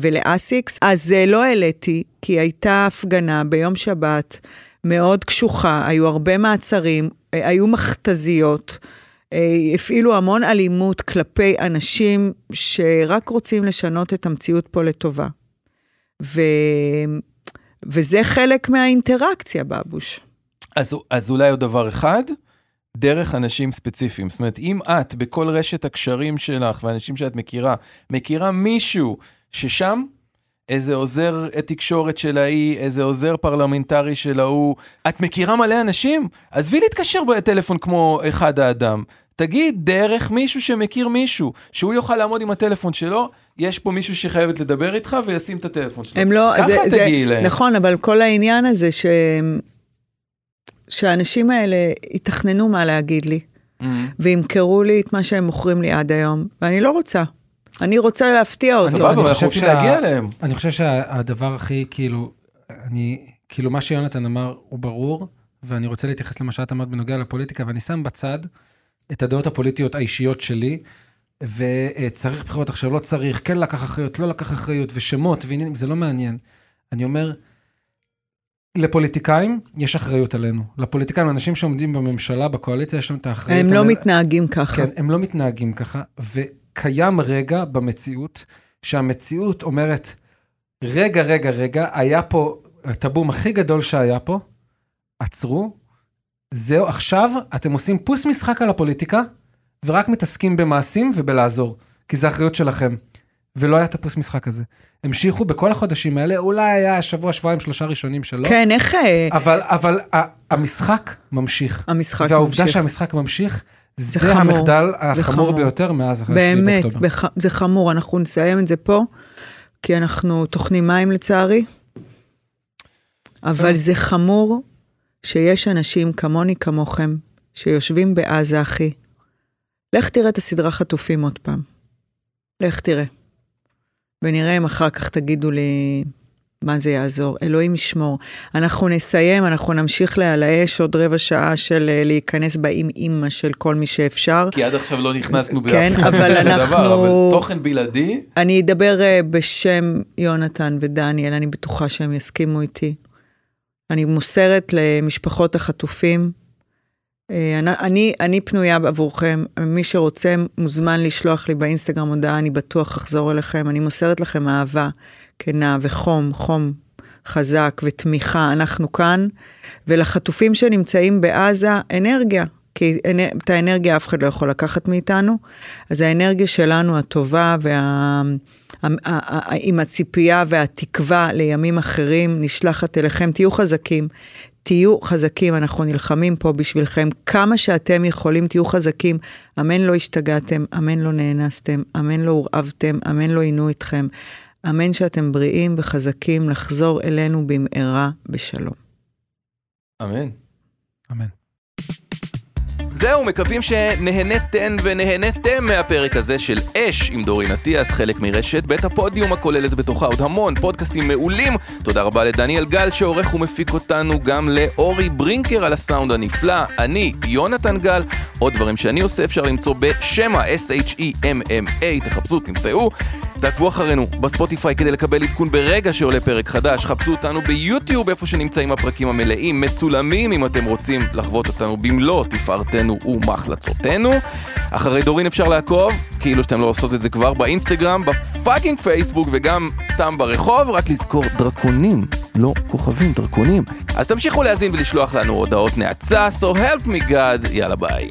Speaker 2: ולאסיקס, אז אה, לא העליתי, כי הייתה הפגנה ביום שבת מאוד קשוחה, היו הרבה מעצרים, אה, היו מכתזיות, אה, הפעילו המון אלימות כלפי אנשים שרק רוצים לשנות את המציאות פה לטובה. ו... וזה חלק מהאינטראקציה, בבוש.
Speaker 1: אז, אז אולי עוד דבר אחד, דרך אנשים ספציפיים. זאת אומרת, אם את, בכל רשת הקשרים שלך ואנשים שאת מכירה, מכירה מישהו ששם, איזה עוזר תקשורת של ההיא, איזה עוזר פרלמנטרי של ההוא, את מכירה מלא אנשים? עזבי להתקשר בטלפון כמו אחד האדם. תגיד, דרך מישהו שמכיר מישהו, שהוא יוכל לעמוד עם הטלפון שלו, יש פה מישהו שחייבת לדבר איתך וישים את הטלפון שלו.
Speaker 2: הם לא,
Speaker 1: ככה
Speaker 2: זה, זה,
Speaker 1: תגיעי להם.
Speaker 2: נכון, אבל כל העניין הזה ש... שהאנשים האלה יתכננו מה להגיד לי.
Speaker 1: Mm.
Speaker 2: לא, וימכרו לי את מה שהם מוכרים לי עד היום, ואני לא רוצה. אני רוצה להפתיע אותו.
Speaker 1: סבבה, אבל אנחנו
Speaker 3: חושב
Speaker 1: רוצים
Speaker 3: שה-
Speaker 1: להגיע אליהם.
Speaker 3: אני חושב שהדבר הכי, כאילו, אני, כאילו, מה שיונתן אמר הוא ברור, ואני רוצה להתייחס למה שאת אמרת בנוגע לפוליטיקה, ואני שם בצד את הדעות הפוליטיות האישיות שלי, וצריך בחירות עכשיו, לא צריך, כן לקח אחריות, לא לקח אחריות, ושמות ועניינים, זה לא מעניין. אני אומר, לפוליטיקאים יש אחריות עלינו. לפוליטיקאים, אנשים שעומדים בממשלה, בקואליציה, יש להם את האחריות.
Speaker 2: הם לא
Speaker 3: עלינו.
Speaker 2: מתנהגים ככה.
Speaker 3: כן, הם לא מתנהגים ככה, וקיים רגע במציאות, שהמציאות אומרת, רגע, רגע, רגע, היה פה, את הבום הכי גדול שהיה פה, עצרו, זהו, עכשיו אתם עושים פוס משחק על הפוליטיקה, ורק מתעסקים במעשים ובלעזור, כי זה אחריות שלכם. ולא היה את הפוס משחק הזה. המשיכו בכל החודשים האלה, אולי היה שבוע, שבועיים, שלושה ראשונים שלא.
Speaker 2: כן, איך... אה,
Speaker 3: אבל, אבל ה- המשחק ממשיך.
Speaker 2: המשחק
Speaker 3: והעובדה
Speaker 2: ממשיך.
Speaker 3: שהמשחק ממשיך, זה,
Speaker 2: זה חמור,
Speaker 3: המחדל
Speaker 2: זה
Speaker 3: החמור
Speaker 2: חמור.
Speaker 3: ביותר מאז אחרי 7
Speaker 2: באמת,
Speaker 3: באוקטובר.
Speaker 2: בח... זה חמור, אנחנו נסיים את זה פה, כי אנחנו טוחנים מים לצערי, אבל זה חמור שיש אנשים כמוני, כמוכם, שיושבים בעזה, אחי. לך תראה את הסדרה חטופים עוד פעם. לך תראה. ונראה אם אחר כך תגידו לי מה זה יעזור. אלוהים ישמור. אנחנו נסיים, אנחנו נמשיך על האש עוד רבע שעה של אה, להיכנס באים אימא של כל מי שאפשר.
Speaker 1: כי עד עכשיו לא נכנסנו באף
Speaker 2: כן, אבל
Speaker 1: שום דבר,
Speaker 2: אנחנו-
Speaker 1: אבל תוכן בלעדי,
Speaker 2: אני אדבר אה, בשם יונתן ודניאל, אני בטוחה שהם יסכימו איתי. אני מוסרת למשפחות החטופים. אה, אני- אני, אני פנויה עבורכם, מי שרוצה מוזמן לשלוח לי באינסטגרם הודעה, אני בטוח אחזור אליכם. אני מוסרת לכם אהבה כנה וחום, חום חזק ותמיכה, אנחנו כאן, ולחטופים שנמצאים בעזה, אנרגיה. כי אנ- את האנרגיה אף אחד לא יכול לקחת מאיתנו, אז האנרגיה שלנו הטובה וה... המ- ה- ה- ה- עם הציפייה והתקווה לימים אחרים נשלחת אליכם. תהיו חזקים, תהיו חזקים, אנחנו נלחמים פה בשבילכם. כמה שאתם יכולים, תהיו חזקים. אמן לא השתגעתם, אמן לא נאנסתם, אמן לא הורעבתם, אמן לא עינו אתכם. אמן שאתם בריאים וחזקים לחזור אלינו במהרה בשלום.
Speaker 8: אמן.
Speaker 3: אמן.
Speaker 1: זהו, מקווים שנהנתן ונהנתם מהפרק הזה של אש עם דורין אטיאס, חלק מרשת בית הפודיום הכוללת בתוכה עוד המון פודקאסטים מעולים. תודה רבה לדניאל גל שעורך ומפיק אותנו, גם לאורי ברינקר על הסאונד הנפלא, אני יונתן גל. עוד דברים שאני עושה אפשר למצוא בשמע, E S-H-E-M-M-A, תחפשו, תמצאו. תעקבו אחרינו בספוטיפיי כדי לקבל עדכון ברגע שעולה פרק חדש, חפשו אותנו ביוטיוב איפה שנמצאים הפרקים המלאים, מצולמים אם אתם רוצים לחוות אותנו במלוא תפארתנו ומחלצותינו. אחרי דורין אפשר לעקוב, כאילו שאתם לא עושות את זה כבר באינסטגרם, בפאקינג פייסבוק וגם סתם ברחוב, רק לזכור דרקונים, לא כוכבים, דרקונים. אז תמשיכו להאזין ולשלוח לנו הודעות נאצה, so help me God, יאללה ביי.